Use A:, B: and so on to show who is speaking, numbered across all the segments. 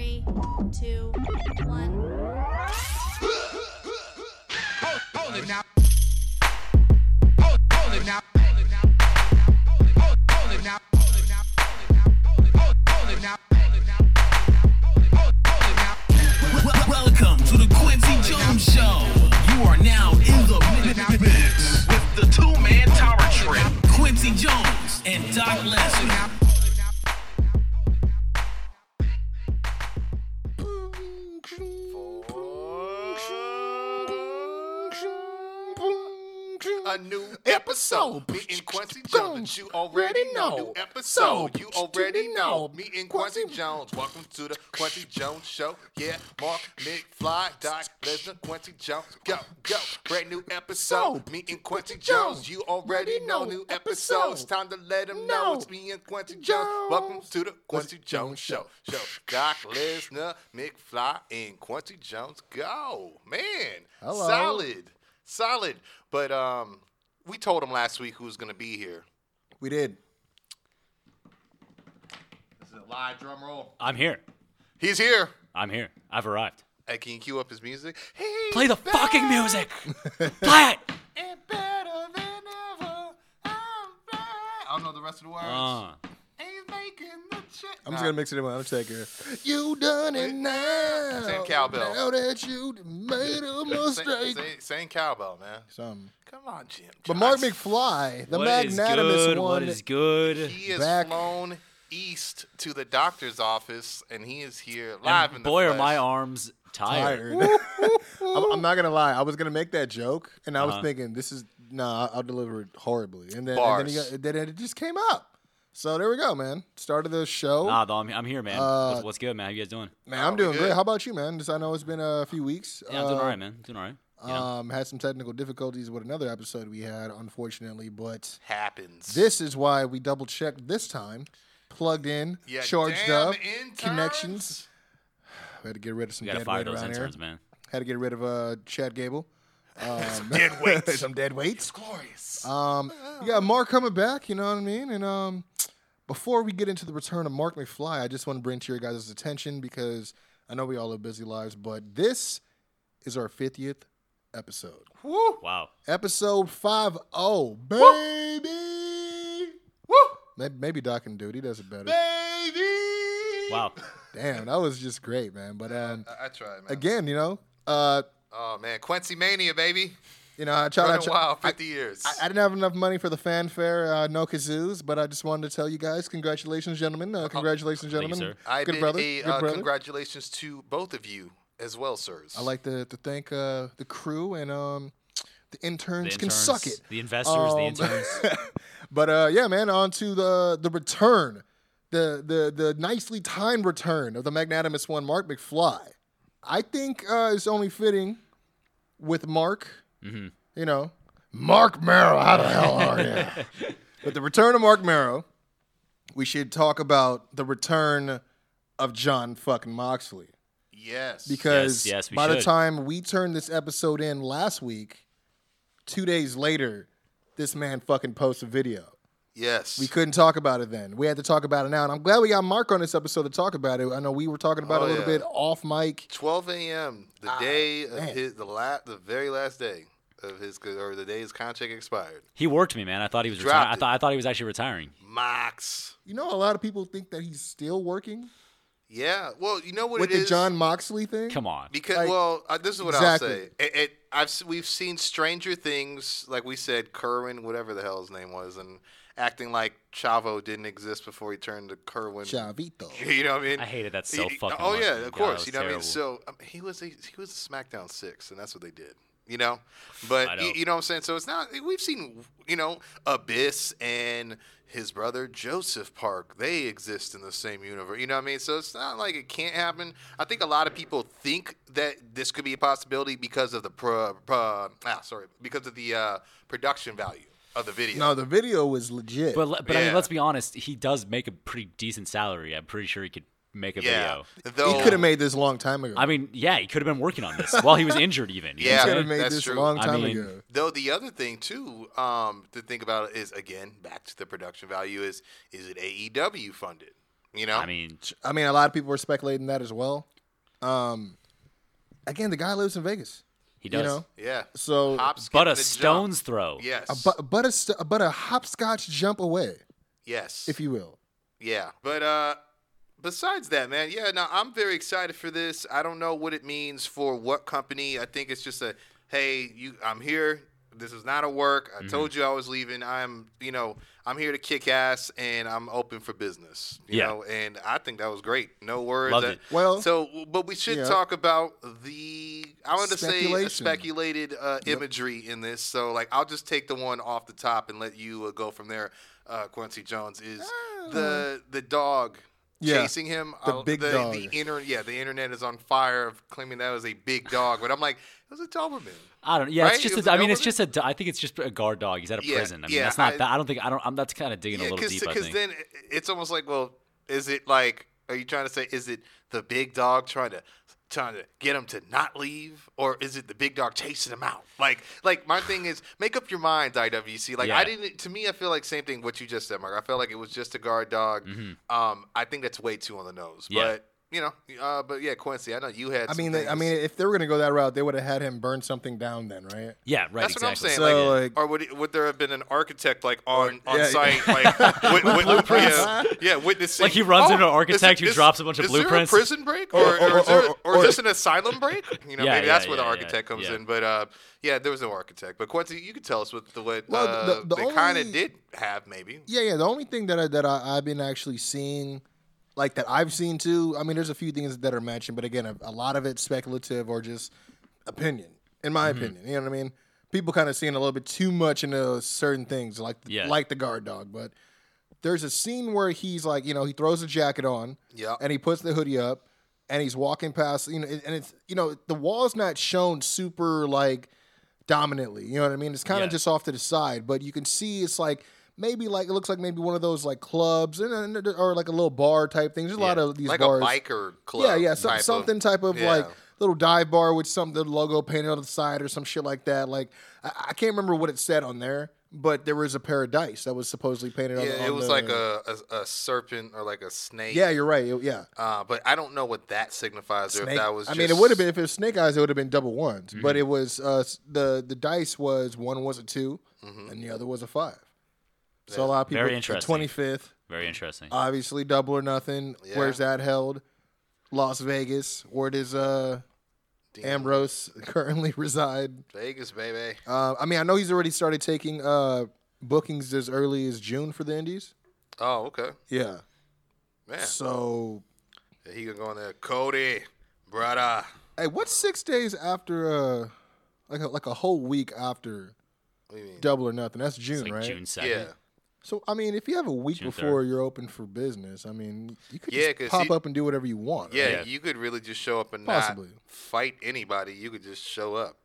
A: two, one.
B: Hold it now. Hold hold it now. Hold it now. Hold it- hold- hold it now. Hold it now. Hold it now. Hold it- hold- hold it now. Hold it now. Hold it- hold- hold it now.
C: Welcome to the Quincy Jones Show. You are now in the mix with the two-man tower trip. Quincy Jones and Doc Lesnar.
D: A new episode. Me and Quincy Jones. You already know. New episode. You already know. Me and Quincy Jones. Welcome to the Quincy Jones Show. Yeah, Mark McFly, Doc Lesnar, Quincy Jones. Go, go. Brand new episode. Me and Quincy Jones. You already know. New episode. It's time to let them know. It's me and Quincy Jones. Welcome to the Quincy Jones Show. Show. Doc Lesnar, McFly, and Quincy Jones. Go, man.
E: Hello.
D: Solid solid. But um, we told him last week who's gonna be here.
E: We did.
D: This is a live drum roll.
F: I'm here.
D: He's here.
F: I'm here. I've arrived.
D: Hey, can you cue up his music? Hey,
F: Play the fucking music. Play it.
D: better than ever. I'm back. I don't know the rest of the words.
F: Uh,
D: He's making the check.
E: I'm just gonna mix it in with Undertaker. You done it now.
D: Same cowbell.
E: Now that you made a
D: same,
E: mistake.
D: same, same cowbell, man.
E: Something.
D: Come on, Jim.
E: But Mark
D: Johnson.
E: McFly, the
F: what is
E: magnanimous
F: good?
E: one.
F: What is good?
D: he is
E: back.
D: flown east to the doctor's office, and he is here live
F: And
D: in the
F: boy, are
D: flesh.
F: my arms tired.
E: tired. I'm, I'm not gonna lie. I was gonna make that joke, and I
F: Uh-huh.
E: was thinking, this is nah. I'll deliver it horribly, and then, and then, he
D: Bars.
E: got, then it just came up. So there we go, man. Started the show.
F: Nah, though, I'm, I'm here, man.
E: Uh,
F: what's, what's good, man? How you guys doing?
E: man, I'm
D: we
E: doing
D: good.
E: great. How about you, man? Just I know it's been a few weeks.
F: Yeah, I'm doing
E: Uh,
F: all right, man. Doing all right. You know?
E: Um, had some technical difficulties with another episode we had, unfortunately, but
D: happens.
E: this is why we double checked this time. Plugged in,
D: Yeah,
E: charged
D: damn
E: up,
D: interns.
E: connections. We had to get rid of some
F: we gotta
E: dead
F: fire
E: weight
F: those
E: around
F: interns,
E: here.
F: man.
E: Had to get rid of uh, Chad Gable. Um,
D: Dead weight.
E: some dead weights.
D: glorious.
E: Um, you got Mark coming back, you know what I mean? And um, before we get into the return of Mark McFly, I just want to bring to your guys' attention because I know we all live busy lives, but this is our 50th episode.
F: Wow.
E: Episode 5 0, baby! Woo! Maybe, maybe Doc can do it. He does it better.
D: baby.
F: Wow.
E: Damn, that was just great, man. But um,
D: I, I tried, man.
E: again, you know, uh,
D: Oh man, Quincy Mania, baby.
E: you know, I tried. I
D: Been a
E: tried-
D: while, fifty years.
E: I, I didn't have enough money for the fanfare, uh, no kazoos, but I just wanted to tell you guys, congratulations, gentlemen. Uh, congratulations,
F: you,
E: gentlemen.
F: sir.
D: I
E: Good
D: did
E: brother.
D: a
E: good
D: uh,
E: brother.
D: congratulations to both of you as well, sirs.
E: I like to, to thank uh, the crew and um, the interns,
F: The
E: can suck it.
F: interns, The investors, the
E: Um,
F: interns.
E: But uh, yeah, man, on to the the return, the the the nicely timed return of the magnanimous one, Mark McFly. I think uh, it's only fitting with Mark.
F: Mm-hmm.
E: You know, Mark Merrow. How the hell are you? but the return of Mark Merrow. We should talk about the return of John fucking Moxley
D: yes.
E: because
F: Yes, yes, we
E: by the
F: should.
E: time we turned this episode in last week, two days later, this man fucking posted a video.
D: yes.
E: We couldn't talk about it then. We had to talk about it now, and I'm glad we got Mark on this episode to talk about it. I know we were talking about
D: Oh,
E: it a little
D: yeah.
E: bit off mic.
D: 12 a.m. the day of
E: Ah, man.
D: his the la- the very last day of his or the day his contract expired.
F: he worked me, man. I thought he was
D: Dropped
F: retiring. I
D: it.
F: thought I thought he was actually retiring.
D: Mox.
E: You know, a lot of people think that he's still working
D: Yeah. Well, you know what
E: with
D: it
E: the
D: is?
E: John Moxley thing.
F: Come on.
D: Because
E: Like,
D: well, uh, this is what
E: exactly.
D: I'll say. It, it, I've s- we've seen Stranger Things, like we said, Kerwin, whatever the hell his name was, and acting like Chavo didn't exist before he turned to Kerwin.
E: Chavito.
D: You know what I mean?
F: I hated that so
D: He-
F: fucking
D: Oh
F: much.
D: yeah,
F: God,
D: of
F: that
D: course.
F: was
D: you know what I mean?
F: terrible.
D: So um, he was a, he was a SmackDown six, and that's what they did. You know, but
F: I
D: you,
F: know.
D: you know what I'm saying. So it's not we've seen you know Abyss and his brother Joseph Park. They exist in the same universe. You know what I mean? So it's not like it can't happen. I think a lot of people think that this could be a possibility because of the pro, pro ah, sorry because of the uh, production value of the video.
E: No, the video was legit.
F: But le- but I
D: Yeah.
F: mean, let's be honest. He does make a pretty decent salary. I'm pretty sure he could make a
D: yeah,
F: video.
E: he
D: though
E: could have made this a long time ago.
F: I mean, yeah, he could have been working on this while he was injured, even. You know
D: Yeah,
F: what
E: could
F: I'm
E: have
F: saying?
E: made
D: that's
E: this
D: true.
E: a long
F: I
E: time
F: mean-
E: ago.
D: Though the other thing too um, to think about is again back to the production value is is it AEW funded? You know,
F: I mean,
E: I mean, a lot of people were speculating that as well. Um, again, the guy lives in Vegas.
F: He does.
E: You know,
D: Yeah.
E: So-
D: Hop, skip,
F: but
D: and
F: a
D: jump.
F: stone's throw.
D: Yes.
E: but but a st- but a hopscotch jump away,
D: yes.
E: if you will.
D: Yeah. But uh besides that, man, yeah, no, I'm very excited for this. I don't know what it means for what company. I think it's just a hey, you I'm here. This is not a work.
F: Mm-hmm.
D: I told you I was leaving. I'm, you know, I'm here to kick ass and I'm open for business. You
F: Yeah.
D: know, and I think that was great. No worries.
F: Loved
D: I-
F: it.
E: Well,
D: so but we should
E: yeah.
D: talk about the I want to say a
E: Speculation.
D: speculated uh, imagery in this. So like I'll just take the one off the top and let you uh, go from there. Uh, Quincy Jones is the the dog
E: Ah. Yeah,
D: chasing him.
E: the
D: I'll-
E: big
D: the,
E: dog.
D: The inter- yeah, the internet is on fire of claiming that was a big dog, but I'm like, it was a Doberman.
F: I don't. Yeah,
D: Right?
F: it's
D: It was
F: just.
D: a
F: A, I mean,
D: no
F: it's
D: one?
F: just a. I think it's just a guard dog. He's out of
D: Yeah,
F: prison. I mean,
D: yeah,
F: that's not.
D: I-
F: that, I don't think. I don't. I'm, that's kind of digging a
D: Yeah,
F: little deep. I think.
D: then it- it's almost like, well, is it like? Are you trying to say is it the big dog trying to trying to get him to not leave, or is it the big dog chasing him out? Like, like my thing is, make up your mind, IWC. Like, I
F: Yeah.
D: didn't. To me, I feel like same thing what you just said, Mark. I felt like it was just a guard dog. Um, I think that's way too on the nose,
F: Mm-hmm. Yeah.
D: but. You know, uh, but yeah, Quincy. I know you had.
E: I
D: some
E: mean, they- I
D: things.
E: mean, if they were gonna go that route, they would have had him burn something down then, right?
F: yeah. Right.
D: That's
F: exactly.
D: what I'm saying.
E: So,
D: like,
E: like-
D: or would, it, would there have been an architect like on, on
E: yeah.
D: site, like wi- wi-
E: Blueprints.
D: yeah, yeah, witnessing? Oh,
F: Like he runs into an
D: is
F: architect who drops a bunch of
D: is
F: blueprints.
D: There a prison break, or, or,
E: or-
D: is, there,
E: or-
D: or, is this an asylum break? You know,
F: Yeah,
D: maybe
F: yeah,
D: that's where the
F: yeah, yeah,
D: architect comes
F: yeah.
D: in. But uh, yeah, there was no architect. But Quincy, you could tell us what the what
E: Well,
D: uh,
E: the- the
D: they kind of
E: only-
D: did have, maybe.
E: Yeah, yeah. The only thing that I, that I, I've been actually seeing, like that I've seen too. I mean, there's a few things that are mentioned, but again, a, a lot of it's speculative or just opinion, in my opinion. You know what I mean? People kind of seeing a little bit too much into certain things, like
F: Yeah.
E: like the guard dog. But there's a scene where he's like, you know, he throws a jacket on,
D: Yeah.
E: Uh, and he puts the hoodie up, and he's walking past, you know, and it's you know the wall's not shown super like dominantly. You know what I mean? It's kind of
F: Yeah.
E: just off to the side, but you can see it's like maybe like it looks like maybe one of those like clubs and, and- or like a little bar type thing. There's a lot
F: Yeah.
E: of these
D: Like
E: bars.
D: a biker club.
E: yeah, yeah, some,
D: type of-
E: something type of
D: yeah.
E: like little dive bar with some the logo painted on the side or some shit like that. Like I, I can't remember what it said on there, but there was a pair of dice that was supposedly painted on. the-
D: Yeah, it
E: on
D: was
E: the-
D: like a, a a serpent or like a snake.
E: Yeah, you're right. It- yeah,
D: Uh, but I don't know what that signifies or if
E: Snake-
D: that was.
E: I
D: Just, Mm-hmm.
E: mean, it would have been if it was Snake Eyes, it would have been double ones. But it was uh, s- the the dice was one was a 2
D: Mm-hmm.
E: and the other was a five. So a lot of people
F: Very interesting.
E: Twenty fifth,
F: Very interesting.
E: obviously double or nothing.
D: Yeah.
E: Where's that held? Las Vegas. Where does uh, Ambrose currently reside?
D: Vegas, baby.
E: Uh, I mean, I know he's already started taking uh, bookings as early as June for the Indies.
D: Oh, okay.
E: Yeah.
D: Man,
E: So,
D: he gonna go in there. Cody, brother.
E: hey, what's six days after? Uh, like a, like a whole week after
D: What do you mean?
E: double or nothing. That's June,
F: It's like
E: right?
F: June second.
D: Yeah,
E: So I mean, if you have a week
F: June
E: before you're open for business, I mean, you could
D: Yeah, 'cause
E: just pop
D: he-
E: up and do whatever you want.
D: yeah,
F: Yeah.
D: You could really just show up and
E: Possibly.
D: not fight anybody. You could just show up.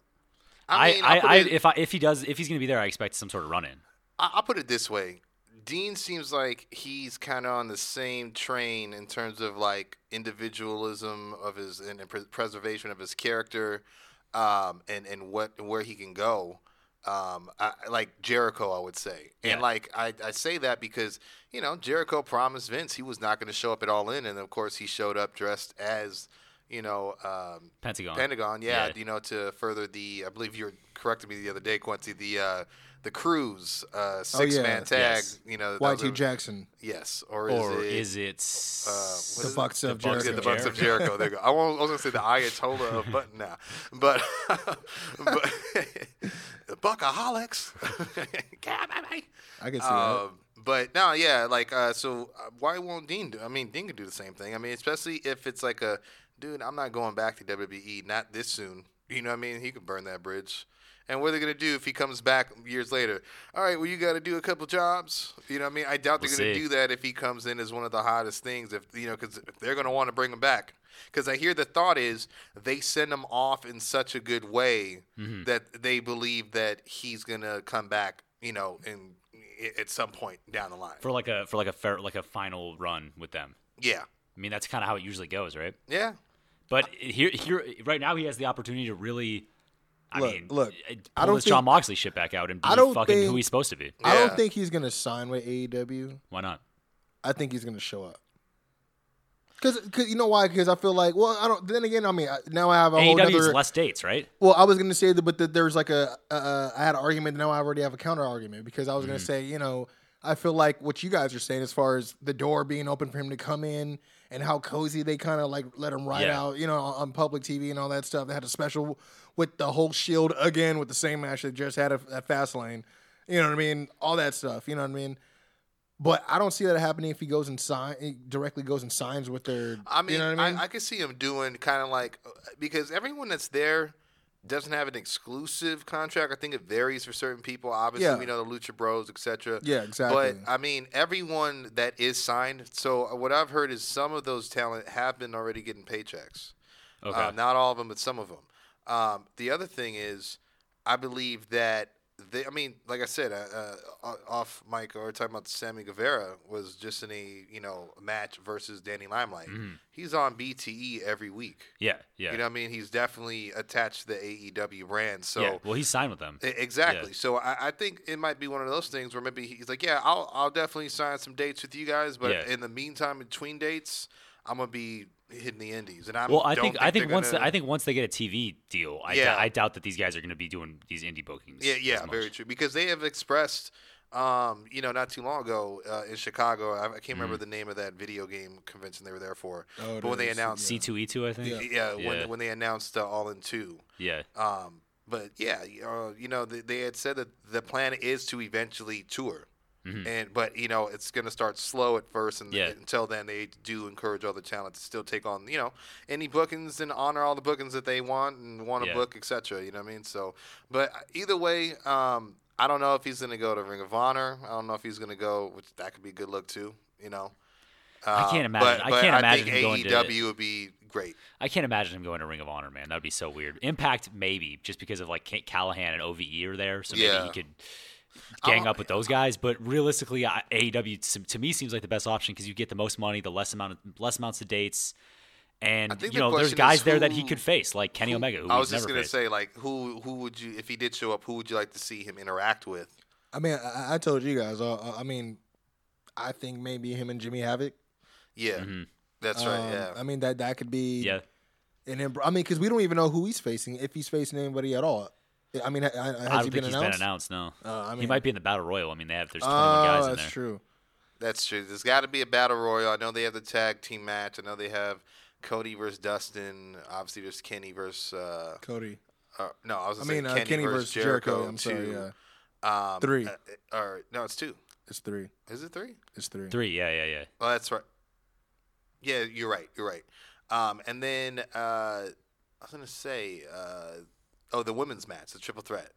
F: I,
D: mean,
F: I,
D: I'll put
F: I,
D: it-
F: if I, if he does, if he's gonna be there, I expect some sort of run in.
D: I- I'll put it this way. Dean seems like he's kind of on the same train in terms of like individualism of his and and pres- preservation of his character, um, and and what and where he can go. Um, I, I- like Jericho, I would say,
F: Yeah.
D: and like I, I say that because you know Jericho promised Vince he was not going to show up at All In, and of course he showed up dressed as you know um,
F: Pentagon.
D: Pentagon, yeah,
F: Yeah.
D: you know, to further the, I believe you were correcting me the other day, Quincy, the uh, the cruise uh, six
E: yeah.
D: man tag,
F: Yes.
D: you know, that was
E: YT
D: a-
E: Jackson,
D: yes, or,
F: Or
D: is
F: is
D: it,
F: it? s-
D: what
E: the
D: is it?
E: Bucks of
F: The Bucks
E: Jericho.
D: yeah, the Bucks of Jericho. There you go. I wa- I was gonna say the Ayatollah of Button now, but but the Buckaholics. God, baby.
E: I can see that.
D: Um, but no, yeah, like uh, so. Uh, why won't Dean do? I mean, Dean can do the same thing. I mean, especially if it's like a dude. I'm not going back to WWE. Not this soon. You know what I mean? He could burn that bridge. And what are they gonna do if he comes back years later? All right, well you got to do a couple jobs. You know what I mean? I doubt they're
F: We'll
D: gonna
F: see.
D: do that if he comes in as one of the hottest things. If you know, because they're gonna want to bring him back. Because I hear the thought is they send him off in such a good way
E: Mm-hmm.
D: that they believe that he's gonna come back. You know, and i- at some point down the line.
F: for like a for like a fair like a final run with them.
D: yeah,
F: I mean, that's kind of how it usually goes, right?
D: yeah.
F: But here, here, right now, he has the opportunity to really. I
E: Look,
F: mean,
E: look,
F: uh,
E: I
F: pull
E: don't
F: this John
E: think-
F: Moxley shit back out and be
E: I don't
F: fucking who
E: think-
F: he's supposed to be.
E: I
D: Yeah.
E: don't E think he's gonna sign with AEW.
F: Why not?
E: I think he's gonna show up. Because you know why? Because I feel like well, I don't. Then again, I mean, I- now I have a whole
F: AEW
E: other.
F: E is less dates, right?
E: Well, I was gonna say that, but that there's like a, a- a I had an argument. Now I already have a counter argument because I was
D: Mm-hmm.
E: gonna say, you know, I feel like what you guys are saying as far as the door being open for him to come in and how cozy they kind of like let him ride
F: Yeah.
E: out, you know, on, on public TV and all that stuff. They had a special with the whole Shield again with the same match they just had at, at Fastlane. You know what I mean? All that stuff. You know what I mean? But I don't see that happening if he goes and sign directly goes and signs with their.
D: I mean,
E: you know what I mean?
D: I, could see him doing kind of like uh, because everyone that's there doesn't have an exclusive contract. I think it varies for certain people. Obviously,
E: Yeah.
D: we know the Lucha Bros, etc.
E: yeah, exactly.
D: But I mean, everyone that is signed. So uh, what I've heard is some of those talent have been already getting paychecks.
F: Okay.
D: Uh, not all of them, but some of them. Um, the other thing is, I believe that they. I mean, like I said, uh, uh, o- off mic, or talking about Sammy Guevara was just in a you know match versus Danny Limelight. He's on BTE every week.
F: Yeah, Mm-hmm. yeah,
D: You know, what I mean, he's definitely attached to the AEW brand. So
F: yeah. Well, he signed with them.
D: E- Exactly. So I, I think it might be one of those things where maybe he's like, yeah, I'll I'll definitely sign some dates with you guys, but
F: Yeah.
D: in the meantime, between dates, I'm gonna be hitting the indies, and I
F: Well, I
D: don't
F: think, I think
D: they're
F: once
D: gonna,
F: the- I think once they get a TV deal, I,
D: Yeah.
F: dou- I doubt that these guys are going to be doing these indie bookings.
D: yeah
F: as
D: yeah
F: much.
D: very true because they have expressed. Um, you know, not too long ago uh, in Chicago, I, I can't remember
F: Mm-hmm.
D: the name of that video game convention they were there for.
E: Oh, it
D: but when they
E: is,
D: announced,
F: C two E two, I think.
E: Yeah.
D: yeah,
F: Yeah.
D: when when they announced uh, All in Two,
F: Yeah.
D: Um, but yeah, y- uh, you know, they, they had said that the plan is to eventually tour, and but you know, it's going to start slow at first, and
F: Mm-hmm. Yeah.
D: until then, they do encourage other talent to still take on you know any bookings and honor all the bookings that they want and want to
F: Yeah.
D: book, etc. You know what I mean? So, but uh, either way, um, I don't know if he's going to go to Ring of Honor. I don't know if he's going to go, which that could be a good look too. You know.
F: I can't
D: Um,
F: imagine-
D: But,
F: I
D: but
F: can't
D: I
F: imagine
D: think
F: him going to-
D: AEW would be great.
F: I can't imagine him going to Ring of Honor, man. That'd be so weird. Impact, maybe, just because of like Ca- Callahan and OVE are there, so maybe
D: Yeah.
F: he could gang
D: Uh,
F: up with those guys. But realistically, I, AEW s- to me seems like the best option because you get the most money, the less amount of less amounts of dates, and
D: I think
F: you
D: the
F: know there's
D: question
F: guys
D: is
F: there that he
D: who-
F: could face, like Kenny Omega, who
D: I was
F: he's
D: just
F: never
D: gonna
F: faced.
D: say, like, who who would you, if he did show up, who would you like to see him interact with?
E: I mean, I, I told you guys. Uh, I mean, I think maybe him and Jimmy Havoc.
D: Yeah,
F: Mm-hmm.
D: that's right.
E: Um,
D: Yeah,
E: I mean that that could be.
F: yeah,
E: An imp- I mean, because we don't even know who he's facing, if he's facing anybody at all. I mean, ha- ha- has
F: I don't
E: he
F: think
E: been
F: he's
E: announced?
F: been announced. No,
E: Uh, I
F: he
E: mean-
F: might be in the Battle Royal. I mean, they have there's 21
E: Oh,
F: guys in
E: that's
F: there.
E: true.
D: that's true. There's got to be a battle royal. I know they have the tag team match. I know they have Cody versus Dustin. Obviously, there's Kenny versus. Uh,
E: Cody.
D: uh, no, I was
E: I
D: gonna say
E: mean, uh,
D: Kenny, versus Jericho.
E: I'm
D: two,
E: sorry. Yeah,
D: um,
E: Three.
D: uh, uh, or no, it's two.
E: it's three.
D: Is it three?
E: It's three.
F: Three, yeah, yeah, yeah.
D: Oh, that's right. Yeah, you're right. You're right. Um, and then uh, I was gonna say, uh, oh, the women's match, the triple threat,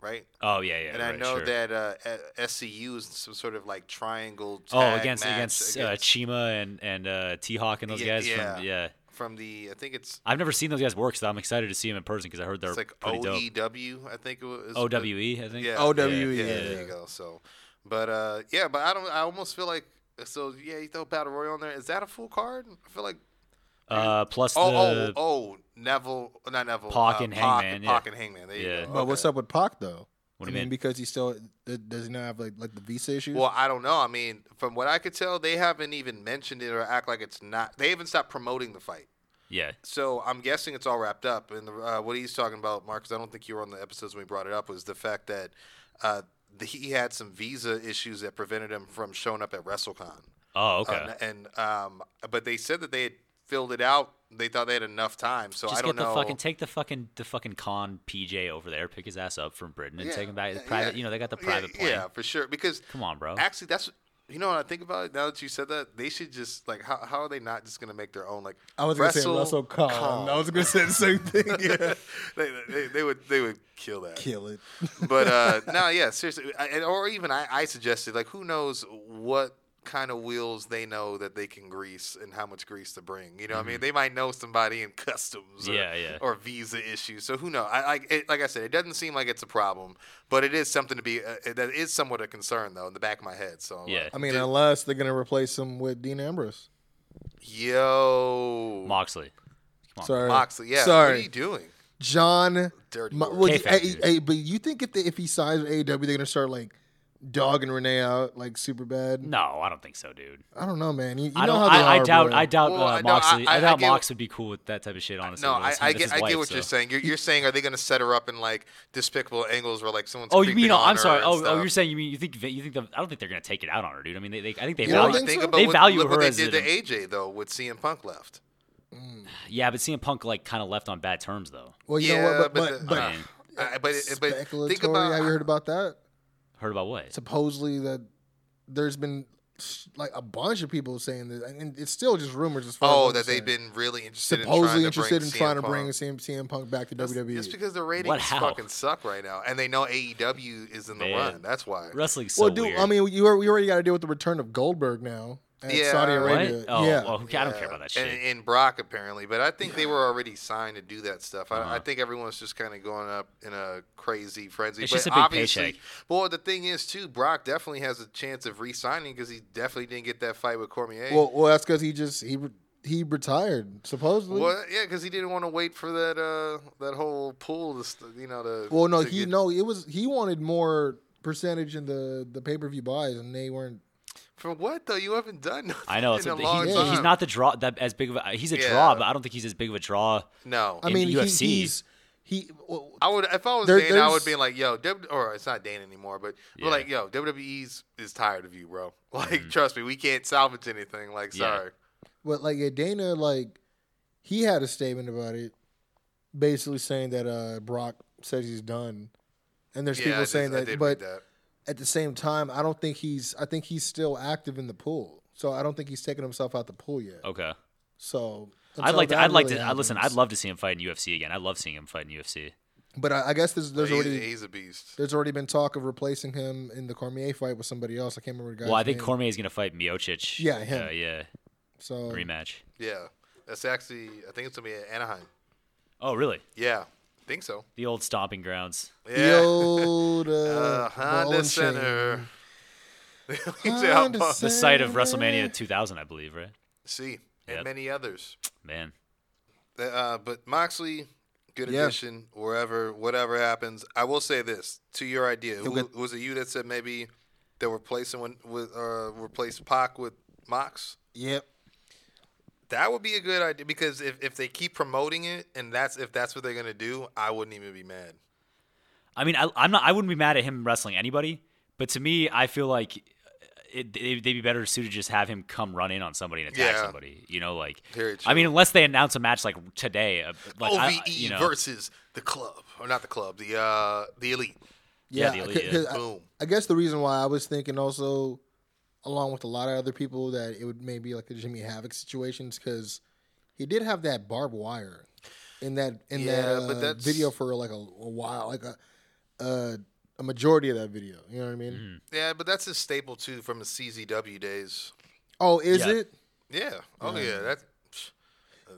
D: right?
F: Oh yeah, yeah.
D: and I
F: right,
D: know
F: sure.
D: that uh, a- SCU is some sort of like triangle.
F: Oh,
D: tag
F: against
D: match
F: against, uh, Chima and and uh, T Hawk and those
D: Yeah,
F: guys.
D: yeah.
F: From, yeah.
D: from the I think it's
F: I've never seen those guys work, so I'm excited to see them in person because I heard they're
D: it's like
F: pretty dope.
D: OEW. I think it was
F: OWE, I think.
D: Yeah,
E: OWE,
D: Yeah,
E: yeah,
D: there
E: yeah.
D: you go. So, but uh, yeah, but I don't. I almost feel like so. Yeah, you throw Battle Royal on there. Is that a full card? I feel like
F: Uh, plus
D: oh
F: the
D: oh oh Neville, not Neville.
F: Pac
D: uh,
F: and
D: Pac-
F: Hangman, yeah.
D: Pac and Hangman. There
F: Yeah.
D: you go.
E: But what's
D: Okay.
E: up with Pac though?
F: What
E: I
F: do you
E: mean,
F: mean?
E: because he still th- does he not have like like the visa issues?
D: Well, I don't know. I mean, from what I could tell, they haven't even mentioned it or act like it's not. They haven't stopped promoting the fight.
F: yeah.
D: So I'm guessing it's all wrapped up. And uh, what he's talking about, Marcus, I don't think you were on the episodes when we brought it up, was the fact that uh, the, he had some visa issues that prevented him from showing up at WrestleCon.
F: Oh, okay.
D: Uh, and um, but they said that they had filled it out. They thought they had enough time. So I
F: Just
D: don't
F: get the
D: know.
F: fucking take the fucking the fucking con PJ over there, pick his ass up from Britain, and
D: Yeah,
F: take him back.
D: yeah,
F: private,
D: yeah.
F: you know, they got the
D: Yeah,
F: private plane.
D: Yeah, for sure. Because
F: Come on, bro.
D: Actually, that's you know what I think about it now that you said that. They should just like how, how are they not just gonna make their own like
E: I was gonna say
D: Wrestle
E: Russell Khan.
D: Khan.
E: I was gonna say the same thing. Yeah.
D: they, they, they would they would kill that.
E: Kill it.
D: but uh, no, yeah, seriously, I, and- or even I, I suggested like, who knows what kind of wheels they know that they can grease and how much grease to bring. You know, what I mean, they might know somebody in customs,
F: Mm-hmm.
D: or,
F: Yeah, yeah.
D: or visa issues. So who knows? I like, it, like I said, it doesn't seem like it's a problem, but it is something to be uh, that is somewhat a concern though in the back of my head. So uh,
F: Yeah.
E: I mean, unless they're gonna replace him with Dean Ambrose.
D: yo,
F: Moxley.
E: Sorry,
D: Moxley, yeah,
E: Sorry,
D: what are you doing?
E: John.
D: Dirty
E: Ma-
D: word.
E: would you-
F: Kayfabe,
E: hey,
F: dude.
E: hey, but you think if they, if he signs with AEW, they're E gonna start like dogging Renee out like super bad.
F: No, I don't think so, dude.
E: I don't know, man. You, you
F: I
E: know
F: don't.
E: how they
F: I,
E: are,
F: I doubt.
E: bro.
F: I doubt
D: Well, I-
F: uh,
D: no, I-
F: Moxley. I,
D: I- I
F: doubt
D: get-
F: Mox would be cool with that type of shit. Honestly,
D: No,
F: but
D: I,
F: it's-
D: I
F: it's
D: get
F: his
D: I
F: wife,
D: get what
F: so.
D: you're saying. You're, you're saying are they going to set her up in like despicable angles where like someone's
F: Oh, you
D: creeping
F: mean?
D: on
F: I'm
D: her
F: sorry.
D: and
F: Oh,
D: stuff.
F: oh, you're saying you mean you think they- you think the, I don't think they're gonna take it out on her, dude. I mean, they, they I think they
E: You don't
D: Well,
F: value.
E: think so?
D: about
F: They
D: what,
F: value
D: look
F: her
D: what
F: as
D: they did
F: an-
D: to AJ though with CM Punk left.
F: Yeah, but CM Punk like kind of left on bad terms though.
E: well, you
D: yeah,
E: know what? But
D: but
E: but,
D: the-
E: but,
F: I mean,
D: Uh, but it- but think
E: speculatory.
D: about
E: Have you heard about that?
F: Heard about what?
E: Supposedly that there's been like a bunch of people saying that, and it's still just rumors. As far as
D: oh
E: I'm
D: that they've
E: concerned.
D: been really interested
E: supposedly
D: in trying
E: interested
D: to bring
E: in
D: CM
E: trying to
D: Punk.
E: bring CM, CM Punk back to E.
D: That's-
E: WWE.
D: It's because the ratings
F: What, how?
D: fucking suck right now, and they know AEW is in the
F: Man.
D: run. That's why.
F: Wrestling's so
E: well, dude,
F: weird.
E: I mean, you already, you already got to deal with the return of Goldberg now at
D: Yeah.
E: Saudi
F: what?
E: Arabia.
F: Oh,
E: yeah,
F: well, who ca- I don't care about that shit.
D: And, and Brock apparently, but I think they were already signed to do that stuff. I, I
F: Uh-huh.
D: think everyone's just kind of going up in a crazy frenzy.
F: It's
D: but
F: just a big
D: obviously,
F: paycheck.
D: Well, the thing is too, Brock definitely has a chance of re-signing because he definitely didn't get that fight with Cormier.
E: well, well, that's because he just he re- he retired supposedly.
D: Well, yeah, because he didn't want to wait for that uh that whole pool to st- you know to.
E: Well, no,
D: to
E: he
D: get-
E: no, it was he wanted more percentage in the the pay per view buys, and they weren't.
D: For what though? You haven't done. Nothing
F: I know it's
D: in a
F: he-
D: long
F: he-
D: time.
F: he's not the draw that as big of a he's a
D: Yeah.
F: draw, but I don't think he's as big of a draw.
D: No.
E: I
F: In
E: mean, he,
F: UFC.
E: he's he. Well,
D: I would if I was
E: There-
D: Dane, I
E: there's-
D: would be like, "Yo, w- or it's not Dane anymore, but
F: Yeah. Mm-hmm.
D: we're like, yo, WWE's is tired of you, bro. Like, trust me, we can't salvage anything. Like,
F: Yeah.
D: sorry,
E: but like yeah, Dana, like he had a statement about it, basically saying that uh Brock says he's done, and there's
D: yeah, I
E: people
D: did-
E: saying
D: I
E: that,
D: did
E: but
D: read that.
E: at the same time, I don't think he's. I think he's still active in the pool, so I don't think he's taking himself out the pool yet.
F: Okay.
E: So
F: I'd
E: until
F: like to.
E: that
F: I'd like
E: really
F: to. I listen. I'd
E: happens-
F: love to see him fight in UFC again. I love seeing him fight in UFC.
E: But I, I guess there's, there's
D: He's-
E: already
D: he's a beast.
E: there's already been talk of replacing him in the Cormier fight with somebody else. I can't remember the guy.
F: Well, I think Cormier is gonna fight Miocic.
E: Yeah, him.
F: Uh, yeah,
E: So
F: rematch.
D: Yeah, that's actually. I think it's gonna be at Anaheim.
F: Oh, really?
D: Yeah, I think so.
F: The old stomping grounds.
D: Yeah,
E: the old uh,
D: uh,
E: ball and
D: Honda
E: chain.
D: Center. See, how
E: Honda
D: fun-
F: The site of
E: Center.
F: WrestleMania 2000, I believe. Right?
D: See, and
F: Yep.
D: many others.
F: Man.
D: Uh, but Moxley, good
E: Yeah.
D: addition. Wherever, whatever happens, I will say this to your idea. Who,
E: Okay.
D: Was it you that said maybe they're replacing one with uh, replace Pac with Mox?
E: Yep.
D: That would be a good idea because if, if they keep promoting it and that's if that's what they're gonna do, I wouldn't even be mad.
F: I mean, I, I'm not. I wouldn't be mad at him wrestling anybody, but to me, I feel like uh, it, they, they'd be better suited to just have him come run in on somebody and attack
D: Yeah.
F: somebody. You know, like.
D: Very
F: I mean, unless they announce a match like today, uh, like
D: OVE
F: I- you know,
D: E versus the club or not the club, the uh, the elite.
F: Yeah,
E: Yeah.
F: the
E: I-
F: elite, yeah.
E: 'cause I-
D: Boom.
E: I guess the reason why I was thinking also, along with a lot of other people, that it would maybe like a Jimmy Havoc situations because he did have that barbed wire in that in
D: Yeah,
E: that
D: but
E: uh,
D: that's-
E: video for like a, a while, like a, a a majority of that video. You know what I mean?
F: Mm.
D: Yeah, but that's a staple too from the CZW days.
E: Oh, is
F: Yeah.
E: it?
D: Yeah. Oh yeah. That's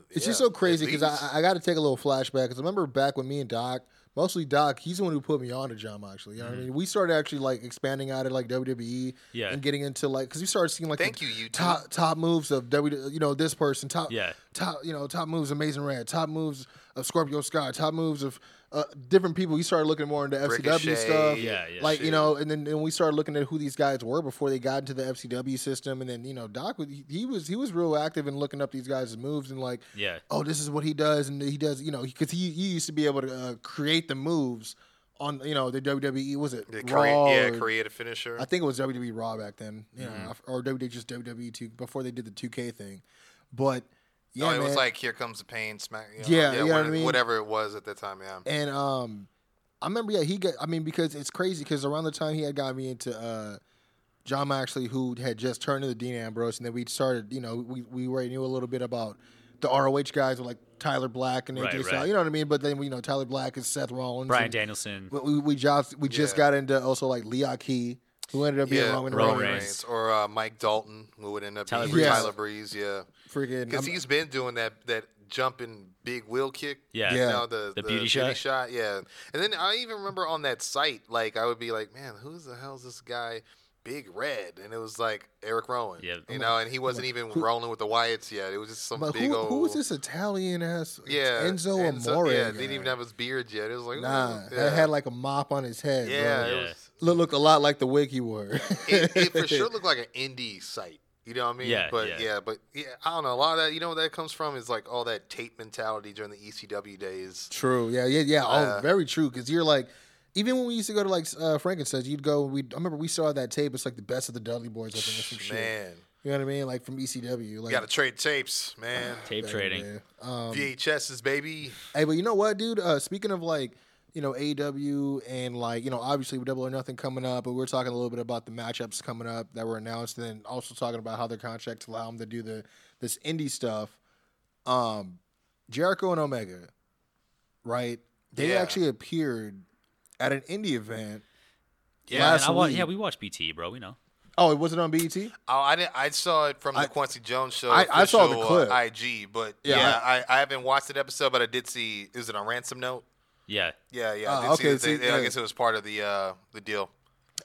E: It's
D: Yeah,
E: just so crazy because
D: these-
E: I, I got to take a little flashback because I remember back with me and Doc, mostly Doc, he's the one who put me on to Jama actually. You know what
D: Mm-hmm.
E: I mean? We started actually like expanding out of like WWE
F: Yeah.
E: and getting into like because we started seeing like
D: Thank
E: the
D: you, YouTube.
E: top top moves of W you know this person top
F: Yeah.
E: top you know top moves of Amazing Red top moves of Scorpio Sky top moves of uh, different people. You started looking more into FCW
D: Ricochet,
E: stuff,
F: Yeah, yeah.
E: like you know, and then and we started looking at who these guys were before they got into the FCW system, and then you know Doc was- he- he was he was real active in looking up these guys' moves and like
F: Yeah.
E: oh this is what he does and he does you know because he, he used to be able to uh, create the moves on you know the WWE was it
D: the
E: Raw
D: create, Mm-hmm. yeah,
E: or-
D: create a finisher.
E: I think it was WWE Raw back then, you know, or WWE just WWE two before they did the two K thing, but yeah,
D: No, Oh, it was
E: man.
D: like here comes the pain, smack. You know,
E: Yeah, you know what I
D: whatever,
E: mean?
D: whatever it was at that time. Yeah,
E: and um, I remember yeah he got I mean because it's crazy because around the time he had got me into uh, John Maxley who had just turned into Dean Ambrose and then we started you know we we already knew a little bit about the ROH guys with like Tyler Black and AJ
F: Right,
E: Styles,
F: right.
E: you know what I mean? But then you know Tyler Black is Seth Rollins,
F: Brian
E: and-
F: Danielson.
E: We, we, we just we just
D: Yeah.
E: got into also like Liaki, who ended up being
D: yeah,
E: Roman
F: Roman
E: Reigns.
F: Reigns.
D: or uh, Mike Dalton, who would end up
F: Tyler
D: being
E: Breeze.
D: Tyler Breeze. Yeah,
E: Freaking,
D: because
E: I'm-
D: he's been doing that that jumping big wheel kick.
F: Yeah.
D: you
E: Yeah.
D: know, the,
F: The beauty shot.
D: Yeah, and then I even remember on that site, like I would be like, man, who the hell's this guy? Big Red, and it was like Eric Rowan.
F: Yeah.
D: you know, and he wasn't even rolling with the Wyatts yet. It was just some
E: But
D: big
E: who,
D: old.
E: who was this Italian ass? it's
D: Yeah,
E: Enzo, Amore.
D: Yeah,
E: guy.
D: didn't even have his beard yet. It was like ooh,
E: Nah,
D: yeah.
E: that had like a mop on his head.
D: yeah,
E: bro.
D: it
F: Yeah.
D: was
E: Look, looked a lot like the wig he wore.
D: it, it for sure looked like an indie site. You know what I mean?
F: Yeah,
D: but
F: yeah.
D: but yeah, I don't know. A lot of that, you know, where that comes from is like all that tape mentality during the ECW days.
E: True. Yeah. Yeah. Yeah.
D: Uh,
E: oh, very true. Because you're like, even when we used to go to like uh, Frankenstein's, you'd go. We I remember we saw that tape. It's like the best of the Dudley Boys. I think or some shit.
D: Man,
E: You know what I mean? Like from ECW. Like
D: you got to trade tapes, man.
F: Tape trading.
E: Yeah. Um,
D: VHSs, baby.
E: Hey, but you know what, dude? Uh, speaking of like, you know, AEW and like, you know, obviously with Double or Nothing coming up, but we are talking a little bit about the matchups coming up that were announced, and then also talking about how their contracts allow them to do the this indie stuff. Um, Jericho and Omega, right? They
D: Yeah.
E: actually appeared at an indie event.
F: Yeah,
E: last
F: man, I wa-
E: week.
F: yeah, we watch BT, bro. We know.
E: Oh, it wasn't on BET.
D: Oh, I didn't. I saw it from the
E: I-
D: Quincy Jones show.
E: I- I saw the
D: official,
E: clip.
D: uh, IG, but yeah,
E: Yeah,
D: I, I, haven't watched that episode, but I did see. Is it on ransom note?
F: Yeah,
D: Yeah, yeah. I
E: Ah,
D: did
E: okay,
D: see. that
E: see,
D: they- I
E: yeah.
D: guess it was part of the uh, the deal.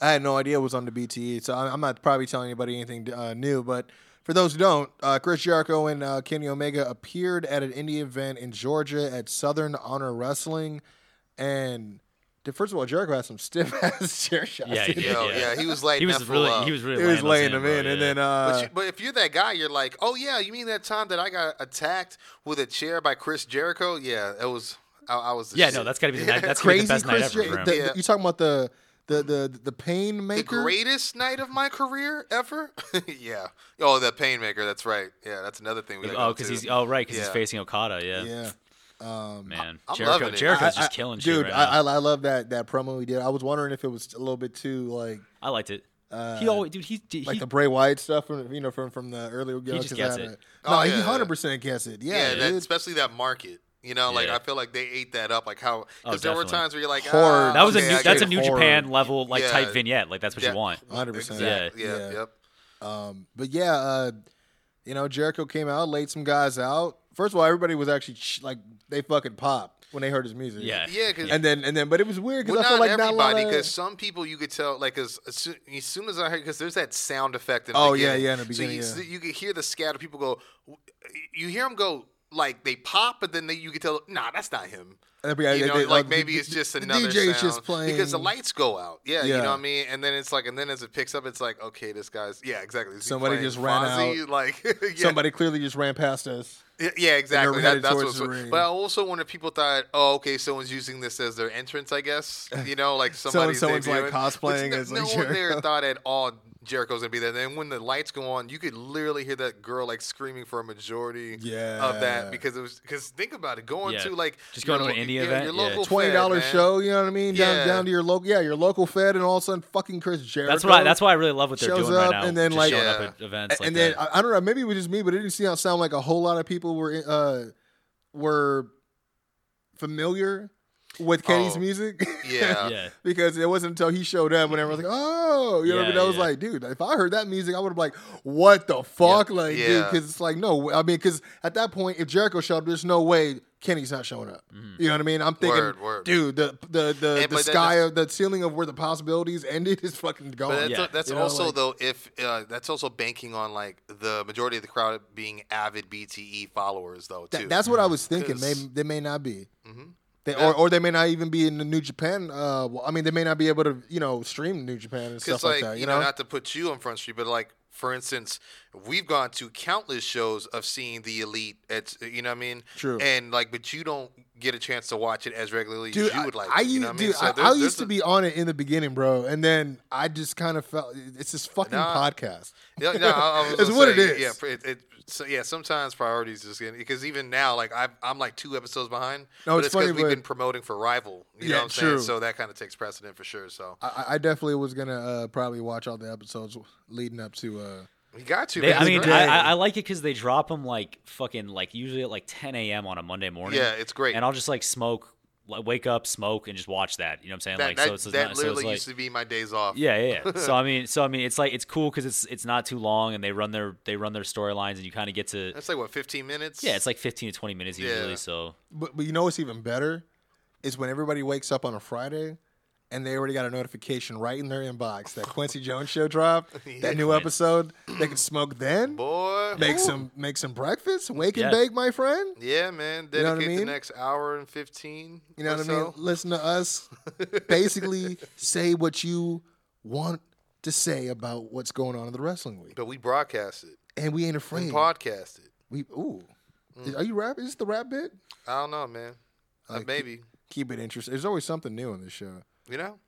E: I had no idea it was on the BTE, E, so I- I'm not probably telling anybody anything uh, new. But for those who don't, uh, Chris Jericho and uh, Kenny Omega appeared at an indie event in Georgia at Southern Honor Wrestling, and th- first of all, Jericho had some stiff ass chair shots.
F: Yeah, he
E: didn't
F: did,
D: Yo, yeah.
F: yeah.
D: he was like
F: he was really, he was really.
E: he was
F: those
E: laying them in,
F: bro,
E: and
F: yeah.
E: then
D: But,
E: uh,
D: you, but if you're that guy, you're like, oh yeah, you mean that time that I got attacked with a chair by Chris Jericho? Yeah, it was. I, I was. The
F: yeah,
D: shit.
F: no, that's gotta be the night. That's
E: crazy
F: crazy the best
E: Chris.
F: night ever.
E: Jer-
F: for him.
E: the-
D: Yeah.
E: You talking about the the the the pain
D: the
E: maker?
D: greatest night of my career ever. yeah. Oh, that painmaker. That's right. Yeah, that's another thing. We gotta
F: oh,
D: go
F: because
D: to.
F: he's oh right, because
D: Yeah.
F: he's facing Okada. Yeah,
E: yeah. Um,
F: man,
D: I'm
F: Jericho,
D: loving it.
F: Jericho's
E: I- I-
F: just killing shit
E: dude.
F: right
E: I,
F: now.
E: I I love that that promo we did. I was wondering if it was a little bit too like uh,
F: I liked it. he always, dude, he he,
E: like the Bray Wyatt stuff from you know from from the earlier. He
F: just gets it.
E: No,
D: Oh,
E: he
D: yeah.
E: hundred percent gets it.
D: Yeah,
E: Yeah,
D: that,
E: dude.
D: especially that market. You know, like
F: Yeah.
D: I feel like they ate that up. Like how
F: Oh,
D: because there were
F: definitely.
D: times where you're like,
E: Hard.
D: ah,
F: that was
D: okay,
F: a
D: I
F: new, that's a
D: get
F: New
D: it.
E: horror.
F: Japan level like
D: Yeah.
F: type vignette. Like that's what
D: Yeah.
F: you want.
E: 100%.
D: Exactly.
E: Yeah.
D: Yeah.
E: Yeah.
D: Yep.
E: but yeah, uh, you know Jericho came out, laid some guys out. First of all, everybody was actually sh- like they fucking popped when they heard his music.
F: Yeah,
D: Yeah, 'cause-
E: and then and then but it was weird because
D: Well,
E: I feel
D: not
E: like not a lot
D: everybody,
E: of-
D: because some people you could tell, like, as, as, soon, as soon as I heard, because there's that sound effect in the
E: Oh, yeah,
D: beginning.
E: yeah, in the beginning,
D: So you,
E: yeah.
D: so you could hear the scatter. People go, w- you hear them go, like, they pop, but then they, you could tell, nah, that's not him.
E: everybody-
D: You know,
E: they-
D: like
E: the-
D: maybe
E: the-
D: it's just
E: the
D: another
E: DJ's
D: sound
E: just playing
D: because the lights go out. Yeah, you
E: Yeah.
D: know what I mean. And then it's like, and then as it picks up, it's like, okay, this guy's yeah, exactly. Is he
E: Somebody
D: playing
E: just ran
D: Fonzie?
E: out.
D: Like yeah.
E: Somebody clearly just ran past us.
D: Yeah, yeah, exactly. That,
E: headed
D: that's
E: towards
D: what's.
E: the ring.
D: But I also wonder if people thought, oh, okay, someone's using this as their entrance. I guess you know, like somebody's
E: someone's, like,
D: debuting.
E: cosplaying
D: Which no,
E: as,
D: no
E: like,
D: one there
E: Jericho.
D: thought at all Jericho's gonna be there. Then when the lights go on, you could literally hear that girl like screaming for a majority of
E: Yeah.
D: that because it was because think about it, going
F: Yeah.
D: to like
F: Just
D: your
F: going to an
D: lo-
F: indie
D: your- your
F: event? Yeah.
D: local
E: Twenty dollar
D: dollars
E: show, you know what I mean? Down
D: Yeah.
E: down to your local, yeah, your local Fed, and all of a sudden, fucking Chris Jericho.
F: That's what I, that's why I really love what they're
E: shows
F: doing right
E: up
F: now.
E: and then,
F: just
E: like-
F: showing
D: Yeah.
F: up at events
E: and
F: like
E: then
F: that.
E: I, I don't know, maybe it was just me, but it didn't see how sound like a whole lot of people were uh were familiar with Kenny's
D: Oh,
E: music.
D: Yeah.
F: yeah,
E: because it wasn't until he showed up when everyone was like, "Oh," you know. what I
F: Yeah,
E: mean? I was
F: yeah.
E: like, "Dude, if I heard that music, I would have like, what the fuck, like, dude 'cause
D: Yeah.
E: Because it's like, no, I mean, because at that point, if Jericho showed up, there's no way Kenny's not showing up. You know what I mean? I'm thinking,
D: Mm-hmm. Word, word.
E: dude, the the the,
D: And-
E: the
D: but that-
E: sky of the ceiling of where the possibilities ended is fucking gone.
D: But that's,
F: Yeah.
D: that's
E: You know,
D: also
E: like-
D: though if uh, that's also banking on like the majority of the crowd being avid BTE followers though too.
E: Th- that's what I was thinking. May,
D: 'Cause-
E: they may not be.
D: Mhm.
E: They,
D: Yeah.
E: or, or they may not even be in the New Japan. Uh, well, I mean, they may not be able to, you know, stream New Japan and
D: Because
E: stuff
D: like,
E: like, that.
D: you know, not to put you on front street, but like for instance, we've gone to countless shows of seeing the elite. At you know what I mean?
E: True.
D: And like, but you don't get a chance to watch it as regularly
E: dude,
D: as you would
E: I-
D: like.
E: I,
D: you
E: used-
D: know what I mean?
E: dude,
D: So
E: I,
D: there's-
E: I
D: there's
E: used
D: a-
E: to be on it in the beginning, bro, and then I just kind of felt it's this fucking
D: Nah.
E: podcast.
D: Yeah, no, I, I was
E: It's
D: gonna
E: what it
D: say,
E: is.
D: Yeah, pr- it, it, so, yeah. Sometimes priorities just getting because even now, like I've, I'm like two episodes behind.
E: No,
D: but
E: it's
D: it's because
E: funny,
D: we've
E: but-
D: been promoting for Rival.
E: Yeah,
D: You know what I'm
E: true.
D: saying? So that kind of takes precedent for sure. So
E: I, I definitely was gonna uh, probably watch all the episodes leading up to. Uh,
D: we got to.
F: They-
D: man.
F: I
D: It's
F: mean,
D: great.
F: I, I, I like it because they drop them like fucking like usually at like 10 a.m. on a Monday morning.
D: Yeah, it's great.
F: And I'll just like smoke, like, wake up, smoke, and just watch that. You know what I'm saying?
D: that
F: like
D: that,
F: so, it's
D: that
F: not, so
D: literally
F: it's like
D: used to be my days off.
F: yeah, yeah. yeah. so I mean, so I mean, it's like it's cool because it's it's not too long, and they run their they run their storylines, and you kind of get to
D: That's like what 15 minutes.
F: yeah, it's like 15 to 20 minutes
D: Yeah.
F: usually. So
E: but but you know what's even better is when everybody wakes up on a Friday and they already got a notification right in their inbox that Quincy Jones show dropped, that new episode. They could smoke then,
D: Boy.
E: make some make some breakfast, wake
F: Yeah.
E: and bake, my friend.
D: Yeah, man. Dedicate
E: You know what I
D: the
E: mean?
D: next hour and 15.
E: You know
D: or
E: what I mean?
D: so.
E: Listen to us. Basically, say what you want to say about what's going on in the wrestling week,
D: But we broadcast it
E: and we ain't
D: and
E: afraid.
D: podcast it.
E: we ooh, are you rap? Is this the rap bit?
D: I don't know, man. Mm. Uh,
E: Like,
D: maybe.
E: Keep it interesting. There's always something new in this show.
D: You know?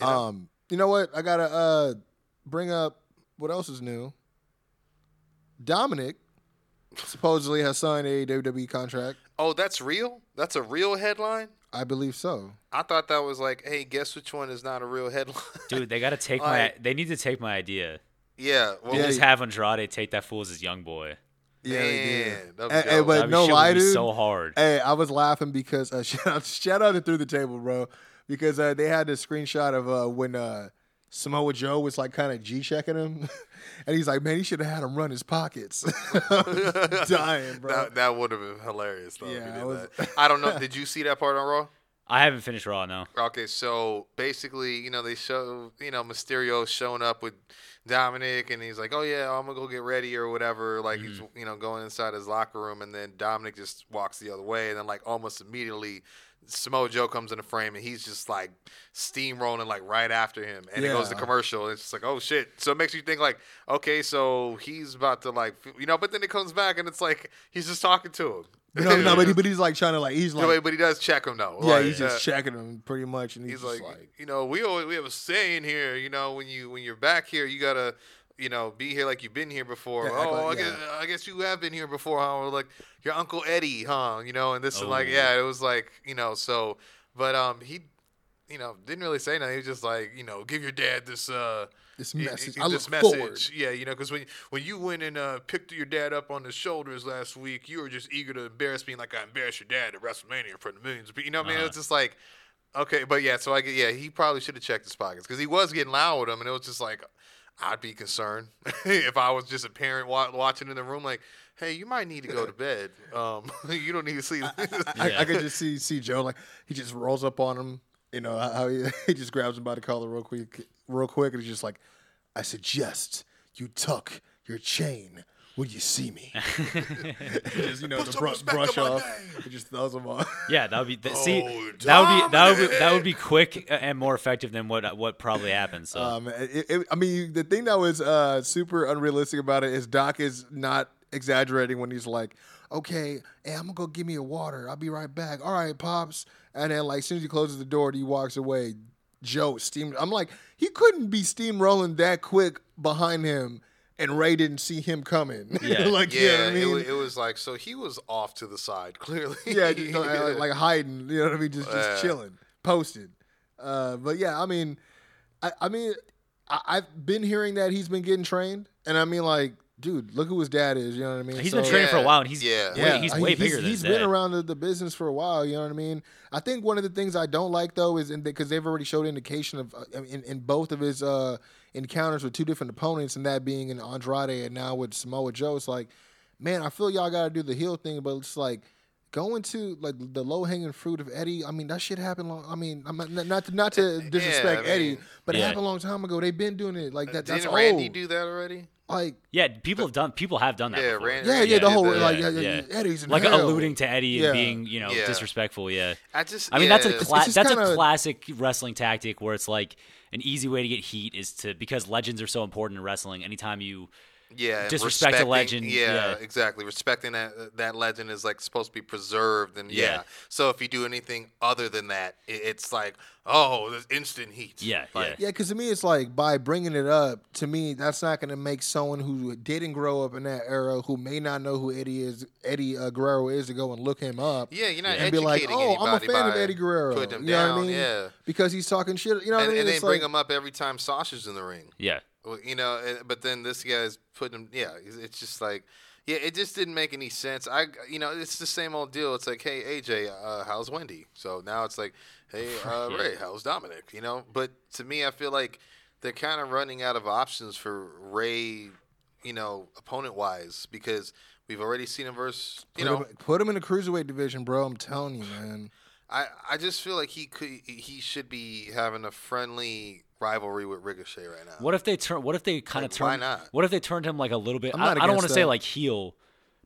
D: You know?
E: Um, you know what? I gotta uh bring up what else is new. Dominic supposedly has signed a WWE contract.
D: oh, that's real? That's a real headline?
E: I believe so.
D: I thought that was like, hey, guess which one is not a real headline?
F: Dude, they gotta take my.
D: Alright.
F: They need to take my idea.
D: yeah. Well,
E: Yeah,
F: Just
E: you-
F: have Andrade take that fool as his young boy.
D: Man, that was
E: Hey, hey,
D: dope.
E: but
F: That
E: no
F: shit
E: lie,
F: would be
E: dude.
F: so hard.
E: Hey, I was laughing because uh, shout out, shout out to through the table, bro, because uh, they had this screenshot of uh, when uh, Samoa Joe was like kind of g checking him, and he's like, "Man, he should have had him run his pockets." I'm dying, bro.
D: That, that would have been hilarious, though. if
E: Yeah,
D: you
E: I
D: did
E: was-
D: that. I don't know. Did you see that part on Raw?
F: I haven't finished Raw now.
D: Okay, so basically, you know, they show, you know, Mysterio showing up with Dominic, and he's like, "Oh yeah, I'm gonna go get ready or whatever." Like he's,
E: Mm-hmm.
D: you know, going inside his locker room, and then Dominic just walks the other way, and then like almost immediately, Samoa Joe comes in the frame, and he's just like steamrolling like right after him, and it goes to
E: Yeah.
D: commercial. And it's just like, oh shit! So it makes you think like, okay, so he's about to like, you know, but then it comes back, and it's like he's just talking to him.
E: You know, no, but, he, but he's like trying to like he's
D: No,
E: like,
D: but he does check him though.
E: yeah,
D: Like,
E: he's
D: uh,
E: just checking him pretty much, and he's,
D: He's
E: just
D: like,
E: like,
D: you know, we always we have a saying here. You know, when you when you're back here, you gotta, you know, be here like you've been here before.
E: Yeah, act
D: oh,
E: like-
D: I guess I guess you have been here before, huh? Or like your uncle Eddie, huh? You know, and this and like,
F: Oh.
D: yeah, it was like, you know, so, but um, he, you know, didn't really say nothing. He was just like, you know, give your dad this uh.
E: this
D: y- y-
E: message.
D: y-
E: I
D: this
E: look
D: message,
E: forward.
D: yeah, you know, because when when you went and uh, picked your dad up on the shoulders last week, you were just eager to embarrass me, like I embarrassed your dad at WrestleMania in front of millions of people. You know, what I
E: Uh-huh.
D: mean, it was just like, Okay, but yeah, so I get yeah, he probably should have checked his pockets because he was getting loud with him, and it was just like, I'd be concerned if I was just a parent wa- watching in the room, like, hey, you might need to go to bed. Um, you don't need to see.
E: I, I could just see see Joe like he just rolls up on him. You know how he, he just grabs him by the collar real quick, real quick, and he's just like, "I suggest you tuck your chain when you see me." just you know the bru- brush off, he just throws him off.
F: Yeah, that would be. That, see,
D: Oh,
F: that would be that would be, that would be quick and more effective than what what probably happened. So
E: Um, it, it, I mean, the thing that was uh, super unrealistic about it is Doc is not exaggerating when he's like, "Okay, hey, I'm gonna go give me a water. I'll be right back. All right, pops." And then, like, as soon as he closes the door, he walks away. Joe steam. I'm like, he couldn't be steamrolling that quick behind him, and Ray didn't see him coming.
F: Yeah.
E: like,
D: yeah,
E: you know what I
D: it,
E: mean?
D: wa- it was like so he was off to the side clearly.
E: yeah, just, like, like hiding. You know what I mean? Just just
D: Yeah.
E: chilling, posted. Uh, but yeah, I mean, I, I mean, I, I've been hearing that he's been getting trained, and I mean, like, dude, look who his dad is. You know what I mean?
F: he's
E: So-
F: been training for a
D: Yeah,
F: while, and he's
D: yeah.
F: yeah,
D: Yeah,
F: he's
E: I-
F: way bigger than his
E: He's been
F: dad.
E: around the, the business for a while. You know what I mean? I think one of the things I don't like though is because they've already showed indication of uh, in, in both of his uh, encounters with two different opponents, and that being in Andrade and now with Samoa Joe. It's like, man, I feel y'all got to do the heel thing, but it's like. Going to like the low hanging fruit of Eddie. I mean, that shit happened long. I mean, I'm not not to, not to disrespect
D: I mean-
E: Eddie, but it
F: Yeah.
E: happened a long time ago. They've been doing it like that.
D: Didn't
E: That's
D: Randy
E: old.
D: do that already?
E: like
F: Yeah, people have done people have done that.
D: Yeah,
F: before.
D: Randy-
E: yeah, yeah,
D: Yeah,
E: the whole
D: did that.
E: like yeah, yeah,
F: Yeah.
E: Eddie's in
F: like
E: hell.
F: alluding to Eddie
E: Yeah.
F: and being you know
D: Yeah.
F: disrespectful. Yeah,
D: I just.
F: I mean that's a
D: yeah.
F: cla-
E: just
F: that's
E: kinda-
F: a classic wrestling tactic where it's like an easy way to get heat is to because legends are so important in wrestling. Anytime you
D: yeah, and
F: disrespect a
D: respecting-
F: legend,
D: Yeah,
F: yeah.
D: exactly. Respecting that that legend is like supposed to be preserved, and yeah.
F: Yeah.
D: So if you do anything other than that, it, it's like oh, there's instant heat.
F: yeah
D: Like,
F: yeah
E: Yeah, because to me, it's like by bringing it up, to me, that's not going to make someone who didn't grow up in that era, who may not know who Eddie is, Eddie uh, Guerrero is, to go and look him up.
D: Yeah, you're not
E: and be like,
D: educating
E: oh, I'm a
D: anybody
E: fan of
D: by
E: Eddie Guerrero.
D: putting him
E: you know what
D: down,
E: I mean?
D: yeah.
E: Because he's talking shit. You know what I
D: and,
E: mean?
D: and they
E: It's
D: bring
E: like-
D: him up every time Sasha's in the ring.
F: yeah.
D: Well, you know, and- but then this guy's putting him. Yeah, it's- it's just like, yeah, it just didn't make any sense. I, you know, it's the same old deal. It's like, hey, AJ, uh, how's Wendy? So now it's like, hey, uh, Ray, how's Dominic? You know, but to me, I feel like they're kind of running out of options for Ray, you know, opponent wise because we've already seen him versus, you
E: put
D: know,
E: him, put him in the cruiserweight division, bro. I'm telling you, man.
D: I, I just feel like he could he should be having a friendly rivalry with Ricochet right now.
F: What if they turn? What if they kind of
D: Like,
F: turn?
D: why not?
F: What if they turned him like a little bit?
E: I'm
F: I,
E: not
F: I don't
E: against
F: want to say
E: that.
F: like heel,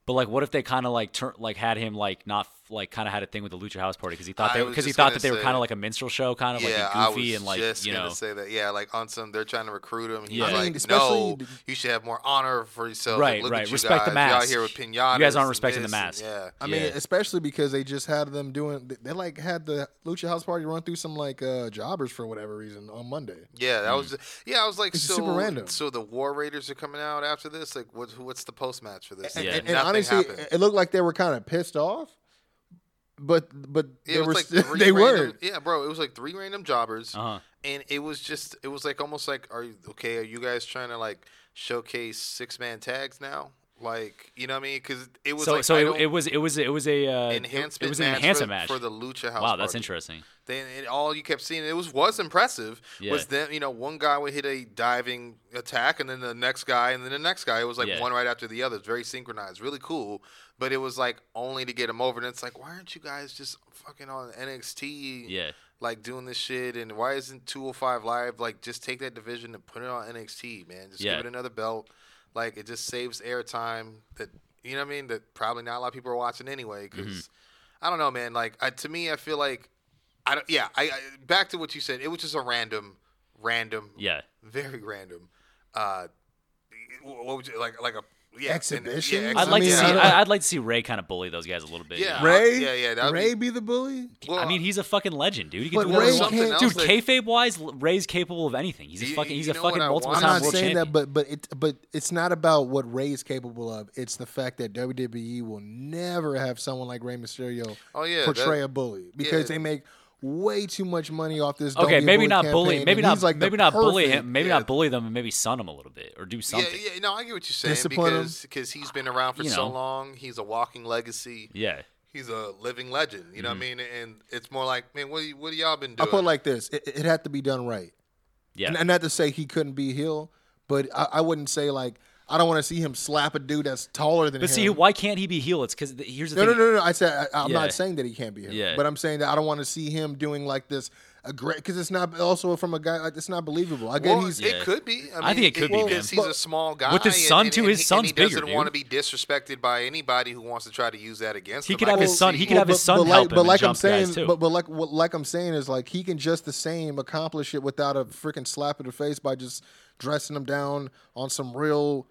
F: but like what if they kind of like turn like had him like not like kind of had a thing with the Lucha House Party because he thought
D: I
F: they
D: was
F: because he
D: just
F: thought
D: gonna
F: that they were
D: say
F: kind
D: that.
F: of like a minstrel show, kind of
D: yeah,
F: like
D: I
F: goofy
D: was
F: and like
D: just
F: you know.
D: gonna say that. Yeah, like on some, they're trying to recruit him. He's
F: Yeah. I
D: like,
E: mean, especially-
D: no, you should have more honor for yourself.
F: Right,
D: Like, look
F: right.
D: At you
F: Respect the
D: guys. Y'all
F: mask.
D: here with
F: You
D: pinatas.
F: guys aren't
D: and
F: respecting the
D: this and-
F: mask.
D: Yeah.
E: I mean,
F: Yeah.
E: especially because they just had them doing. They, they like had the Lucha House Party run through some like uh, jobbers for whatever reason on Monday.
D: Yeah,
F: Hmm.
D: that was yeah. I was like,
E: It's
D: so
E: super random.
D: So the War Raiders are coming out after this. Like, what, what's the post match for this?
E: And,
F: Yeah.
E: and- and
D: Nothing
E: honestly,
D: happened.
E: it looked like they were kind of pissed off, but but
D: It
E: they
D: was
E: were
D: like
E: still-
D: three
E: they
D: random,
E: were.
D: Yeah, bro. It was like three random jobbers,
F: Uh-huh.
D: and it was just it was like almost like are you okay? Are you guys trying to like showcase six man tags now? Like, you know what I mean? Because it was
F: So
D: like
F: so
D: I
F: it,
D: don't-
F: it was it was it was a uh, it-
D: enhancement.
F: It was an
D: match
F: enhancement
D: for,
F: match.
D: for the Lucha House.
F: wow, that's
D: Party.
F: interesting.
D: Then it, all you kept seeing it was was impressive.
F: Yeah.
D: Was then you know one guy would hit a diving attack, and then the next guy, and then the next guy. It was like
F: Yeah.
D: one right after the other. It's very synchronized, really cool. But it was like only to get him over. And it's like, why aren't you guys just fucking on NXT?
F: Yeah.
D: Like doing this shit, and why isn't 205 Live like just take that division and put it on NXT, man? Just
F: Yeah.
D: give it another belt. Like it just saves airtime that you know what I mean. That probably not a lot of people are watching anyway.
F: Mm-hmm.
D: Because I don't know, man. Like I, to me, I feel like I don't. Yeah, I, I back to what you said. It was just a random, random,
F: Yeah.
D: very random. Uh, what would you like? Like a yeah, and-
E: Exhibition?
D: Yeah,
F: I'd like
E: mean,
F: to see
E: I don't-
F: I, would like to see Ray kind of bully those guys a little bit. you
D: Yeah.
F: know?
E: Ray,
D: Yeah, yeah, that would
E: Ray
D: be-
E: be the bully.
D: Well,
F: I mean, he's a fucking legend, dude. He can
E: But
F: do whatever
E: Ray
F: he wants.
E: can't-
D: something
F: Dude,
D: else that-
F: kayfabe wise, Ray's capable of anything. He's a
D: You-
F: fucking
D: you
F: he's a
D: know what
F: fucking
D: I
F: multiple
D: want?
E: I'm
F: time
E: not
F: world
E: saying
F: champion.
E: that, but but it but it's not about what Ray is capable of. It's the fact that WWE will never have someone like Ray Mysterio
D: Oh, yeah,
E: portray
D: that-
E: a bully because
D: yeah.
E: they make way too much money off this. Don't
F: Okay,
E: Be a
F: maybe
E: Bully
F: not
E: campaign,
F: bully, maybe
E: and
F: not,
E: he's like the
F: maybe not bully
E: perfect-
F: him, maybe
D: yeah.
F: not bully them, and maybe son him a little bit or do something.
D: Yeah, yeah, no, I get what you're saying
E: Discipline him.
D: because because he's been around for
F: You
D: so
F: know.
D: long. He's a walking legacy.
F: Yeah. Mm-hmm.
D: He's a living legend. You know what I mean? And it's more like, man, what do you- what do y'all been
E: I
D: doing?
E: put it like this: it, it had to be done right,
F: yeah.
E: and, and not to say he couldn't be heel, but I, I wouldn't say like I don't want to see him slap a dude that's taller than
F: But
E: him.
F: see, why can't he be heel? It's because here's the
E: No, no,
F: thing.
E: no, no. I said I, I'm
F: Yeah.
E: not saying that he can't be him,
F: Yeah.
E: but I'm saying that I don't want to see him doing like this. Great, because it's not also from a guy like it's not believable. I get
D: well,
E: he's
D: it could be. I, mean,
F: I think it could be,
D: because
E: man.
D: he's a small guy.
F: With his
D: and-
F: son,
D: and-
F: too,
D: and
F: his
D: he-
F: son's
D: and he doesn't
F: bigger,
D: want to
F: dude.
D: be disrespected by anybody who wants to try to use that against
F: He
D: him.
F: could
D: I
F: have his
D: can
F: son-
D: see-
F: he could have his son help him and jump
E: saying,
F: guys, too.
E: But, but like what, like I'm saying is like he can just the same accomplish it without a freaking slap in the face by just dressing him down on some real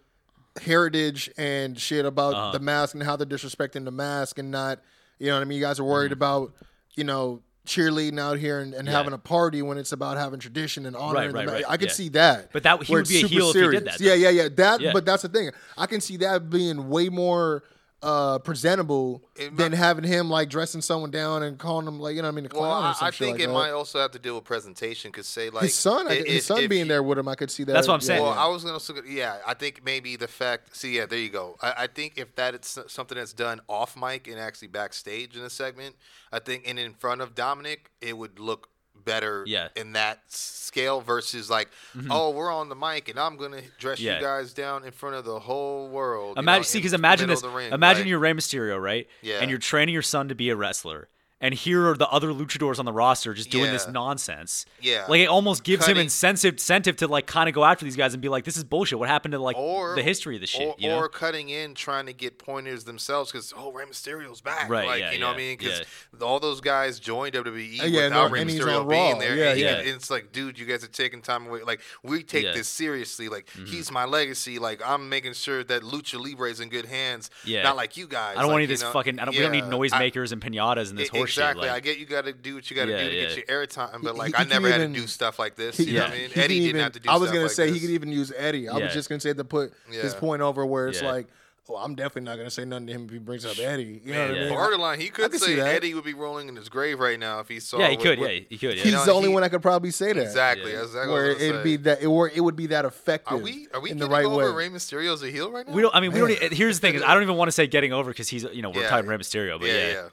E: heritage and shit about
F: Uh-huh.
E: the mask and how they're disrespecting the mask and not you know what I mean. You guys are worried about you know cheerleading out here and, and
F: Mm-hmm. Yeah.
E: having a party when it's about having tradition and honor.
F: Right,
E: and
F: right,
E: the ma-
F: right.
E: I could
F: Yeah.
E: see that,
F: But that- he
E: where
F: would
E: it's
F: be a
E: super
F: heel if he did that, though.
E: Yeah, yeah, yeah. That,
F: Yeah.
E: but that's the thing. I can see that being way more uh, presentable
D: It
E: than having him like dressing someone down and calling him like you know what I mean a clown
D: Well, I,
E: or some
D: I
E: shit
D: think
E: like
D: it
E: that.
D: might also have to deal with presentation. Because say like
E: his son, I
D: i-
E: could- his
D: if-
E: son
D: if
E: being
D: he-
E: there with him, I could see that.
F: That's what I'm
E: yeah,
F: saying.
D: Well,
E: yeah.
D: I was gonna look at yeah. I think maybe the fact. See, yeah, there you go. I, I think if that it's something that's done off mic and actually backstage in a segment, I think and in front of Dominic, it would look better.
F: Yeah. Mm-hmm.
D: In that s- scale versus like, oh, we're on the mic and I'm gonna dress
F: Yeah.
D: you guys down in front of the whole world. you
F: Imagine,
D: know,
F: see,
D: in
F: because
D: the
F: imagine
D: middle
F: this.
D: of the ring,
F: imagine
D: like-
F: you're Rey Mysterio, right?
D: Yeah.
F: And you're training your son to be a wrestler, and here are the other luchadors on the roster just doing this
D: Yeah.
F: nonsense.
D: Yeah.
F: Like it almost gives him
D: Cutting-
F: incentive, incentive to like kind of go after these guys and be like, "This is bullshit. What happened to like
D: or
F: the history of the shit?"
D: or,
F: you know?
D: or cutting in trying to get pointers themselves because oh Rey Mysterio's back,
F: Right,
D: Like
F: yeah,
D: you know what I
F: yeah,
D: mean? Because
F: yeah.
D: all those guys joined WWE
E: Uh, yeah,
D: without
E: no,
D: Rey
E: and he's
D: Mysterio
E: on
D: being
E: Raw.
D: there.
E: Yeah,
D: and,
F: yeah.
D: and it's like, dude, you guys are taking time away. Like we take
F: Yeah. Mm-hmm.
D: this seriously. Like he's my legacy. Like I'm making sure that Lucha Libre is in good hands.
F: Yeah.
D: not like you guys.
F: I don't
D: like,
F: want any of
D: you
F: this
D: know?
F: fucking. I don't, We
D: Yeah,
F: don't need
D: I-
F: noisemakers and pinatas and this
D: I-
F: horseshit.
D: exactly. I
F: Like,
D: get you got to do what you got to
F: Yeah,
D: do to
F: yeah.
D: get your airtime, but
E: He-
D: like
E: he
D: I
E: can
D: never
E: even-
D: had to do stuff like this.
E: He-
D: you know
E: yeah.
D: what I mean?
E: he can
D: Eddie didn't
E: even-
D: have to do.
E: I was
D: stuff
E: gonna
D: like
E: say he
D: this.
E: could even use Eddie. I was
F: Yeah.
E: just gonna say to put his
D: Yeah.
E: point over where it's
F: Yeah.
E: like, oh, I'm definitely not gonna say nothing to him if he brings up Eddie. You know what I
F: Yeah.
E: mean?
D: Borderline, he
E: I
D: could
E: could see
D: say
E: that.
D: Eddie would be rolling in his grave right now if he saw.
F: yeah, he
D: Oh, what-
F: could.
D: what-
F: Yeah, he could. Yeah.
E: He's
D: know,
E: the only
D: he-
E: one I could probably say that.
D: Exactly.
F: Yeah.
D: That's exactly
E: Where
D: what I was gonna
E: it'd be
D: say.
E: that, or it would be that effective.
D: Are we are we
E: in
D: getting
E: the right
D: over
E: way?
D: Rey Mysterio's a heel right now?
F: We don't. I mean, we don't. Here's the thing: is I don't even want to say getting over because he's, you know, we're
D: Yeah.
F: talking Rey Mysterio, but
D: yeah,
F: yeah,
D: yeah.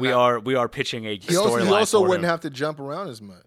F: we
D: not-
F: are we are pitching a
E: He also,
F: storyline.
E: he also
F: for
E: wouldn't
F: him.
E: have to jump around as much.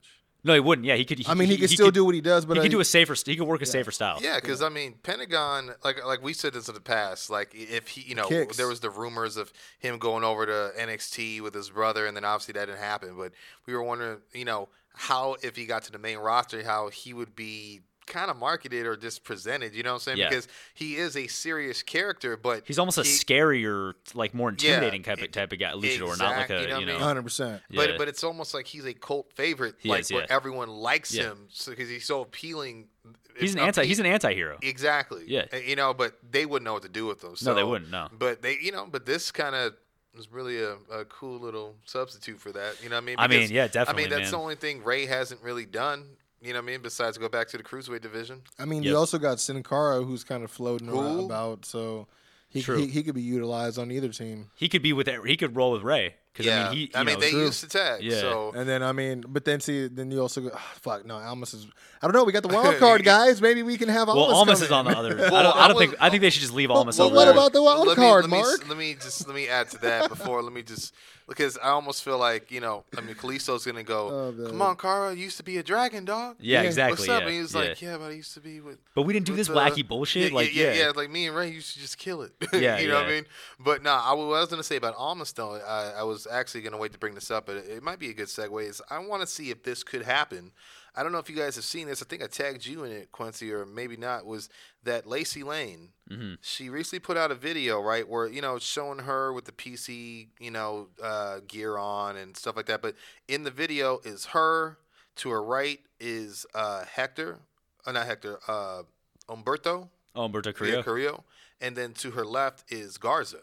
F: No, he wouldn't. Yeah, he could. He,
E: I mean, he, could still do what he does, but
F: he
E: I,
F: could do a safer. st- He could work a safer style.
D: Yeah, because I mean, Pentagon, like like we said this in the past, like if he, you know,
E: Kicks.
D: there was the rumors of him going over to NXT with his brother, and then obviously that didn't happen. But we were wondering, you know, how if he got to the main roster, how he would be kind of marketed or just presented. You know what I'm saying?
F: Yeah.
D: Because he is a serious character, but
F: He's almost a
D: he-
F: scarier, like more intimidating type of
D: it-
F: type of guy, luchador, not like
D: exact-
F: a
D: you know
F: you
D: what I
F: know.
D: mean?
E: 100%.
D: But
F: Yeah.
D: but it's almost like he's a cult favorite,
F: He
D: like
F: is,
D: where
F: yeah.
D: everyone likes
F: Yeah.
D: him because he's so appealing.
F: He's an
D: It's
F: anti. He's
D: appe-
F: an anti-hero.
D: Exactly.
F: Yeah.
D: Uh, You know, but they wouldn't know what to do with them. So,
F: No, they wouldn't, no.
D: But they, you know, but this kind of is really a, a cool little substitute for that. You know what I mean?
F: I mean, yeah,
D: I
F: definitely,
D: mean, that's the
F: man.
D: only thing Ray hasn't really done. You know what I mean? Besides go back to the cruiserweight division.
E: I mean,
F: Yep.
E: you also got Sin Cara, who's kind of floating around
D: Who?
E: about, so he,
F: True.
E: he he could be utilized on either team.
F: He could be with. He could roll with Ray because
D: yeah.
F: I mean, he. You know,
D: they
E: true.
D: used to tag.
F: Yeah.
D: So
E: And then I mean, but then see, then you also go, ah, fuck no, Almas is. I don't know. We got the wild card guys. Maybe we can have Almas.
F: well, Almas
E: come
F: is
E: in.
F: on the other. I
D: Well,
F: don't, I don't
D: I
F: think.
D: was-
F: I think they should just leave Almas
E: well,
F: over
E: what
F: there.
E: about the wild
D: let
E: card,
D: me, let
E: Mark?
D: Me, let me just let me add to that before. let me just because I almost feel like you know. I mean, Kalisto's gonna go.
E: Oh, man.
D: Come on, Kara. You used to be a dragon, dog.
F: Yeah,
E: Yeah.
F: exactly.
D: What's up?
F: yeah,
D: And he was
F: yeah.
D: like, yeah, but I used to be with.
F: But we didn't do
D: with
F: this
D: the-
F: wacky bullshit.
D: Yeah,
F: like,
D: yeah,
F: yeah,
D: yeah, Like me and Ray used to just kill it.
F: Yeah,
D: you know
F: yeah.
D: what I mean. But nah, I wa- what I was gonna say about Almas though. I, I was actually gonna wait to bring this up, but it, it might be a good segue. Is I want to see if this could happen. I don't know if you guys have seen this. I think I tagged you in it, Quincy, or maybe not. Was that Lacey Lane?
F: Mm-hmm.
D: She recently put out a video, right, where you know it's showing her with the PC, you know, uh, gear on and stuff like that. But in the video is her. To her right is uh, Hector, uh, not Hector, uh, Umberto.
F: Oh, Umberto Carrillo.
D: Korea, Carrillo, and then to her left is Garza.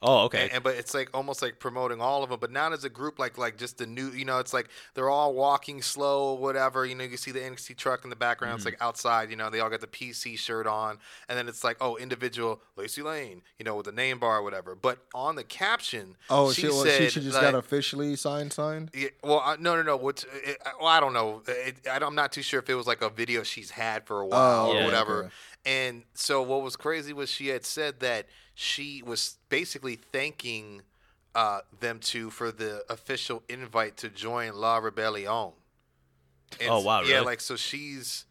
F: Oh,
D: And,
F: okay.
D: and but it's like almost like promoting all of them, but not as a group. Like like just the new, you know, it's like they're all walking slow, whatever. You know, you see the NXT truck in the background. It's
E: Mm-hmm.
D: like outside. You know, they all got the PC shirt on, and then it's like oh, individual Lacey Lane, you know, with the name bar or whatever. But on the caption,
E: Oh,
D: she
E: she, well,
D: said
E: she, she just
D: like,
E: got officially signed. Signed.
D: yeah, well, I, no, no, no. What's uh, it, I- well, I don't know. It, I don't, I'm not too sure if it was like a video she's had for a while
E: Oh,
F: okay,
D: or whatever.
E: okay.
D: And so, what was crazy was she had said that she was basically thanking uh, them two for the official invite to join La Rebellion. And
F: Oh,
D: s-
F: wow,
D: Yeah,
F: really?
D: like so she's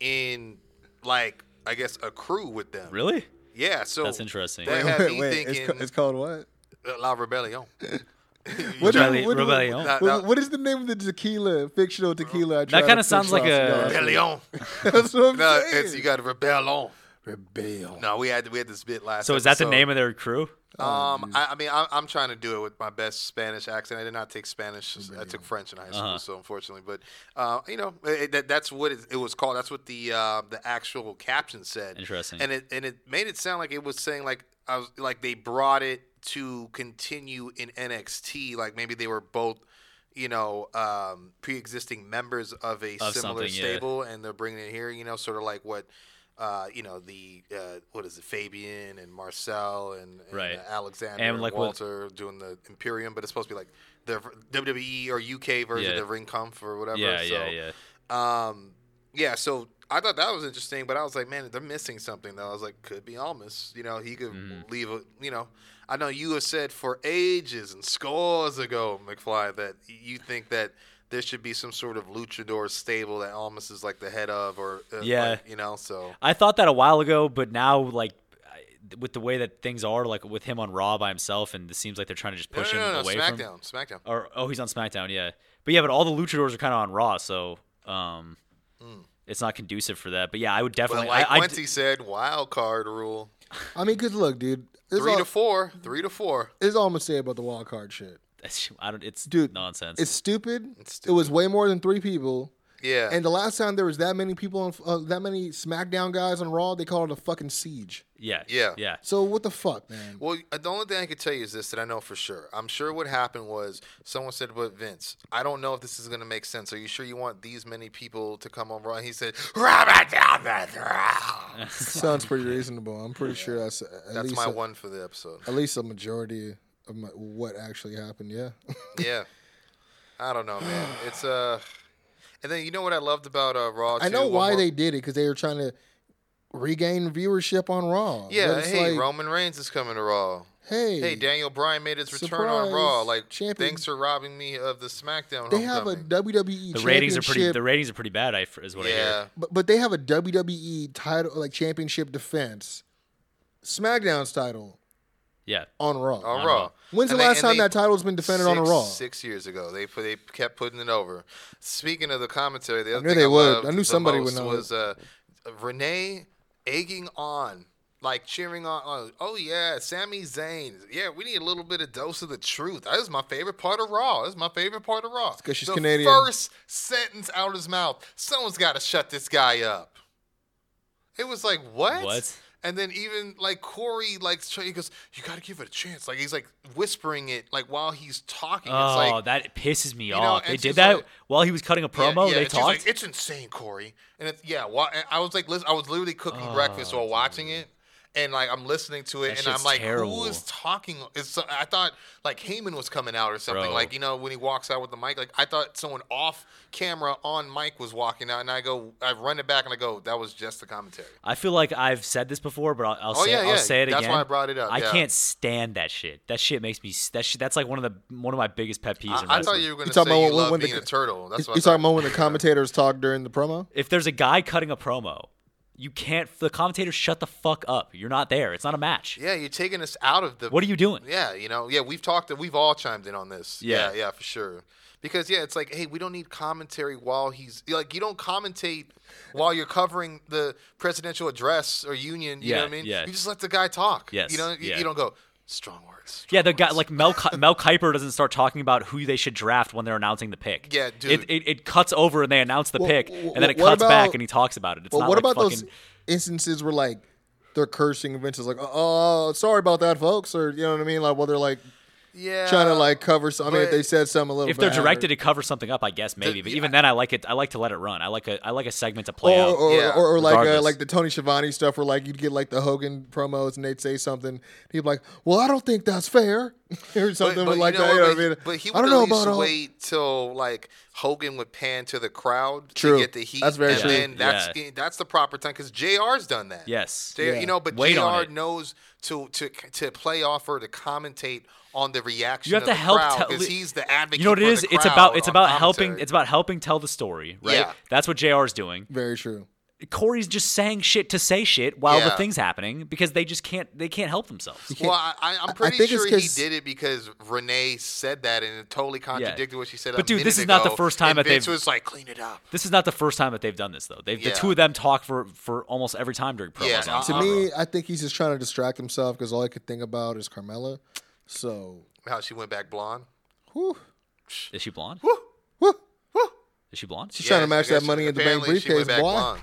D: in like I guess a crew with them.
F: Really?
D: Yeah. So
F: That's interesting.
D: That had me thinking
E: It's, ca- it's called what?
D: uh, La Rebellion.
E: What,
F: Rebelli-
E: what- what-
F: Rebellion.
D: Nah, nah.
E: what- what is the name of the tequila? Fictional tequila. I tried
F: kinda
E: to
F: sounds
E: finish
F: like
E: off
F: a-
E: the-
D: Rebellion.
E: That's what I'm
D: No,
E: saying.
D: it's you got to rebel on.
E: Rebel.
D: No, we had we had this bit last.
F: So is that the name of Oh, their crew?
D: Um, I, I mean, I, I'm trying to do it with my best Spanish accent. I did not take Spanish. I took French in high
F: Uh-huh.
D: school, so unfortunately. But uh, you know, it, that, that's what it, it was called. That's what the uh, the actual caption said.
F: Interesting.
D: And it and it made it sound like it was saying like I was like they brought it to continue in NXT. Like maybe they were both. You know, um, pre-existing members of a
F: Of
D: similar
F: something, yeah.
D: stable, and they're bringing it here. You know, sort of like what, uh, you know, the uh, what is it, Fabian and Marcel and, and
F: Right.
D: uh, Alexander
F: And,
D: and,
F: like, what-
D: Walter doing the Imperium, but it's supposed to be like the WWE or UK version
F: Yeah.
D: of the Ring Comf or whatever.
F: Yeah,
D: so,
F: yeah, yeah.
D: Um, yeah, so I thought that was interesting, but I was like, man, they're missing something. Though I was like, could be Almas. You know, he could
F: Mm.
D: leave a. You know, I know you have said for ages and scores ago, McFly, that you think that. There should be some sort of luchador stable that Almas is like the head of, or uh,
F: Yeah.
D: like, you know. So
F: I thought that a while ago, but now like I- with the way that things are, like with him on Raw by himself, and it seems like they're trying to just push
D: no, no, no,
F: him
D: no,
F: away
D: SmackDown,
F: from.
D: SmackDown.
F: Or oh, he's on SmackDown, yeah. But yeah, but all the luchadors are kind of on Raw, so um, it's not conducive for that. But yeah, I would
D: But
F: definitely.
D: Hmm. like
F: I, I d-
D: Quincy said, wild card rule.
E: I mean, good look, dude. This is
D: Three
E: all,
D: to four. Three to four.
E: this is all I'm gonna say about the wild card shit.
F: I don't. It's
E: Dude,
F: nonsense.
E: It's stupid.
D: It's
E: It was way more than three people.
D: Yeah.
E: And the last time there was that many people on uh, that many SmackDown guys on Raw, they called it a fucking siege.
F: yeah,
D: Yeah.
F: yeah.
E: So what the fuck, man?
D: well, uh, the only thing I could tell you is this that I know for sure. I'm sure what happened was someone said, "But Vince, I don't know if this is going to make sense. Are you sure you want these many people to come over?" And he said, "Robert down That's
E: Sounds pretty reasonable. I'm pretty sure that's uh, at least
D: my
E: a,
D: one for the episode.
E: at least a majority of my, what actually happened. Yeah.
D: yeah. I don't know, man. It's uh, and then you know what I loved about uh, Raw.
E: I
D: too?
E: know
D: One
E: why
D: more-
E: they did it because they were trying to regain viewership on Raw.
D: Yeah.
E: But it's
D: Hey,
E: like,
D: Roman Reigns is coming to Raw.
E: hey,
D: Hey, Daniel Bryan made his return
E: Surprise,
D: on Raw. Like,
E: champion.
D: thanks for robbing me of the SmackDown.
E: they have a
D: homecoming.
E: WWE
F: The
E: championship,
F: ratings are pretty. The ratings are pretty bad. I is what I hear.
D: yeah.
E: but, but they have a WWE title like championship defense, SmackDown's title
F: Yeah.
E: on Raw.
D: On
F: On
D: Raw.
F: Raw.
E: When's the
D: And they-
E: last
D: and
E: time
D: they-
E: that title's been defended on a
D: six-
E: Raw?
D: Six years ago, they put, they kept putting it over. Speaking of the commentary, the other
E: knew
D: thing
E: they
D: I
E: would.
D: loved
E: I knew
D: the
E: somebody would
D: most
E: know
D: was uh, Renee egging on, like cheering on. Oh, oh yeah, Sami Zayn. Yeah, we need a little bit of dose of the truth. That is my favorite part of Raw. That's my favorite part of Raw.
E: 'cause she's
D: the
E: Canadian.
D: First sentence out of his mouth. Someone's got to shut this guy up. It was like what?
F: What?
D: And then even like Corey, like tr- he goes, "You got to give it a chance." Like he's like whispering it, like while he's talking.
F: Oh,
D: it's like
F: that pisses me
D: know,
F: off.
D: and
F: They
D: it's
F: did
D: just
F: that
D: like-
F: while he was cutting a
D: yeah,
F: promo.
D: yeah,
F: they
D: and she's like,
F: talked.
D: it's insane, Corey. And it's yeah, why, and I was like, listen, I was literally cooking breakfast while watching it, and like I'm listening to
F: Oh, That
D: it, and
F: shit's
D: I'm like,
F: terrible.
D: who is talking? It's, so- I thought like Heyman was coming out or something.
F: Bro.
D: Like you know when he walks out with the mic, like I thought someone off camera on mic was walking out, and I go, I run it back, and I go, that was just the commentary.
F: I feel like I've said this before, but I'll, I'll
D: Oh,
F: say
D: yeah,
F: I'll
D: yeah.
F: say it
D: That's
F: again.
D: why I brought it up,
F: I
D: yeah.
F: can't stand that shit. That shit makes me s- that shit. That's like one of the one of my biggest pet peeves. in
D: I, I thought
F: wrestling.
D: you were going
E: You
D: to say
E: talking about
D: you
E: when-
D: love
E: when the
D: being a
E: c-
D: turtle. That's
E: you
D: what I
E: you talking
D: thought.
E: about when the commentators talk during the promo?
F: If there's a guy cutting a promo, you can't. The commentators shut the fuck up. You're not there. It's not a match.
D: Yeah, you're taking us out of the.
F: What are you doing?
D: Yeah, you know, yeah, we've talked, we've all chimed in on this. Yeah,
F: Yeah.
D: yeah, for sure. Because yeah, it's like, hey, we don't need commentary while he's like, you don't commentate while you're covering the presidential address or union. You know
F: Yeah,
D: what I mean?
F: yeah.
D: You just let the guy talk.
F: Yes,
D: You don't. you-
F: yeah.
D: You don't go strong words.
F: Yeah, the guy like Mel Ki- Mel Kiper doesn't start talking about who they should draft when they're announcing the pick.
D: Yeah,
F: It,
D: dude.
F: it, it cuts over and they announce the
E: Well,
F: pick,
E: w-
F: and then it
E: what
F: cuts
E: about-
F: back and he talks about it. It's
E: Well,
F: not
E: what
F: like
E: about
F: fucking,
E: those instances where like they're cursing events is like, oh, uh, sorry about that, folks, or you know what I mean? Like, well, they're like
D: Yeah.
E: trying to like cover. Some, I mean, if
D: but-
E: they said something a little.
F: if they're
E: bad or-
F: directed to cover something up, I guess maybe. but
D: yeah, Oh,
F: even then, I like it. I like to let it run. I like a I like a segment to play
E: Or,
F: out.
E: or,
D: Yeah.
E: or, or like uh,
F: Regardless.
E: like the Tony Schiavone stuff, where like you'd get like the Hogan promos, and they'd say something. He'd be like, "Well, I don't think that's fair," or something
D: but
E: like
D: you know
E: that. you know
D: what,
E: what I
D: but-
E: mean?
D: But he
E: I
D: would
E: don't know
D: at
E: about um, all.
D: least wait till like Hogan would pan to the crowd
E: True.
D: to get the heat.
E: That's very
D: and
E: true.
D: Then that's
F: Yeah.
D: that's the proper time because Jr's done that.
F: Yes.
D: J-
E: Yeah.
D: you know, but
F: Wait on
D: Jr.
F: it.
D: knows to to to play off or to commentate on the reaction.
F: You have
D: of
F: to
D: the
F: help
D: crowd
F: tell-
D: because he's the advocate.
F: You know what it
D: for
F: is?
D: the
F: It's
D: crowd
F: about it's
D: on
F: about helping.
D: commentary.
F: It's about helping tell the story, right?
D: Yeah.
F: That's what JR's doing.
E: Very true.
F: Corey's just saying shit to say shit while the
D: Yeah.
F: thing's happening because they just can't they can't help themselves.
D: Well, I, I- I'm pretty
E: think it's
D: sure he
E: 'cause-
D: did it because Renee said that and it totally contradicted what she said. a
F: But, dude,
D: minute
F: this is not the
D: ago,
F: first time
D: and
F: that
D: Vince
F: they've-
D: was like, "Clean it up."
F: This is not the first time that they've done this though. They have the
D: Yeah.
F: two of them talk for for almost every time during promos.
D: Yeah,
F: on
E: To
D: to
F: Raw.
E: me, I think he's just trying to distract himself because all I could think about is Carmella. So,
D: How she went back blonde.
E: whew,
F: is she blonde?
E: whew,
F: Is she blonde?
E: she's trying to
D: Yes,
E: match
D: I guess
E: that money in the bank
D: apparently she
E: briefcase,
D: went back
E: boy.
D: blonde.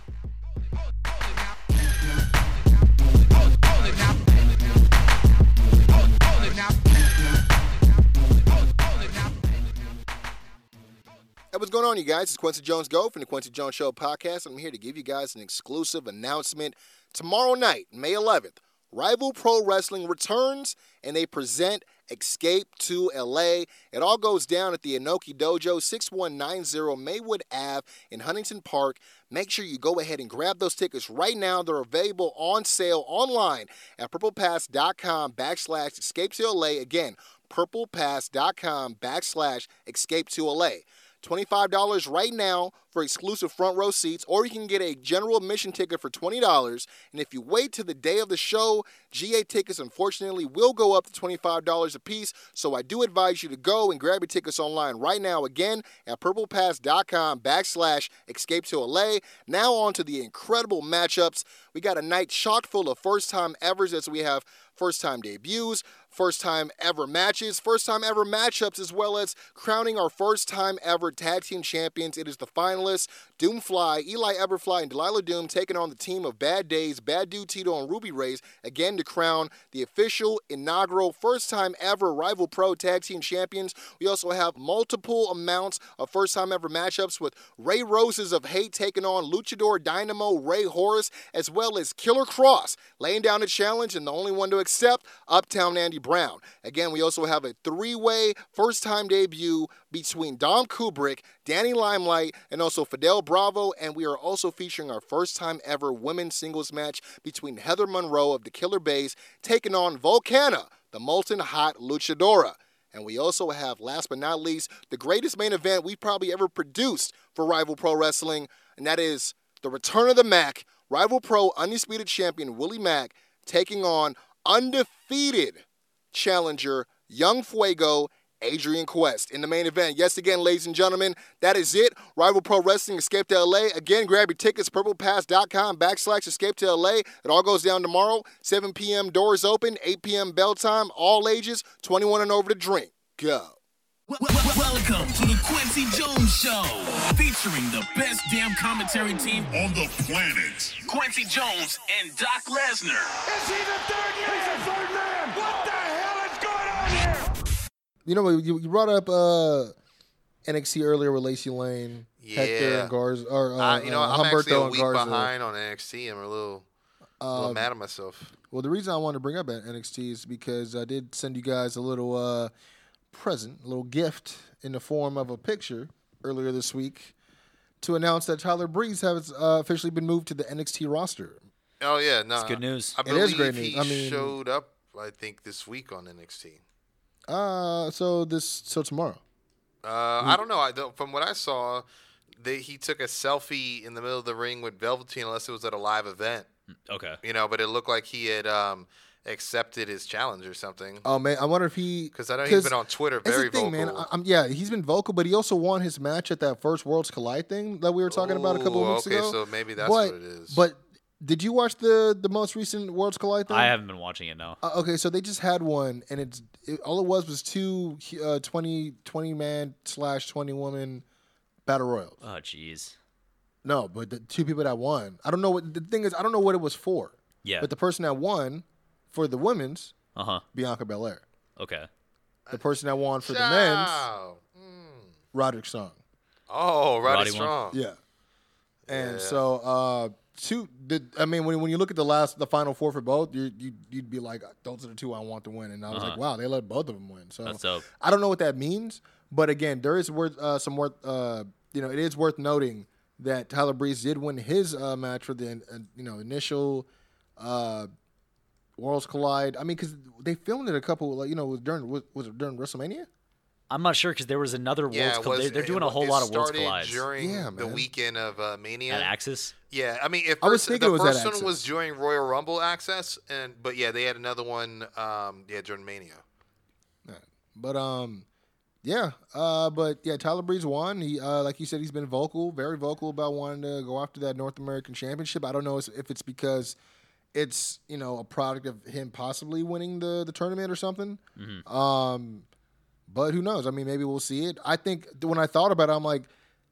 E: Hey, what's going on, you guys? It's Quincy Jones Go from the Quincy Jones Show podcast. I'm here to give you guys an exclusive announcement. Tomorrow night, May 11th, Rival Pro Wrestling returns and they present Escape to LA. It all goes down at the Inoki Dojo, 6190 Maywood Ave in Huntington Park. Make sure you go ahead and grab those tickets right now. They're available on sale online at purplepass.com backslash escape to LA. Again, purplepass.com backslash escape to LA. $25 right now for exclusive front row seats, or you can get a general admission ticket for $20. And if you wait to the day of the show, GA tickets unfortunately will go up to $25 a piece. So I do advise you to go and grab your tickets online right now again at purplepass.com backslash escape to LA. Now on to the incredible matchups. We got a night chock full of first time evers as we have first time debuts, first time ever matches, first time ever matchups, as well as crowning our first time ever tag team champions. It is the finalists Doomfly, Eli Everfly, and Delilah Doom taking on the team of Bad Days, Bad Dude Tito, and Ruby Rays again to crown the official inaugural first time ever Rival Pro tag team champions. We also have multiple amounts of first time ever matchups with Ray Roses of Hate taking on Luchador Dynamo Ray Horace, as well as Killer Cross laying down a challenge and the only one to accept Uptown Andy Brown. Again, we also have a three way first time debut between Dom Kubrick, Danny Limelight, and also Fidel Bravo. And we are also featuring our first time ever women's singles match between Heather Monroe of the Killer Bays taking on Volcana, the molten hot luchadora. And we also have, last but not least, the greatest main event we've probably ever produced for Rival Pro Wrestling, and that is the return of the Mac, Rival Pro Undisputed Champion Willie Mack taking on undefeated challenger Young Fuego Adrian Quest in the main event. Yes, again, ladies and gentlemen, that is it. Rival Pro Wrestling Escape to LA. Again, grab your tickets, purplepass.com backslash escape to LA. It all goes down tomorrow. 7 p.m. doors open, 8 p.m. bell time, all ages, 21 and over to drink. Go.
G: Wel- wel- Welcome to the Quincy Jones Show, featuring the best damn commentary team on the planet. Quincy Jones and Doc Lesnar.
E: You know, you, you brought up uh, NXT earlier with Lacey Lane, Hector
D: Yeah.
E: and Garza, or uh,
D: I, you know,
E: uh,
D: I'm actually
E: Humberto
D: a
E: and
D: week
E: Garza.
D: behind on NXT. I'm a little, a
E: Um,
D: little mad at myself.
E: Well, the reason I wanted to bring up NXT is because I did send you guys a little uh, present, a little gift in the form of a picture earlier this week to announce that Tyler Breeze has uh, officially been moved to the NXT roster.
D: Oh yeah, no.
F: good news.
D: I
E: It
D: believe
E: is great
D: he
E: news. I mean-
D: showed up. I think this week on NXT.
E: Uh, so this, so tomorrow.
D: Uh, I don't know. I don't, from what I saw, they, he took a selfie in the middle of the ring with Velveteen, unless it was at a live event,
F: Okay.
D: you know. But it looked like he had um, accepted his challenge or something.
E: Oh man, I wonder if he
D: Because I know he's been on Twitter
E: That's
D: very
E: the thing,
D: vocal.
E: man. I, I'm, yeah, he's been vocal, but he also won his match at that first Worlds Collide thing that we were talking about a couple of
D: Ooh,
E: weeks
D: okay,
E: ago.
D: so maybe that's
E: But-
D: what it is.
E: But did you watch the the most recent Worlds Collide thing?
F: I haven't been watching it now.
E: Uh, okay, so they just had one, and it's it, all it was was two uh, 20, 20 man slash twenty woman battle royals.
F: Oh, jeez.
E: No, but the two people that won. I don't know what the thing is. I don't know what it was for.
F: Yeah.
E: But the person that won for the women's
F: Uh huh.
E: Bianca Belair.
F: Okay.
E: The person that won for the men's
D: Ciao.
E: Roderick Strong.
D: Oh, Roddy,
F: Roddy won.
D: Strong.
E: Yeah. And so uh two the I mean when when you look at the last the final four for both, you you you'd be like those are the two I want to win and I was like wow, they let both of them win. So
F: Uh-huh. That's dope.
E: I don't know what that means, but again, there is worth uh some worth uh you know, it is worth noting that Tyler Breeze did win his uh match for the uh, you know, initial uh Worlds Collide. I mean cuz they filmed it a couple like you know, was during was, was it during WrestleMania?
F: I'm not sure because there was another Worlds
D: Yeah, it
F: Collide. They're,
D: was-
F: they're doing
D: it-
F: a whole
D: it
F: lot of Worlds
D: started
F: Collides
D: during
E: Yeah,
D: the
E: man.
D: weekend of uh, Mania.
F: at Axis.
D: Yeah, I mean, if
E: I was
D: first,
E: thinking
D: the
E: it was at
D: first one
E: Access.
D: was during Royal Rumble access, and but yeah, they had another one. Um, yeah, during Mania.
E: But um, yeah. Uh, but yeah, Tyler Breeze won. He uh, like you said, he's been vocal, very vocal about wanting to go after that North American Championship. I don't know if it's because it's you know a product of him possibly winning the the tournament or something. Um, but who knows? I mean, maybe we'll see it. I think when I thought about it, I'm like,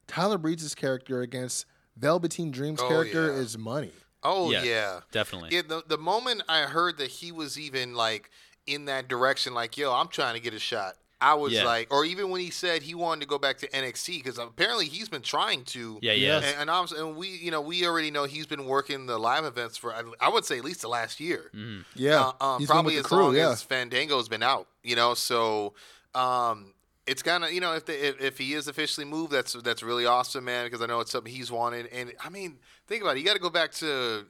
E: Tyler Breeze's character against Velveteen Dream's
D: Oh,
E: character
D: yeah.
E: is money.
D: Oh
F: Yeah,
D: yeah,
F: definitely.
D: Yeah, the, the moment I heard that he was even like in that direction, like yo, I'm trying to get a shot. I was
F: Yeah.
D: like, or even when he said he wanted to go back to NXT because apparently he's been trying to.
F: Yeah, yeah.
D: And, and, I was, and we, you know, we already know he's been working the live events for I- I would say at least the last year.
E: Yeah,
D: uh, um,
E: He's been
D: probably
E: with
D: as
E: the crew,
D: long
E: yeah.
D: as Fandango's been out. You know, so um, it's kind of you know if, the, if if he is officially moved, that's that's really awesome, man. Because I know it's something he's wanted, and I mean, think about it. You got to go back to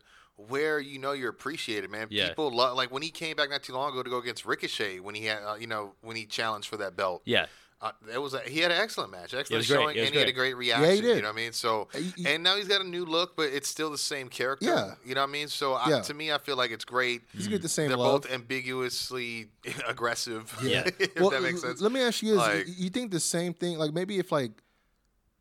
D: where you know you're appreciated, man.
F: Yeah.
D: People love like when he came back not too long ago to go against Ricochet when he had uh, you know when he challenged for that belt.
F: Yeah.
D: Uh, it was a, he had an excellent match, excellent
F: was great.
D: showing,
F: It was
D: and he had a
F: great.
D: great reaction. You
E: did.
D: know what I mean? So,
E: he-
D: and now he's got a new look, but it's still the same character.
E: Yeah.
D: you know what I mean? So, I,
E: Yeah.
D: to me, I feel like it's great.
E: He's gonna get the same
D: They're
E: love.
D: both ambiguously aggressive.
F: Yeah.
D: if
E: well,
D: that makes
E: l-
D: sense.
E: Let me ask you this:
D: Like-
E: You think the same thing? Like maybe if like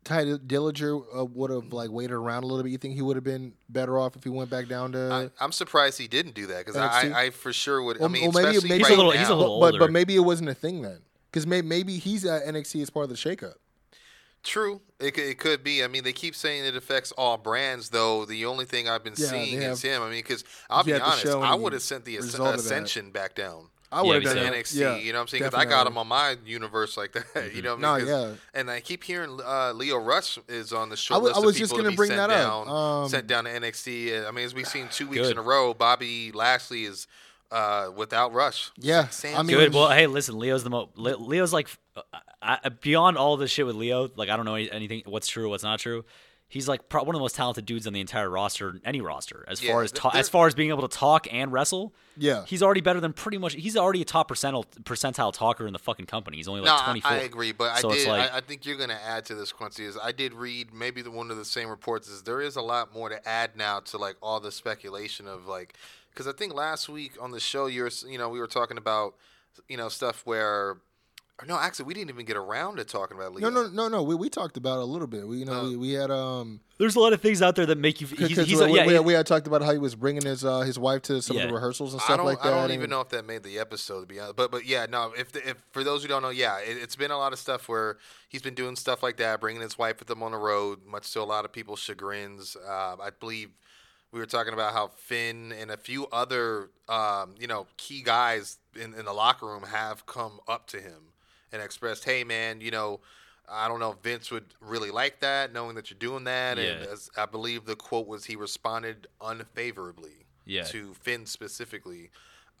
E: Ty Dillinger uh, would have like waited around a little bit, you think he would have been better off if he went back down to?
D: I, I'm surprised he didn't do that because I,
E: NXT?
D: I, I for sure would. I
E: Well,
D: mean,
E: well, maybe-
D: especially
E: maybe-
D: right
F: He's a little-
D: now.
F: he's a little-
E: but but
F: older.
E: maybe it wasn't a thing then, because may, maybe he's at NXT as part of the shakeup.
D: True, it, c- it could be. I mean, they keep saying it affects all brands, though. The only thing I've been
E: Yeah, they
D: seeing is
E: have-
D: him. I mean, because I'll be
E: you have to
D: honest,
E: show
D: I
E: any
D: would have sent the Asc-
E: result of that.
D: Ascension back down.
E: I would have
F: Yeah,
E: done
D: to
F: me
E: it.
D: NXT.
E: Yeah,
D: you know what I'm saying? Because I got
E: definitely.
D: him on my universe like that. you know what
E: No,
D: I mean? 'Cause-
E: yeah.
D: And I keep hearing uh, Leo Rush is on the short
E: I wa-
D: list
E: I
D: of
E: was just
D: people to
E: gonna
D: be
E: bring
D: sent
E: that up.
D: down,
E: Um,
D: Uh, sent down to NXT. I mean, as we've seen two weeks
F: Good.
D: in a row, Bobby Lashley is uh, without Rush.
E: Yeah,
D: Sam
E: I mean,
F: Good. Well, hey, listen, Leo's the most. Leo's like I, I- beyond all this shit with Leo. Like I don't know any- anything. What's true? What's not true? He's like pro- one of the most talented dudes on the entire roster, any roster, as
D: Yeah,
F: far as
D: th-
F: ta-
D: there-
F: as far as being able to talk and wrestle.
E: Yeah.
F: he's already better than pretty much. He's already a top percentile percentile talker in the fucking company. He's only
D: no,
F: like
D: I-
F: twenty four.
D: I agree, but
F: so
D: I
F: it's
D: did.
F: like
D: I, I think you're going to add to this, Quincy. Is I did read maybe the, one of the same reports is there is a lot more to add now to like all the speculation of like because I think last week on the show you're you know we were talking about you know stuff where or no actually we didn't even get around to talking about Leo.
E: no, no, no, no. We, we talked about it a little bit. We you know
D: Oh.
E: we, we had um
F: there's a lot of things out there that make you. He's,
E: because
F: he's
E: we,
F: like, yeah,
E: we,
F: he-
E: we had talked about how he was bringing his uh, his wife to some of
F: Yeah.
E: the rehearsals and
D: I
E: stuff
D: don't,
E: like
D: I
E: that.
D: don't even
E: and-
D: know if that made the episode to be honest. But but yeah, no. If the, if for those who don't know, yeah, it, it's been a lot of stuff where he's been doing stuff like that, bringing his wife with him on the road, much to a lot of people's chagrins. Uh, I believe we were talking about how Finn and a few other um, you know key guys in, in the locker room have come up to him and expressed, "Hey, man, you know." I don't know if Vince would really like that, knowing that you're doing that. And
F: Yeah.
D: as I believe the quote was, he responded unfavorably
F: Yeah.
D: to Finn specifically.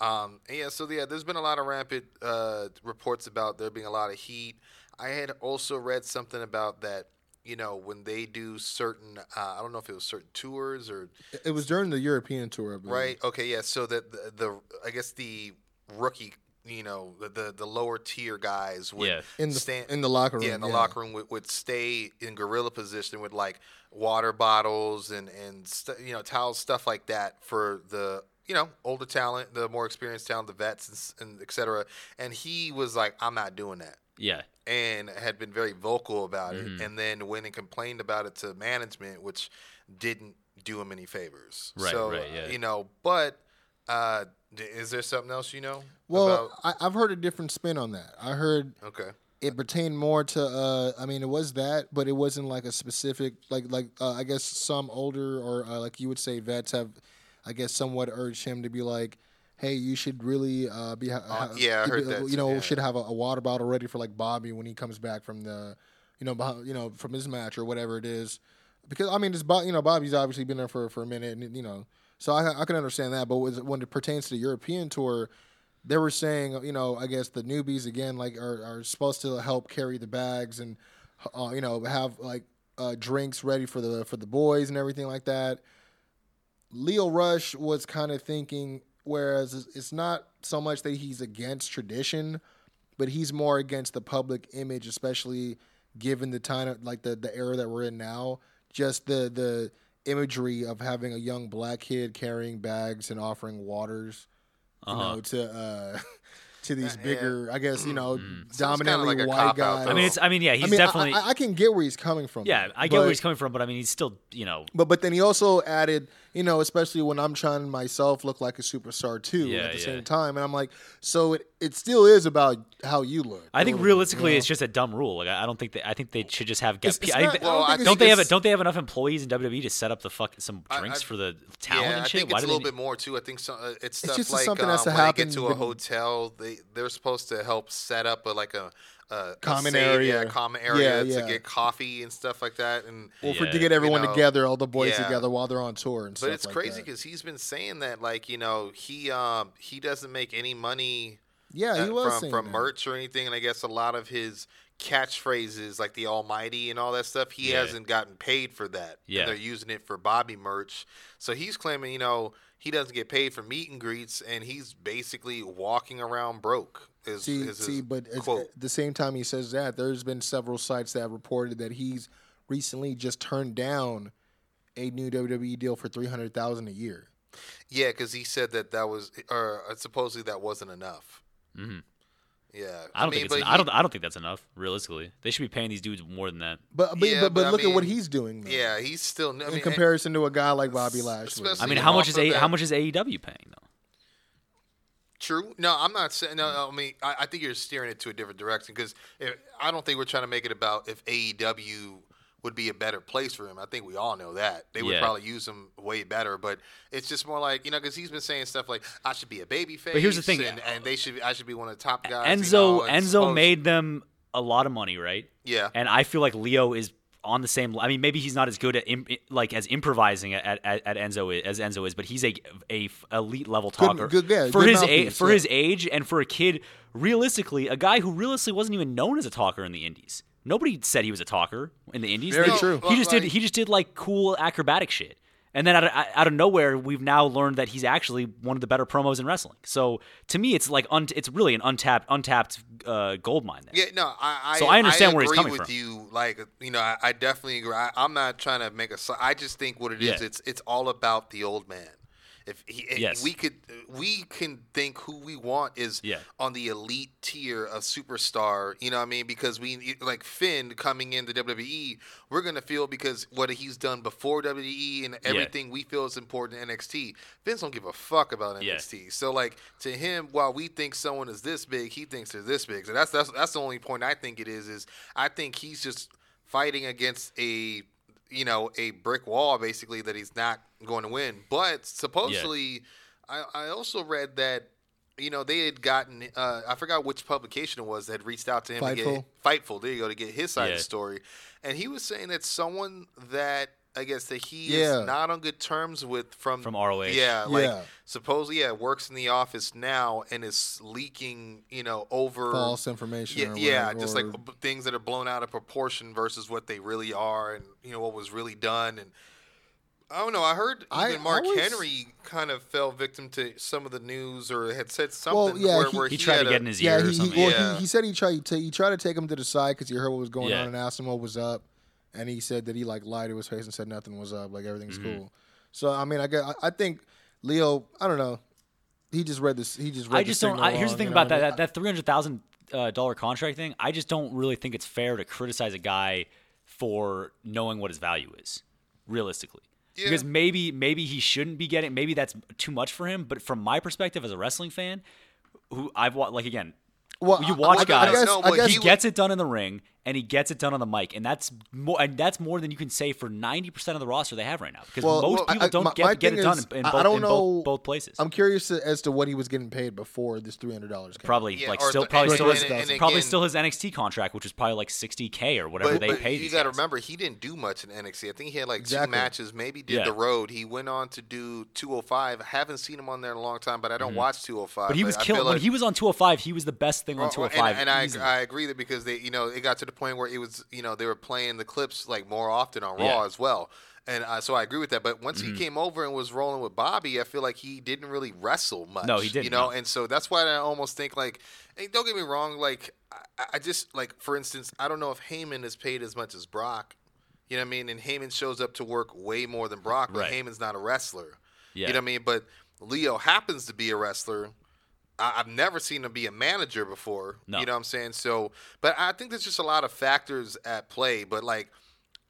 D: Um, and yeah, so yeah, there's been a lot of rampant uh, reports about there being a lot of heat. I had also read something about that, you know, when they do certain, uh, I don't know if it was certain tours or
E: It was during the European tour, I believe.
D: right. Okay, yeah. So that the, the I guess the rookie, you know, the the, the lower tier guys would
F: Yeah.
E: In the
D: stand
E: in the locker room.
D: yeah, in the locker room would, would stay in gorilla position with like water bottles and and st- you know towels, stuff like that for the you know older talent, the more experienced talent, the vets and, s- and et cetera. And he was like, "I'm not doing that,"
F: yeah,
D: and had been very vocal about it.
F: Mm-hmm.
D: And then went and complained about it to management, which didn't do him any favors.
F: Right,
D: so
F: right, yeah.
D: you know, but uh, d- is there something else you know?
E: Well,
D: about-
E: I, I've heard a different spin on that. I heard
D: okay.
E: it pertained more to uh i mean it was that but it wasn't like a specific like like uh, i guess some older or uh, like you would say vets have i guess somewhat urged him to be like hey you should really uh be ha- ha-
D: Oh, yeah, I
E: keep
D: heard
E: it- uh,
D: that
E: you
D: too,
E: know
D: yeah.
E: should have a, a water bottle ready for like bobby when he comes back from the you know behind, you know from his match or whatever it is because i mean it's Bo- you know bobby's obviously been there for for a minute and you know so i i can understand that but was- when it pertains to the european tour they were saying, you know, I guess the newbies again, like, are, are supposed to help carry the bags and, uh, you know, have like uh, drinks ready for the for the boys and everything like that. Leo Rush was kind of thinking, whereas it's- it's not so much that he's against tradition, but he's more against the public image, especially given the time, like the the era that we're in now. Just the the imagery of having a young black kid carrying bags and offering waters,
F: Uh-huh.
E: you know, to uh, to these bigger, I guess, you know, dominantly
D: like a
E: white
D: cop-out,
E: guys.
D: though.
F: Mm-hmm. I mean, it's. I mean, yeah, he's
E: I mean, I-
F: definitely.
E: I, I can get where he's coming from.
F: yeah, I get where
E: but-
F: he's coming from, but I mean, he's still, you know,
E: But but then he also added, you know, especially when I'm trying to myself look like a superstar too
F: Yeah,
E: at the
F: yeah.
E: same time, and I'm like, so it it still is about how you look.
F: I think
E: really,
F: realistically,
E: you know?
F: it's just a dumb rule. Like I I don't think that. I think they should just have. Get,
E: It's- it's
F: I think
E: not-
F: they-
E: well, I
F: don't,
E: think
F: they have?
E: it's-
F: a- Don't they have enough employees in WWE to set up the fuck some
D: I-
F: drinks
D: I-
F: for the talent
D: yeah,
F: and shit?
D: I think
F: Why
D: it's a
F: do
D: little
F: they?
D: bit more too. I think so, uh, it's stuff
E: just
D: like
E: something
D: um,
E: that's to
D: when
E: happen
D: they get to a
E: with-
D: hotel, they they're supposed to help set up a, like a, a
E: Common
D: a save-
E: area.
D: yeah, common
E: Yeah,
D: area
E: yeah.
D: to get coffee and stuff like that. And
E: well, for to
F: yeah,
E: get everyone
D: know,
E: together, all the boys
D: yeah.
E: together while they're on tour and stuff.
D: but it's
E: like
D: crazy
E: that.
D: because he's been saying that like you know he um he doesn't make any money
E: yeah, he
D: uh,
E: was
D: from
E: saying
D: from
E: that.
D: merch or anything, and I guess a lot of his catchphrases like the Almighty and all that stuff, he
F: Yeah.
D: hasn't gotten paid for that. And
F: Yeah.
D: they're using it for Bobby merch, so he's claiming you know he doesn't get paid for meet and greets, and he's basically walking around broke. Is,
E: See,
D: is his
E: see, but it's- uh,
D: quote.
E: at the same time he says that, there's been several sites that have reported that he's recently just turned down a new WWE deal for three hundred thousand a year.
D: Yeah, because he said that that was, or uh, supposedly that wasn't enough.
F: Mhm.
D: Yeah,
F: I don't
D: mean,
F: think. It's,
D: but
F: I
D: he-
F: don't. I don't think that's enough. Realistically, they should be paying these dudes more than that.
E: But but
D: Yeah,
E: but, but
D: but I
E: look at what
D: mean-
E: he's doing. Though,
D: Yeah, he's still. I
E: in
D: mean,
E: comparison to a guy like Bobby Lashley.
D: especially-
F: I
D: So
F: mean,
D: you
F: how
D: can
F: much is
D: offer
F: a?
D: that-
F: How much is AEW paying though?
D: True. No, I'm not saying. No, I mean, I, I think you're steering it to a different direction because I don't think we're trying to make it about if AEW would be a better place for him. I think we all know that they would
F: Yeah.
D: probably use him way better. But it's just more like you know because he's been saying stuff like I should be a baby face.
F: here's the thing,
D: and, and they should I should be one of the top guys. you know,
F: Enzo
D: and
F: Enzo
D: supposed-
F: made them a lot of money, right?
D: Yeah.
F: And I feel like Leo is on the same. I mean, maybe he's not as good at imp, like as improvising at, at, at Enzo i- as Enzo is, but he's a a f- elite level talker
E: good- yeah,
F: for
E: good
F: his age.
E: mouthpiece,
F: For
E: yeah.
F: his age and for a kid, realistically, a guy who realistically wasn't even known as a talker in the Indies. Nobody said he was a talker in the Indies.
E: Very
F: They-
E: true.
F: He just did. He just did like cool acrobatic shit. And then out of, out of nowhere, we've now learned that he's actually one of the better promos in wrestling. So to me, it's like un- it's really an untapped untapped uh, gold mine. There.
D: Yeah, no, I, I
F: So I understand where he's
D: agree
F: coming
D: with
F: from.
D: you. Like, you know, I, I definitely agree. I, I'm not trying to make a. si- I just think what it is,
F: Yeah.
D: it's it's all about the old man. If he, if
F: Yes.
D: we could, we can think who we want is
F: Yeah.
D: on the elite tier of superstar. You know what I mean? Because we like Finn coming into WWE, we're gonna feel because what he's done before WWE and everything we feel is important in NXT. Vince don't give a fuck about
F: Yeah.
D: NXT. So like to him, while we think someone is this big, he thinks they're this big. So that's that's that's the only point I think it is. Is I think he's just fighting against a you know a brick wall basically that he's not going to win. But supposedly, I, I also read that. You know, they had gotten, uh, I forgot which publication it was that had reached out to him to get
E: Fightful.
D: Fightful, there you go, to get his side of
F: Yeah.
D: the story. And he was saying that someone that, I guess, that he
E: Yeah.
D: is not on good terms with from,
F: From ROH.
D: Yeah, like
E: Yeah.
D: supposedly, yeah, works in the office now and is leaking, you know, over
E: false information.
D: yeah,
E: or
D: yeah,
E: whatever,
D: just
E: or-
D: like b- things that are blown out of proportion versus what they really are, and you know what was really done. And I don't know. I heard
E: I
D: even Mark
E: always-
D: Henry kind of fell victim to some of the news or had said
E: Well,
D: something
E: yeah,
D: where,
E: he-
D: where
F: he, tried
D: had
F: to
D: a-
F: get in his
E: yeah,
F: ear
E: he,
F: or
E: he-
F: something.
E: well,
D: Yeah.
E: he, he said he tried to he tried to take him to the side because he heard what was going
F: Yeah.
E: on and asked him what was up, and he said that he like lied to his face and said nothing was up, like everything's
F: Mm-hmm.
E: cool. So I mean, I gue- I I think Leo, I don't know, he just read this. He just read.
F: I just
E: this
F: don't.
E: signal
F: I, here's the
E: wrong,
F: thing
E: you know
F: about
E: what I
F: that,
E: mean?
F: that that three hundred thousand uh, dollar contract thing. I just don't really think it's fair to criticize a guy for knowing what his value is, realistically. Because maybe maybe he shouldn't be getting. Maybe that's too much for him. But from my perspective as a wrestling fan, who I've watched, like again,
E: Well,
F: you
E: I-
F: watch
E: I- I
F: guys.
E: guess-
D: No,
E: I
D: what
E: guess-
F: he
D: would-
F: gets it done in the ring and he gets it done on the mic, and that's more. And that's more than you can say for ninety percent of the roster they have right now. Because
E: Well,
F: most
E: well, I-
F: people
E: I-
F: don't
E: my-
F: get
E: my
F: get it
E: thing
F: done
E: is,
F: in, in
E: I- I
F: both,
E: don't
F: in
E: know-
F: both, both places.
E: I'm curious to- as to what he was getting paid before this three hundred dollars.
F: probably
D: Yeah,
F: like
D: or
F: still
D: the-
F: probably
E: and-
F: still his,
E: and- and
F: probably
D: again-
F: still his NXT contract, which was probably like 60k or whatever
D: But,
F: they
D: but
F: paid.
D: you
F: these
D: got to
F: guys.
D: remember, he didn't do much in NXT. I think he had like two
E: Exactly.
D: matches, maybe did
F: Yeah.
D: the road. He went on to do 205. I haven't seen him on there in a long time, but I don't watch 205.
F: Mm-hmm. but he was
D: I feel
F: killing when
D: like-
F: he was on 205. He was the best thing on
D: Well, well,
F: 205.
D: Oh, And, and
F: easily.
D: I, I agree that because they, you know, it got to the point where it was, you know, they were playing the clips like more often on Raw
F: Yeah. Mm-hmm.
D: as well. And uh, so I agree with that. But once he came over and was rolling with Bobby, I feel like he didn't really wrestle much.
F: No, he didn't,
D: You know,
F: no.
D: and so that's why I almost think like, hey, don't get me wrong. Like, I, I just like, for instance, I don't know if Heyman is paid as much as Brock. You know what I mean? And Heyman shows up to work way more than Brock, but
F: Right.
D: Heyman's not a wrestler.
F: Yeah.
D: You know what I mean? But Leo happens to be a wrestler. I, I've never seen him be a manager before.
F: No.
D: You know what I'm saying? So, but I think there's just a lot of factors at play. But like,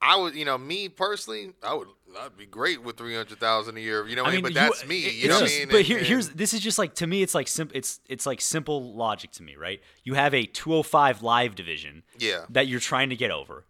D: I would, you know, me personally, I would, I'd be great with three hundred thousand a year. You know, what I mean, but
F: you-
D: that's me.
F: it-
D: you know
F: it's
D: what I
F: just-
D: mean?
F: But
D: And-
F: here,
D: and-
F: here's this is just like to me, it's like simple. It's it's like simple logic to me, right? You have a 205 live division,
D: Yeah.
F: that you're trying to get over,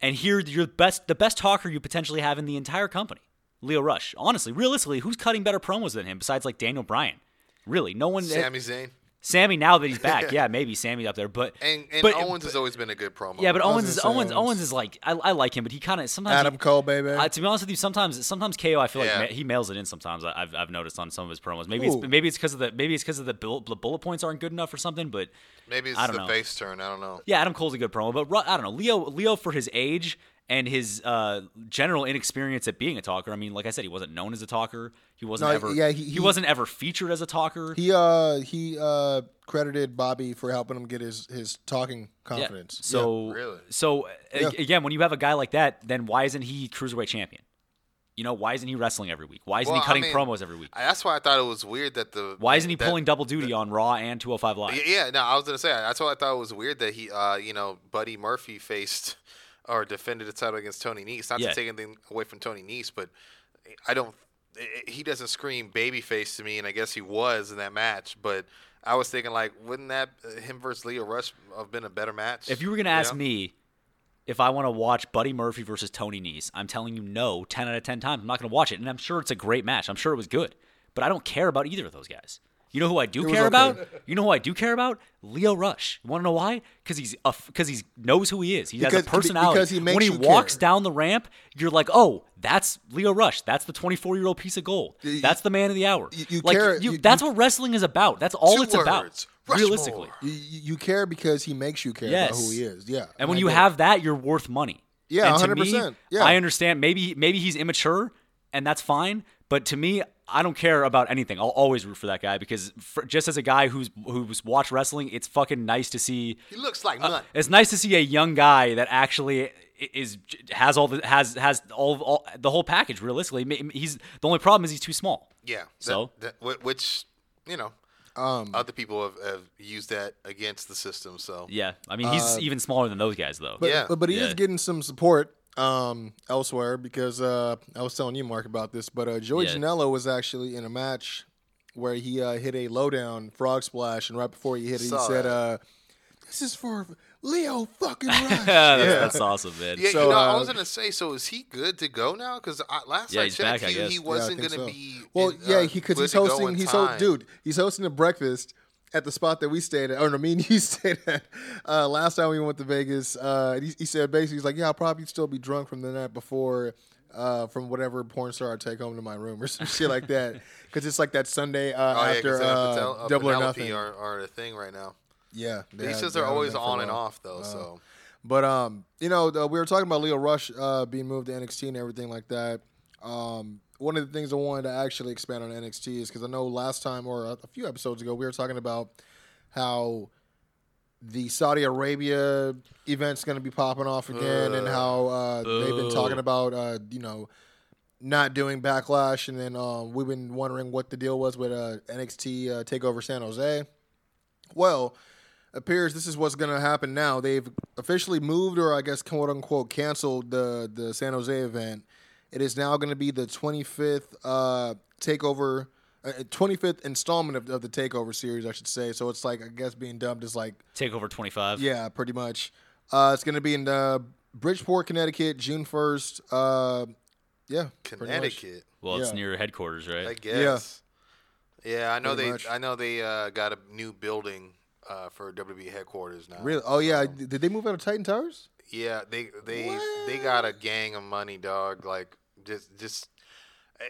F: and here you're the best the best talker you potentially have in the entire company, Leo Rush. Honestly, realistically, who's cutting better promos than him besides like Daniel Bryan? Really, no one.
D: Sami Zayn
F: Sammy now that he's back, yeah, maybe Sammy up there, but
D: and, and
F: but,
D: Owens has always been a good promo.
F: yeah, but
E: was
F: Owens
E: gonna
F: is
E: say
F: Owens,
E: Owens.
F: Owens is like I, I like him, but he kind of sometimes
E: Adam
F: he-
E: Cole, baby.
F: Uh, to be honest with you, sometimes sometimes KO I feel
D: Yeah.
F: like ma- he mails it in. Sometimes I, I've I've noticed on some of his promos. Maybe it's
E: Ooh.
F: maybe it's because of the maybe it's because of the bull, the bullet points aren't good enough or something. But
D: maybe it's
F: I
D: the
F: don't know.
D: face turn. I don't know.
F: yeah, Adam Cole's a good promo, but Ru- I don't know Leo Leo for his age and his uh, general inexperience at being a talker. I mean, like I said, he wasn't known as a talker. He wasn't
E: No,
F: ever
E: yeah, he- he-
F: wasn't ever featured as a talker.
E: He uh he uh credited Bobby for helping him get his his talking confidence. Yeah.
F: So
D: Really?
F: so uh,
E: Yeah.
F: again, when you have a guy like that, then why isn't he cruiserweight champion? You know, why isn't he wrestling every week? Why isn't
D: Well,
F: he
D: I
F: cutting
D: mean,
F: promos every week?
D: I- That's why I thought it was weird that the
F: Why isn't he
D: that-
F: pulling double duty on Raw and 205 Live?
D: Yeah, yeah, no, I was gonna say that's why I thought it was weird that he, uh, you know, Buddy Murphy faced or defended the title against Tony Nese. Not
F: Yeah.
D: to take anything away from Tony Nese, but I don't. i- i- He doesn't scream babyface to me, and I guess he was in that match. But I was thinking, like, wouldn't that uh, him versus Leo Rush have been a better match?
F: If you were gonna ask
D: know?
F: me if I want to watch Buddy Murphy versus Tony Nese, I'm telling you no, 10 out of 10 times. I'm not gonna watch it, and I'm sure it's a great match. I'm sure it was good, but I don't care about either of those guys. You know who I do
E: was
F: care
E: okay.
F: about? You know who I do care about? Leo Rush. You want to know why? Because he's because he knows who he is. He
E: Because-
F: has a
E: be-
F: personality.
E: because he makes
F: when he
E: you
F: walks
E: care.
F: down the ramp, you're like, oh, that's Leo Rush. That's the 24 year old piece of gold. That's the man of the hour.
E: you- you
F: like,
E: care-
F: You,
E: you-
F: that's what wrestling is about. That's all
D: Two
F: it's about.
D: words. Rushmore.
F: Realistically.
E: You, you you care because he makes you care about who
F: Yes.
E: he is. Yeah.
F: And when
E: I
F: you
E: get it.
F: have that, you're worth money.
E: Yeah,
F: and to me,
E: 100%. Yeah.
F: I understand. Maybe maybe he's immature, and that's fine. But to me, I don't care about anything. I'll always root for that guy because, for, just as a guy who's who's watched wrestling, it's fucking nice to see.
D: He looks like none.
F: It's nice to see a young guy that actually i- is has all the has has all, all the whole package. Realistically, Ma- he's the only problem is he's too small.
D: yeah. that-
F: So?
D: that- whi- which you know,
E: Um,
D: other people have, have used that against the system. So
F: Yeah, I mean he's even smaller than those guys though.
E: Uh, But,
D: Yeah.
E: but, but he
F: Yeah.
E: is getting some support um, elsewhere because uh, I was telling you, Mark, about this. But uh, Joey
F: Yeah.
E: Janela was actually in a match where he uh, hit a lowdown frog splash, and right before he hit it, he
D: Saw
E: said,
D: that.
E: uh, "This is for Leo fucking Rush."
F: that's, that's awesome, man.
D: Yeah,
E: So,
D: you know, I
E: uh,
D: was gonna say. So is he good to go now? Because last
F: Yeah,
D: I
F: he's
D: checked,
F: back, I
D: he,
F: guess.
D: he
F: Yeah,
E: Yeah, I
D: wasn't
E: think
D: gonna
E: so.
D: be.
E: Well,
D: in,
E: yeah,
D: uh,
E: because
D: good
E: he's
D: to go
E: hosting.
D: in
E: He's ho-
D: time.
E: dude. He's hosting a breakfast at the spot that we stayed at, or I mean, he stayed at uh, last time we went to Vegas. Uh, and he, he said basically, he's like, yeah, I'll probably still be drunk from the night before. Uh, from whatever porn star I take home to my room or some shit like that, because it's like that Sunday uh,
D: Oh, yeah, 'cause
E: after
D: they're
E: uh,
D: Penelope- uh,
E: Double or
D: Penelope
E: Nothing.
D: Are, are a thing right now.
E: yeah,
D: These
E: yeah,
D: shows are
E: yeah,
D: always
E: for a
D: on and
E: while. Uh,
D: off though. So
E: But um, you know, the, we were talking about Leo Rush uh, being moved to NXT and everything like that. Um, one of the things I wanted to actually expand on NXT is because I know last time or a, a few episodes ago we were talking about how the Saudi Arabia event's going to be popping off again, and how uh, they've been talking about uh, you know not doing backlash, and then um, we've been wondering what the deal was with uh, NXT uh, Takeover San Jose. Well, appears this is what's going to happen now. They've officially moved, or I guess, quote unquote, canceled the the San Jose event. It is now going to be the 25th uh, takeover, uh, 25th installment of, of the takeover series, I should say. So it's like I guess being dubbed as like
F: Take over 25.
E: yeah, pretty much. Uh, it's going to be in uh, Bridgeport, Connecticut, June 1st. Uh, yeah, pretty much.
D: Connecticut,
F: Well, it's
E: Yeah.
F: near headquarters, right?
D: I guess. Yeah, I know
E: Pretty
D: they.
E: much.
D: I know they uh, got a new building uh, for WWE headquarters now.
E: Really? Oh yeah,
D: So,
E: did they move out of Titan Towers?
D: yeah, they they they got a gang of money, dog. Like just just.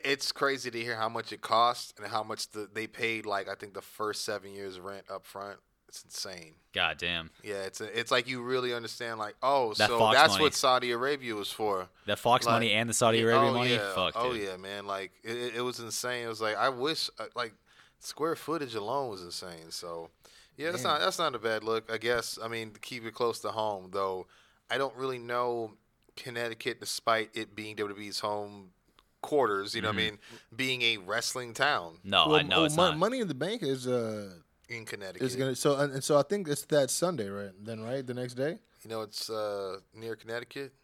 D: It's crazy to hear how much it costs and how much the, they paid. Like I think the first seven years rent up front. It's insane.
F: God damn.
D: Yeah, it's a, it's like you really understand. Like oh,
F: That
D: so
F: Fox
D: that's
F: money.
D: what Saudi Arabia was for.
F: That Fox
D: Like-
F: money and the Saudi
D: Yeah,
F: Arabia
D: oh,
F: money?
D: Yeah.
F: Fuck.
D: Oh
F: dude.
D: yeah, man. Like it- it, it was insane. It was like I wish uh, like square footage alone was insane. So yeah, that's not that's not a bad look. I guess. I mean, to keep it close to home though. I don't really know Connecticut, despite it being WWE's home quarters. You know what I mean?
F: Mm-hmm.
D: Being a wrestling town
F: No, I know
E: oh,
F: it's
E: Mon-
F: not.
E: Money in the Bank is uh,
D: in Connecticut.
E: is gonna so and, and so I think it's that Sunday, right? Then right the next day.
D: You know, it's uh, near Connecticut,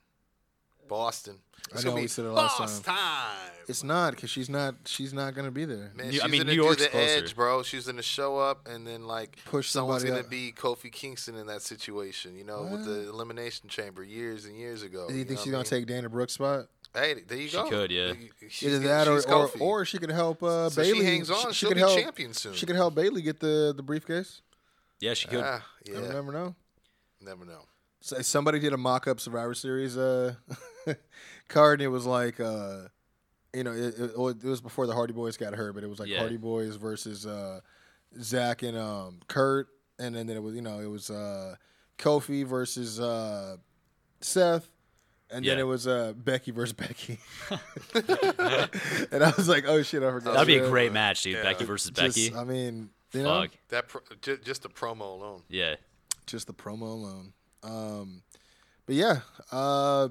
D: Boston. It's
E: know
D: gonna
E: we
D: be
E: said it last
D: Boss time.
E: It's not because she's not she's not gonna be there.
D: Man,
F: New- I
D: she's
F: mean,
D: gonna
F: New
D: do
F: York's
D: the
F: closer.
D: edge, bro. She's gonna show up and then like
E: Push
D: someone's
E: somebody
D: gonna
E: out.
D: be Kofi Kingston in that situation, you know, with the elimination chamber years and years ago.
E: Do you
D: you
E: think
D: know
E: she's
D: what
E: gonna take Dana Brooks' spot?
D: I mean? Hey, there you
F: She
D: go.
F: could, yeah.
D: She's
E: Either
D: gonna-
E: that, or,
D: she's
E: or
D: Kofi.
E: or she could help uh,
D: So she
E: Bailey.
D: hangs on, she'll
E: could
D: be
E: help,
D: champion soon.
E: She could help Bailey get the the briefcase.
F: yeah, she could.
D: Ah, yeah,
E: You never know.
D: never know.
E: So somebody did a mock-up Survivor Series uh, card, and it was like, uh, you know, it, it, well, it was before the Hardy Boys got hurt, but it was like
F: Yeah.
E: Hardy Boys versus uh, Zach and um, Kurt, and then it was, you know, it was uh, Kofi versus uh, Seth, and then
F: Yeah.
E: it was uh, Becky versus Becky, and I was like, oh shit, I forgot.
F: That'd be a
E: that.
F: great match, dude. Becky versus
E: Just,
F: Becky.
E: I mean, you know,
F: Fuck.
D: That pro- ju- just the promo alone.
F: Yeah.
E: just the promo alone. Um, but yeah, uh,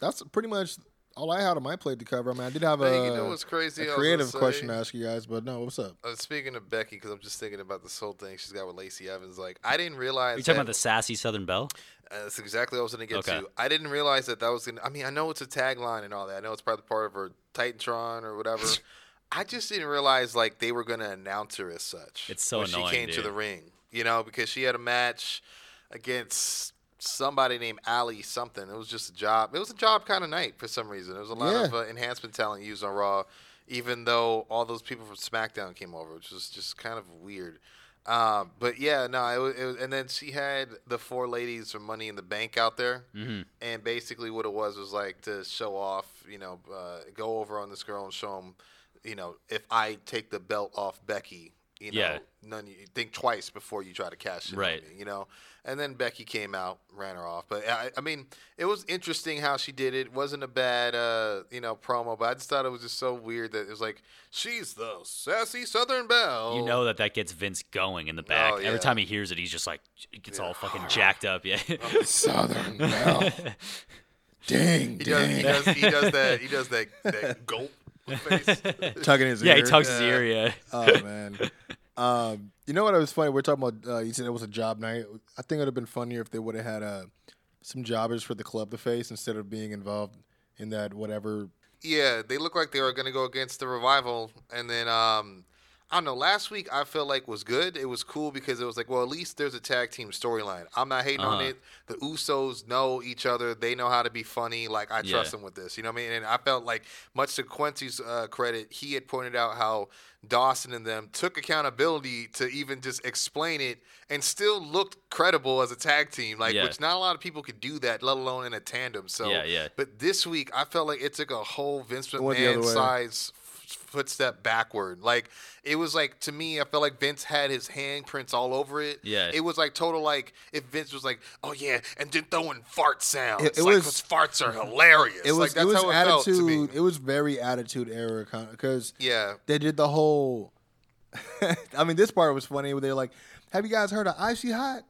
E: that's pretty much all I had on my plate to cover. I mean, I did have a,
D: Hey, you know what's crazy?
E: a
D: I was gonna
E: creative question to
D: say-
E: ask you guys, but no, what's up?
D: Uh, speaking of Becky, because I'm just thinking about this whole thing she's got with Lacey Evans. Like, I didn't realize.
F: Are you talking about
D: that-
F: the sassy Southern Belle?
D: Uh, that's exactly what I was going to get
F: Okay.
D: to. I didn't realize that that was going to. I mean, I know it's a tagline and all that. I know it's probably part of her Titantron or whatever. I just didn't realize like they were going to announce her as such.
F: It's so
D: when
F: annoying,
D: She came to
F: dude.
D: the ring, you know, because she had a match against somebody named Ali something. It was just a job. It was a job kind of night for some reason. There was a lot
E: Yeah.
D: of uh, enhancement talent used on Raw. even though all those people from SmackDown came over, which was just kind of weird. Um, but yeah, no, it was, it was, and then she had the four ladies from Money in the Bank out there, and basically what it was was like to show off, you know, uh, go over on this girl and show them, you know, if I take the belt off Becky, you know,
F: Yeah.
D: none you think twice before you try to cash in, on
F: Right.
D: me, you know, and then Becky came out, ran her off, but I, I mean, it was interesting how she did it. wasn't a bad, uh, you know, promo, but I just thought it was just so weird that it was like she's the sassy Southern Belle,
F: You know that that gets Vince going in the back.
D: Oh, yeah.
F: Every time he hears it, he's just like, he gets all fucking jacked up. Yeah.
E: Southern Belle. dang,
D: He does, he
E: dang.
D: does. He does that. He does that. That gulp face.
E: Tugging his
F: yeah, he
E: ear.
F: tugs his ear. Yeah.
E: Oh man. Um, you know what? It was funny. We're talking about. Uh, you said it was a job night. I think it would have been funnier if they would have had uh, some jobbers for the club to face instead of being involved in that whatever.
D: Yeah, they look like they were gonna go against the revival, and then um, I don't know. Last week I felt like was good. It was cool because it was like, well, at least there's a tag team storyline. I'm not hating on
F: Uh-huh.
D: it. The Usos know each other. They know how to be funny. Like I trust
F: Yeah.
D: them with this. You know what I mean? And I felt like, much to Quincy's uh, credit, he had pointed out how Dawson and them took accountability to even just explain it, and still looked credible as a tag team. Like
F: Yeah.
D: which not a lot of people could do that, let alone in a tandem. So
F: Yeah, yeah.
D: But this week I felt like it took a whole Vince
E: It went the other
D: McMahon
E: way.
D: size f- footstep backward. Like it was like to me, I felt like Vince had his handprints all over it.
F: Yeah.
D: It was like total like if Vince was like, oh yeah, and then throwing fart sounds.
E: It-
D: It,
E: it
D: like,
E: was-
D: 'cause farts are hilarious.
E: It was.
D: like, that's
E: it was
D: how it felt to me.
E: attitude. It was very attitude era because
D: yeah.
E: they did the whole. I mean, this part was funny. Where they're like, "Have you guys heard of Icy Hot?